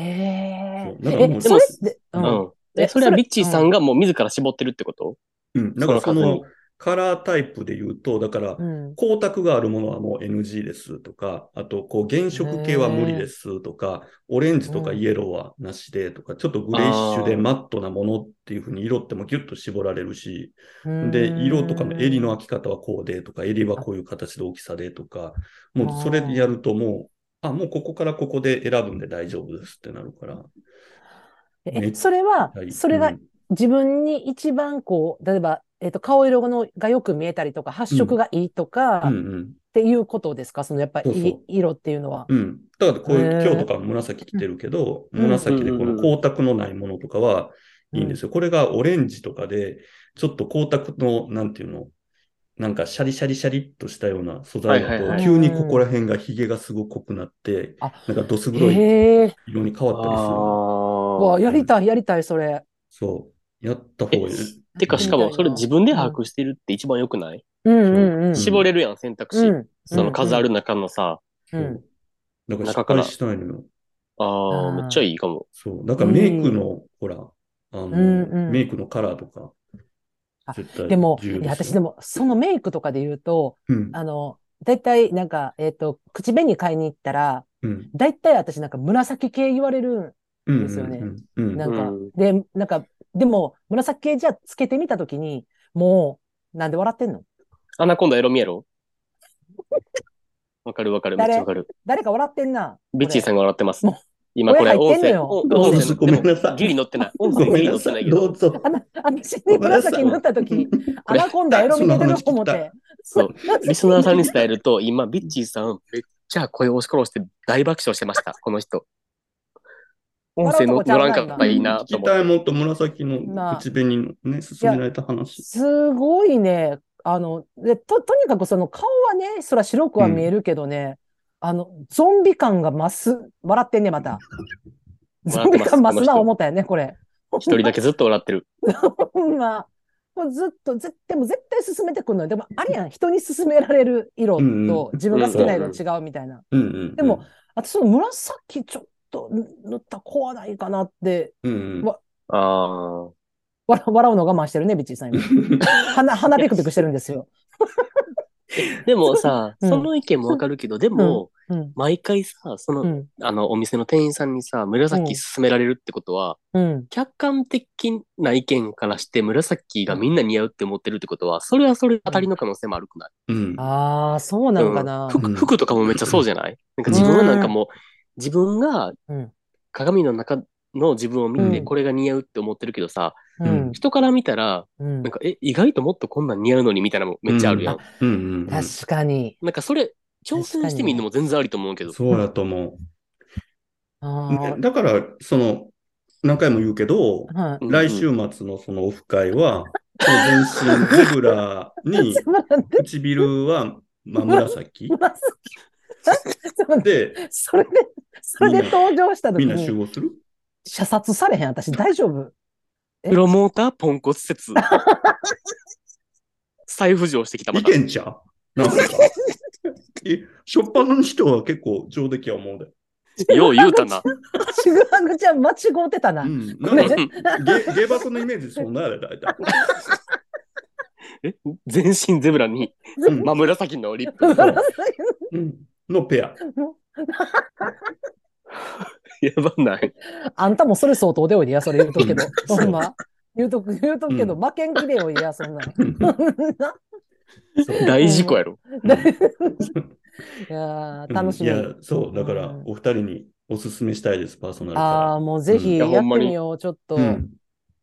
[SPEAKER 3] え
[SPEAKER 1] そうなんかもう
[SPEAKER 3] え、それって、う。
[SPEAKER 1] うん
[SPEAKER 2] うん。え、それはビッチーさんがもう自ら絞ってるってこと
[SPEAKER 1] うん。だからそ
[SPEAKER 2] その数
[SPEAKER 1] の、カラータイプで言うと、だから、
[SPEAKER 3] うん。
[SPEAKER 1] 光沢があるものはもう NG ですとか、あと、こう、原色系は無理ですとか、オレンジとかイエローはなしでとか、ちょっとグレイッシュで
[SPEAKER 2] あー
[SPEAKER 1] マットなものっていうふうに色ってもギュッと絞られるし、
[SPEAKER 3] うん
[SPEAKER 1] で、色とかの襟の開き方はこうでとか、襟はこういう形で大きさでとか、もうそれやるともう、あ、もうここからここで選ぶんで大丈夫ですってなるから。
[SPEAKER 3] え、それは
[SPEAKER 1] は、い
[SPEAKER 3] それ
[SPEAKER 1] う
[SPEAKER 3] が
[SPEAKER 1] ん
[SPEAKER 3] 自分に一番こう、例えば、えっと、顔色のがよく見えたりとか、発色がいいとか、
[SPEAKER 1] うん
[SPEAKER 3] っ
[SPEAKER 1] うん。
[SPEAKER 3] ていうことですかそのやっぱり
[SPEAKER 1] そうそう
[SPEAKER 3] 色っていうのは。
[SPEAKER 1] うん。だからこういう、
[SPEAKER 3] へー
[SPEAKER 1] 今日とか紫着てるけど、
[SPEAKER 3] うん
[SPEAKER 1] 紫でこの光沢のないものとかはいいんですよ。これがオレンジとかで、ちょっと光沢の、なんていうの、なんかシャリシャリシャリっとしたような素材
[SPEAKER 2] はいはい
[SPEAKER 1] だ
[SPEAKER 2] は
[SPEAKER 1] と、
[SPEAKER 3] い
[SPEAKER 1] 急にここら辺がヒゲがすごく濃くなって
[SPEAKER 3] あ、
[SPEAKER 1] なんかどす黒い
[SPEAKER 3] へえ。
[SPEAKER 1] 色に変わったりする。
[SPEAKER 3] うわ、
[SPEAKER 2] あ
[SPEAKER 3] やりたい、やりたい、それ。
[SPEAKER 1] そう。やった方がいい。
[SPEAKER 2] てか、しかもそれ自分で把握してるって一番良くない
[SPEAKER 3] うんうんうん。
[SPEAKER 2] 絞れるやん、選択肢。
[SPEAKER 3] ん。
[SPEAKER 2] その数ある中のさ。
[SPEAKER 3] うん。うん
[SPEAKER 1] そうだからしっ
[SPEAKER 2] 中
[SPEAKER 1] か
[SPEAKER 2] か
[SPEAKER 1] り
[SPEAKER 2] ら
[SPEAKER 1] したいのよ。
[SPEAKER 2] あ
[SPEAKER 3] あ
[SPEAKER 2] あ、め
[SPEAKER 3] ー
[SPEAKER 2] っちゃいいかも。
[SPEAKER 1] そう。だからメイクの、ほら、あの、
[SPEAKER 3] うんうん
[SPEAKER 1] メイクのカラーとか
[SPEAKER 3] あ、
[SPEAKER 1] 絶対
[SPEAKER 3] でも、
[SPEAKER 1] 重要
[SPEAKER 3] いや私
[SPEAKER 1] で
[SPEAKER 3] です
[SPEAKER 1] よ。
[SPEAKER 3] も、そのメイクとかで言うと、
[SPEAKER 1] うん。
[SPEAKER 3] あの、だいたいなんか、えっと、口紅買いに行ったら、
[SPEAKER 1] うん。
[SPEAKER 3] だいたい私なんか紫系言われる
[SPEAKER 1] うん。
[SPEAKER 3] ですよね
[SPEAKER 1] うん。うん。
[SPEAKER 3] なんか、
[SPEAKER 2] うん
[SPEAKER 3] で、なんか、でも、紫系じゃつけてみたときに、もう、なんで笑ってんの
[SPEAKER 2] アナコンダエロミエ ロわかるわかる、めっ
[SPEAKER 3] 誰
[SPEAKER 2] ちゃわかる。
[SPEAKER 3] 誰か笑ってんな。
[SPEAKER 2] ビッチーさんが笑ってます
[SPEAKER 3] もう。
[SPEAKER 2] 今これ
[SPEAKER 3] これ入
[SPEAKER 2] 音
[SPEAKER 3] ってん
[SPEAKER 2] 声。お
[SPEAKER 3] のよ
[SPEAKER 1] どう
[SPEAKER 2] 音
[SPEAKER 1] ぞご
[SPEAKER 2] 声
[SPEAKER 1] めんなさい
[SPEAKER 2] ギリ乗ってない。音声
[SPEAKER 1] ご
[SPEAKER 2] ギ
[SPEAKER 1] めんな
[SPEAKER 2] リ乗って
[SPEAKER 1] さ
[SPEAKER 2] ない
[SPEAKER 1] い、
[SPEAKER 2] けど。
[SPEAKER 1] どうぞ。
[SPEAKER 3] あの、私に紫塗った とき、アナコンダエロ見てると思って。
[SPEAKER 2] そう。 リスナーさんに伝えると、今、ビッチーさん、めっちゃ声押し殺して大爆笑してま した、この人。音声の乗らんかったらいいな
[SPEAKER 1] 聞
[SPEAKER 2] と
[SPEAKER 1] き
[SPEAKER 2] 思った
[SPEAKER 1] いもっと紫
[SPEAKER 3] な
[SPEAKER 1] の
[SPEAKER 3] あ
[SPEAKER 1] 口紅のね、勧められた話。
[SPEAKER 3] すごいね。あの、で、と、とにかくその顔はね、そら白くは見えるけどね、あの、ゾンビ感が増す。笑ってんね、また。ゾンビ
[SPEAKER 2] 笑って
[SPEAKER 3] 感
[SPEAKER 2] ますこ
[SPEAKER 3] 増すな、
[SPEAKER 2] の人
[SPEAKER 3] 思ったよね、これ。
[SPEAKER 2] 一人 だけずっと笑ってる。
[SPEAKER 3] ほんま。これずっと、ぜ、でも絶対進めてくんのよ。でも、あれやん。人に勧められる色
[SPEAKER 1] うん
[SPEAKER 3] と自分が好きな色違うみたいな。
[SPEAKER 1] うんうん。
[SPEAKER 3] でも、あとその紫ちょっと塗った子はないかなって、
[SPEAKER 1] うんうん
[SPEAKER 3] わ
[SPEAKER 2] ああ。
[SPEAKER 3] 笑笑うの我慢してるね、ビッチーさ ん今。鼻、鼻ピクピクしてるんですよ。
[SPEAKER 2] でもさ、
[SPEAKER 3] うん
[SPEAKER 2] その意見もわかるけど、でも、
[SPEAKER 3] うん。
[SPEAKER 2] 毎回さ、その、
[SPEAKER 3] うん。
[SPEAKER 2] あの、お店の店員さんにさ、紫勧められるってことは、
[SPEAKER 3] うん。
[SPEAKER 2] 客観的な意見からして紫がみんな似合うって思ってるってことは、それはそれ当たりの可能性もあるくない、
[SPEAKER 1] うん。
[SPEAKER 3] ああ、そうなんかな。
[SPEAKER 1] うん
[SPEAKER 2] 服服とかもめっちゃそうじゃないなんか自分はなんかもう、自分が
[SPEAKER 3] うん
[SPEAKER 2] 鏡の中の自分を見て
[SPEAKER 3] うん
[SPEAKER 2] これが似合うって思ってるけどさ、
[SPEAKER 3] うん。
[SPEAKER 2] 人から見たら、
[SPEAKER 3] うん
[SPEAKER 2] なん。か、え、意外ともっとこんなん似合うのにみたいなのもめっちゃあるやん。
[SPEAKER 1] ううんうんうん。
[SPEAKER 3] 確かに。
[SPEAKER 2] なんかそれ、挑戦してみるのも全然ありと思うけど。
[SPEAKER 1] そうだと思う。
[SPEAKER 3] あ
[SPEAKER 1] ねだから、その、何回も言うけど、
[SPEAKER 3] あ。は
[SPEAKER 2] う
[SPEAKER 3] い。
[SPEAKER 2] ん
[SPEAKER 1] 来週末のその オフ会は、もう全身ゼブラに
[SPEAKER 3] そうなんだ
[SPEAKER 1] 唇はまあ、紫で、
[SPEAKER 3] それで、それで登場した
[SPEAKER 1] みん
[SPEAKER 3] 時
[SPEAKER 1] な集
[SPEAKER 3] に、
[SPEAKER 1] 合する
[SPEAKER 3] 射殺されへん、私、大丈夫。え
[SPEAKER 2] プロモーターポンコツ 説。再浮上してきたま
[SPEAKER 1] い
[SPEAKER 2] た
[SPEAKER 1] け。んちゃうなんか。え、初っ端の人は結構上出来や思うで。
[SPEAKER 2] よう言うたな。
[SPEAKER 3] ちぐはぐちゃん、間違うてたな
[SPEAKER 1] う。ん。
[SPEAKER 3] ご
[SPEAKER 1] な
[SPEAKER 3] め
[SPEAKER 1] ん
[SPEAKER 3] ん
[SPEAKER 1] か、げ芸箱のイメージそんなやで、大体。
[SPEAKER 2] え全身ゼブラに
[SPEAKER 1] うん
[SPEAKER 2] 真紫のリッ プ。
[SPEAKER 1] うん。のペア。
[SPEAKER 2] やばない。
[SPEAKER 3] あんたもそれ相当でおいでや、それ言うとくけど。
[SPEAKER 1] うん
[SPEAKER 3] ほんま。言うとく、言うとくけど、
[SPEAKER 1] うん
[SPEAKER 3] 負けんきれおいでや、そんなの。
[SPEAKER 1] うんそう
[SPEAKER 2] 大事故やろ。
[SPEAKER 3] いや
[SPEAKER 1] う
[SPEAKER 3] ー
[SPEAKER 1] ん
[SPEAKER 3] 楽しみ。
[SPEAKER 1] いや、そう、だから
[SPEAKER 3] うん、
[SPEAKER 1] お二人におすすめしたいです、パーソナル
[SPEAKER 3] あ
[SPEAKER 1] カ
[SPEAKER 3] あ、もうぜ
[SPEAKER 1] うん
[SPEAKER 3] ひ
[SPEAKER 1] い
[SPEAKER 3] や
[SPEAKER 2] や
[SPEAKER 3] って
[SPEAKER 2] ほんまに
[SPEAKER 3] みよう。ちょっと、
[SPEAKER 1] ラー。うん。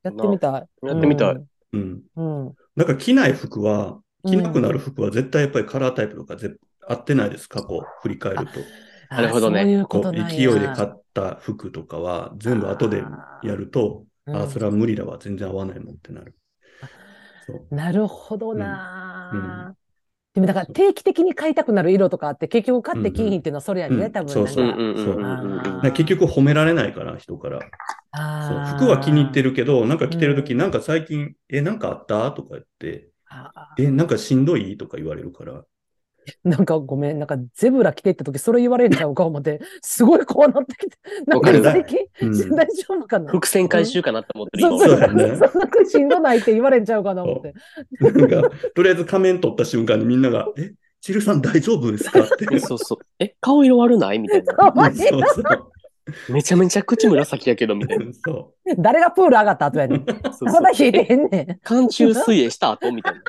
[SPEAKER 3] やってみたい。
[SPEAKER 2] やってみたい
[SPEAKER 1] うん。うん
[SPEAKER 3] うん。うん
[SPEAKER 1] なんか着ない服は、
[SPEAKER 3] うん
[SPEAKER 1] 着なくなる服は絶対やっぱりカラータイプとかぜ合ってないです、過去振り返ると。
[SPEAKER 3] あー
[SPEAKER 2] なるほどね
[SPEAKER 3] そういうこ
[SPEAKER 1] ことう
[SPEAKER 3] なんや
[SPEAKER 1] 勢いで買った服とかは全部後でやると、
[SPEAKER 3] う
[SPEAKER 1] あ
[SPEAKER 3] ん
[SPEAKER 1] あー、それは無理だわ、全然合わないもんってなる。そう。
[SPEAKER 3] なるほどなー、でもだから定期的に買いたくなる色とかあって、結局買って金品っていうのはそれやんね、
[SPEAKER 1] うん
[SPEAKER 3] 多分
[SPEAKER 1] そ
[SPEAKER 3] なん
[SPEAKER 1] う
[SPEAKER 3] か。
[SPEAKER 1] そう
[SPEAKER 2] うんうんうんうんうん
[SPEAKER 1] だから結局褒められないから、人から。そう
[SPEAKER 3] あー
[SPEAKER 1] 服は気に入って。るけど、なんか着てるとき、
[SPEAKER 3] うん
[SPEAKER 1] なんか最近、え、なんかあったとか言って、
[SPEAKER 3] あー
[SPEAKER 1] え、なんかしんどいとか言われるから。
[SPEAKER 3] なんかごめん、なんかゼブラ着てった時それ言われんちゃうか思って、すごい怖なってきて、な
[SPEAKER 2] わ
[SPEAKER 3] んか
[SPEAKER 2] かる
[SPEAKER 3] 最近、
[SPEAKER 1] うん
[SPEAKER 3] 大丈夫かな
[SPEAKER 2] 伏線回収かなって思ってる。
[SPEAKER 3] そう
[SPEAKER 2] 今
[SPEAKER 3] そう
[SPEAKER 1] そう
[SPEAKER 3] そ
[SPEAKER 1] やね
[SPEAKER 3] んな苦しんどないって言われんちゃうかな思って。
[SPEAKER 1] なんか、とりあえず仮面取った瞬間にみんなが、え、チルさん大丈夫ですか って。
[SPEAKER 2] えそうそう。え、顔色悪ないみたいな。
[SPEAKER 3] かわいい
[SPEAKER 1] そうそう。
[SPEAKER 2] めちゃめちゃ口紫やけど、みたいな。
[SPEAKER 1] そ
[SPEAKER 3] 誰がプール上がった後やねん。
[SPEAKER 2] そうそ
[SPEAKER 3] ま
[SPEAKER 2] う
[SPEAKER 3] だ引いてへんねん。
[SPEAKER 2] 寒中水泳した後みたいな。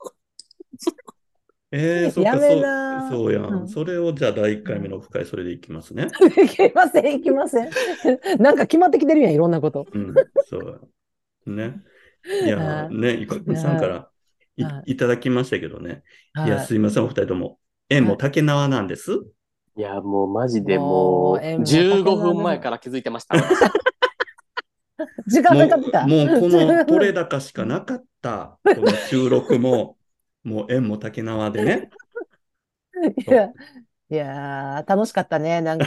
[SPEAKER 1] う。えー、そっか、
[SPEAKER 3] やめ
[SPEAKER 1] そ
[SPEAKER 3] な
[SPEAKER 1] う、そうや。
[SPEAKER 3] うんん
[SPEAKER 1] それを、じゃあ、第1回目のオフ会、それでいき ますね。
[SPEAKER 3] いけません、いきません。なんか決まってきてるやん、いろんなこと。
[SPEAKER 1] うん、そうや。ね。いや、
[SPEAKER 3] はい
[SPEAKER 1] ね、イコミさんからい
[SPEAKER 3] はい
[SPEAKER 1] いただきましたけどね。い
[SPEAKER 3] は
[SPEAKER 1] や、すいません、お二人とも。縁も竹縄なんです。
[SPEAKER 2] いや、もうマジで
[SPEAKER 3] も
[SPEAKER 2] も
[SPEAKER 3] う
[SPEAKER 2] う、
[SPEAKER 3] えもう
[SPEAKER 2] 15分前から気づいてました。
[SPEAKER 3] 時間
[SPEAKER 1] も
[SPEAKER 3] かかってた。
[SPEAKER 1] う、もうこ の取れ高しかなかった、この収録も、もう縁も竹縄でね。
[SPEAKER 3] いや、 いやー楽しかったね、なんか。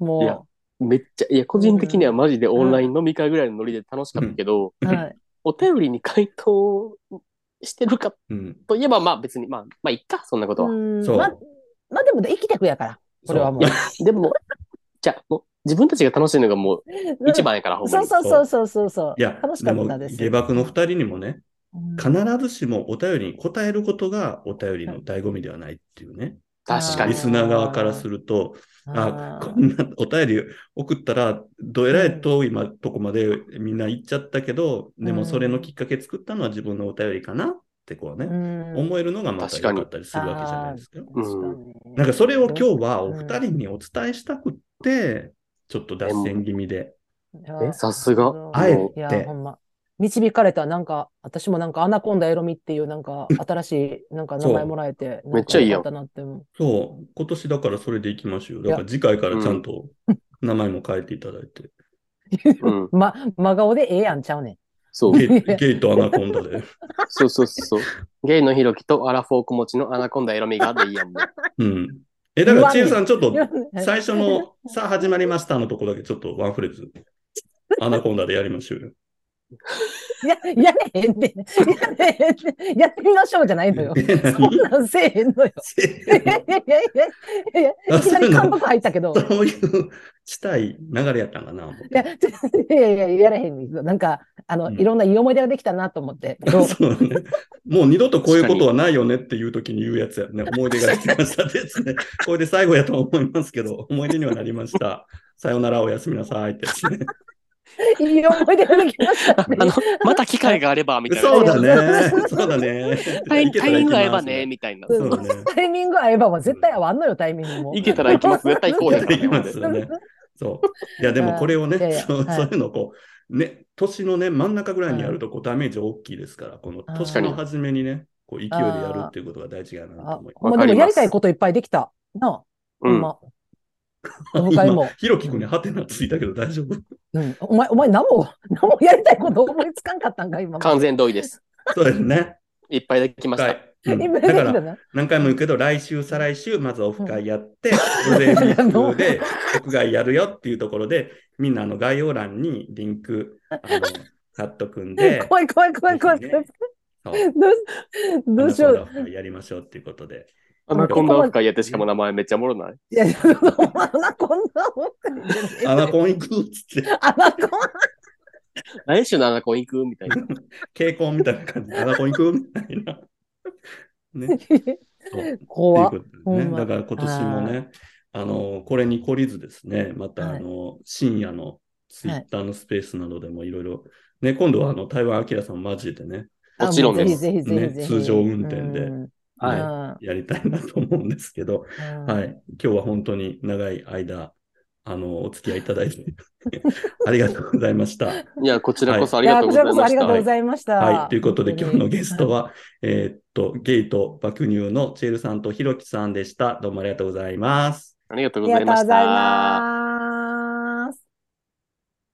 [SPEAKER 2] いや
[SPEAKER 3] も
[SPEAKER 2] めっちゃ、いや、個人的にはマジでオンライン飲み会ぐらいのノリで楽しかったけど、
[SPEAKER 3] う、はい。
[SPEAKER 2] お便りに回答してるか
[SPEAKER 1] うん。
[SPEAKER 2] といえば、まあ別に、まあ、まあ、いっか、そんなことは。
[SPEAKER 3] うん
[SPEAKER 1] そう
[SPEAKER 3] ま、まあでも生きてくやから、これはもう。
[SPEAKER 2] でも、じゃあ、もう自分たちが楽しいのがもう一番やから、ほんま
[SPEAKER 3] そう
[SPEAKER 2] に。
[SPEAKER 3] そうそうそうそうそう。
[SPEAKER 1] いや
[SPEAKER 3] 楽、しか
[SPEAKER 1] で
[SPEAKER 3] っ
[SPEAKER 1] も、
[SPEAKER 3] たです。
[SPEAKER 1] 下爆の二人にもね、
[SPEAKER 3] うん
[SPEAKER 1] 必ずしもお便りに答えることがお便りの醍醐味ではないっていうね。
[SPEAKER 2] 確か
[SPEAKER 3] あー
[SPEAKER 1] リ
[SPEAKER 2] に。
[SPEAKER 1] スナー側からすると、あ
[SPEAKER 3] あー
[SPEAKER 1] こんなお便り送ったら、どえらい遠いまとこまでみんな行っちゃったけど、で
[SPEAKER 3] う
[SPEAKER 1] も
[SPEAKER 3] ん
[SPEAKER 1] それのきっかけ作ったのは自分のお便りかなってこう
[SPEAKER 3] う
[SPEAKER 1] ね、
[SPEAKER 3] ん
[SPEAKER 1] 思えるのがまた
[SPEAKER 2] 確
[SPEAKER 1] 良
[SPEAKER 2] か
[SPEAKER 1] か
[SPEAKER 2] に
[SPEAKER 1] ったりするわけじゃないですか。
[SPEAKER 3] 確かに
[SPEAKER 1] なんかそれを今日はお二人にお伝えしたくって、ちょっと脱線気味で。
[SPEAKER 3] いや
[SPEAKER 2] えさすが
[SPEAKER 3] うん
[SPEAKER 1] あえ
[SPEAKER 3] い
[SPEAKER 1] て
[SPEAKER 3] や、ほんま。導かれた、なんか、私もなんか、アナコンダエロミっていう、なんか、新しい、なんか、名
[SPEAKER 1] そ
[SPEAKER 3] 前
[SPEAKER 1] う
[SPEAKER 3] もらえて、
[SPEAKER 2] めっちゃいいやん
[SPEAKER 3] なんかよかったなって。
[SPEAKER 1] そう、今年だからそれでいきましょうよ。
[SPEAKER 3] い
[SPEAKER 1] だ
[SPEAKER 3] や
[SPEAKER 1] から次回からちゃんと名前も変えていただい て。
[SPEAKER 2] うん。
[SPEAKER 3] ま、真顔でええやんちゃうねん。
[SPEAKER 2] そう。
[SPEAKER 1] ゲイゲイとアナコンダで。
[SPEAKER 2] そうそうそう。ゲイのひろきとアラフォーク持ちのアナコンダエロミがでいいやん もう。
[SPEAKER 1] うん。え、だから、ちえさん、ちょっと
[SPEAKER 3] 言わない
[SPEAKER 1] 最初の、さあ始まりましたのとこだけちょっとワンフレーズ、アナコンダでやりましょ うよ。
[SPEAKER 3] や、やれへんって。やれへんって。やってみましょうじゃない のよ。
[SPEAKER 1] え何
[SPEAKER 3] そんなんせえへんのよ。いやいやいやいやいや、いきなり監督入ったけど。
[SPEAKER 1] そういうしたい流れやったんかな。思って
[SPEAKER 3] いや、ちょいやいや、やらへん。なんか、あの、
[SPEAKER 1] うん
[SPEAKER 3] いろんないい思い出ができたなと思って。どう
[SPEAKER 1] そうね。もう二度とこういうことはないよねっていう時に言うやつやね。思い出ができましたです ね。これで最後やとは思いますけど、思い出にはなりました。さよなら、おやすみなさいってやつね。
[SPEAKER 3] いい思い出ができましたね。
[SPEAKER 2] あの、また機 会があれば、みたいな。
[SPEAKER 1] そうだね。そうだね。
[SPEAKER 2] タイ
[SPEAKER 1] いけたら
[SPEAKER 2] ミング合え
[SPEAKER 1] 行きま
[SPEAKER 2] ば
[SPEAKER 1] す
[SPEAKER 2] ね、。みたいな。
[SPEAKER 3] う
[SPEAKER 1] そうだね。
[SPEAKER 3] タイミング合えばは絶対合わんのよ、タイミングも。
[SPEAKER 2] いけたら行きます。絶対行こう
[SPEAKER 1] い
[SPEAKER 2] や
[SPEAKER 1] け
[SPEAKER 2] か
[SPEAKER 1] たら行
[SPEAKER 2] ら。
[SPEAKER 1] きますよね。そう。いや、でもこれをね、
[SPEAKER 3] いやいや
[SPEAKER 1] そう
[SPEAKER 3] はい
[SPEAKER 1] そういうのをこう、ね、年のね、真ん中ぐらいにやると、こう、ダメージ大きいですから、この
[SPEAKER 3] あー
[SPEAKER 1] 年の初めにね、こう、勢いでやるっていうことが大事やな
[SPEAKER 3] あ
[SPEAKER 1] と思いま
[SPEAKER 3] まあ
[SPEAKER 2] わか
[SPEAKER 3] で
[SPEAKER 2] ります
[SPEAKER 3] もやりたいこといっぱいできた。なあ、
[SPEAKER 2] う
[SPEAKER 3] ほん
[SPEAKER 2] ん。
[SPEAKER 3] ま。お迎えも
[SPEAKER 1] 今、ひろきくんにハテナついたけど大丈夫
[SPEAKER 3] うん、お 前、お前、何も、何もやりたいこと思いつかんかったんか、今。
[SPEAKER 2] 完全同意です。
[SPEAKER 1] そうですね。
[SPEAKER 2] いっぱいできました。
[SPEAKER 1] うん
[SPEAKER 3] 今
[SPEAKER 1] だか
[SPEAKER 3] だけ
[SPEAKER 1] ら
[SPEAKER 3] だな。
[SPEAKER 1] 何回も言うけど、来週、再来週、まずオフ会やって、午前日中で屋外やるよっていうところで、みんなあの概要欄にリンク、あの、貼っとくんで、
[SPEAKER 3] 怖い怖い怖い怖い。
[SPEAKER 1] ぜ
[SPEAKER 3] 怖い
[SPEAKER 1] そう
[SPEAKER 3] どうしどうしよ
[SPEAKER 1] アナ
[SPEAKER 3] う
[SPEAKER 1] コンダオフ会やりましょうっていうことで。
[SPEAKER 2] アナコンダオフ会やってしかも名前めっちゃおもろない。
[SPEAKER 3] いや、そのアナコンダを
[SPEAKER 1] アナコン行くっつって、
[SPEAKER 3] アナコン
[SPEAKER 2] 来週のアナコン行くみたいな。
[SPEAKER 1] 傾向みたいな感じで、アナコン行くみたいな。ね。そう
[SPEAKER 3] 怖
[SPEAKER 1] っ
[SPEAKER 3] っ
[SPEAKER 1] ていうことです
[SPEAKER 3] ほん
[SPEAKER 1] ね。
[SPEAKER 3] ま
[SPEAKER 1] だから今年もね、あの、これに懲りずですね、また、
[SPEAKER 3] はい
[SPEAKER 1] あの、深夜のツイッターのスペースなどでもいろいろ、ね、今度はあの、台湾アキラさんマジでね、
[SPEAKER 2] もちろん
[SPEAKER 3] あ
[SPEAKER 2] で
[SPEAKER 3] もう
[SPEAKER 2] す。
[SPEAKER 3] ぜひぜひぜひぜひ。
[SPEAKER 1] ね通常運転で
[SPEAKER 3] うん
[SPEAKER 2] はい
[SPEAKER 3] は。
[SPEAKER 1] やりたいなと思うんですけど、はいい。今日は本当に長い間、あの、お付き合いいただ いて、ありがとうございました。
[SPEAKER 2] いや、こちらこそあ
[SPEAKER 3] い
[SPEAKER 2] りが
[SPEAKER 3] や、
[SPEAKER 2] とう
[SPEAKER 3] こ
[SPEAKER 2] ござ
[SPEAKER 3] ち
[SPEAKER 2] い
[SPEAKER 3] らこそ
[SPEAKER 2] ま
[SPEAKER 3] あり
[SPEAKER 2] し
[SPEAKER 3] がとうご
[SPEAKER 2] た。
[SPEAKER 3] ざいました。
[SPEAKER 1] はい。ということで、
[SPEAKER 3] 本当
[SPEAKER 1] 今
[SPEAKER 3] に
[SPEAKER 1] 日のゲストは、えーっと、ゲイと爆乳のチェールさんとひろきさんでした。どうもありがとうございます。
[SPEAKER 2] ありがとう
[SPEAKER 3] あ
[SPEAKER 2] ござい
[SPEAKER 3] りがと
[SPEAKER 2] うま
[SPEAKER 3] ご
[SPEAKER 2] し
[SPEAKER 3] ざい
[SPEAKER 2] た。
[SPEAKER 3] ます。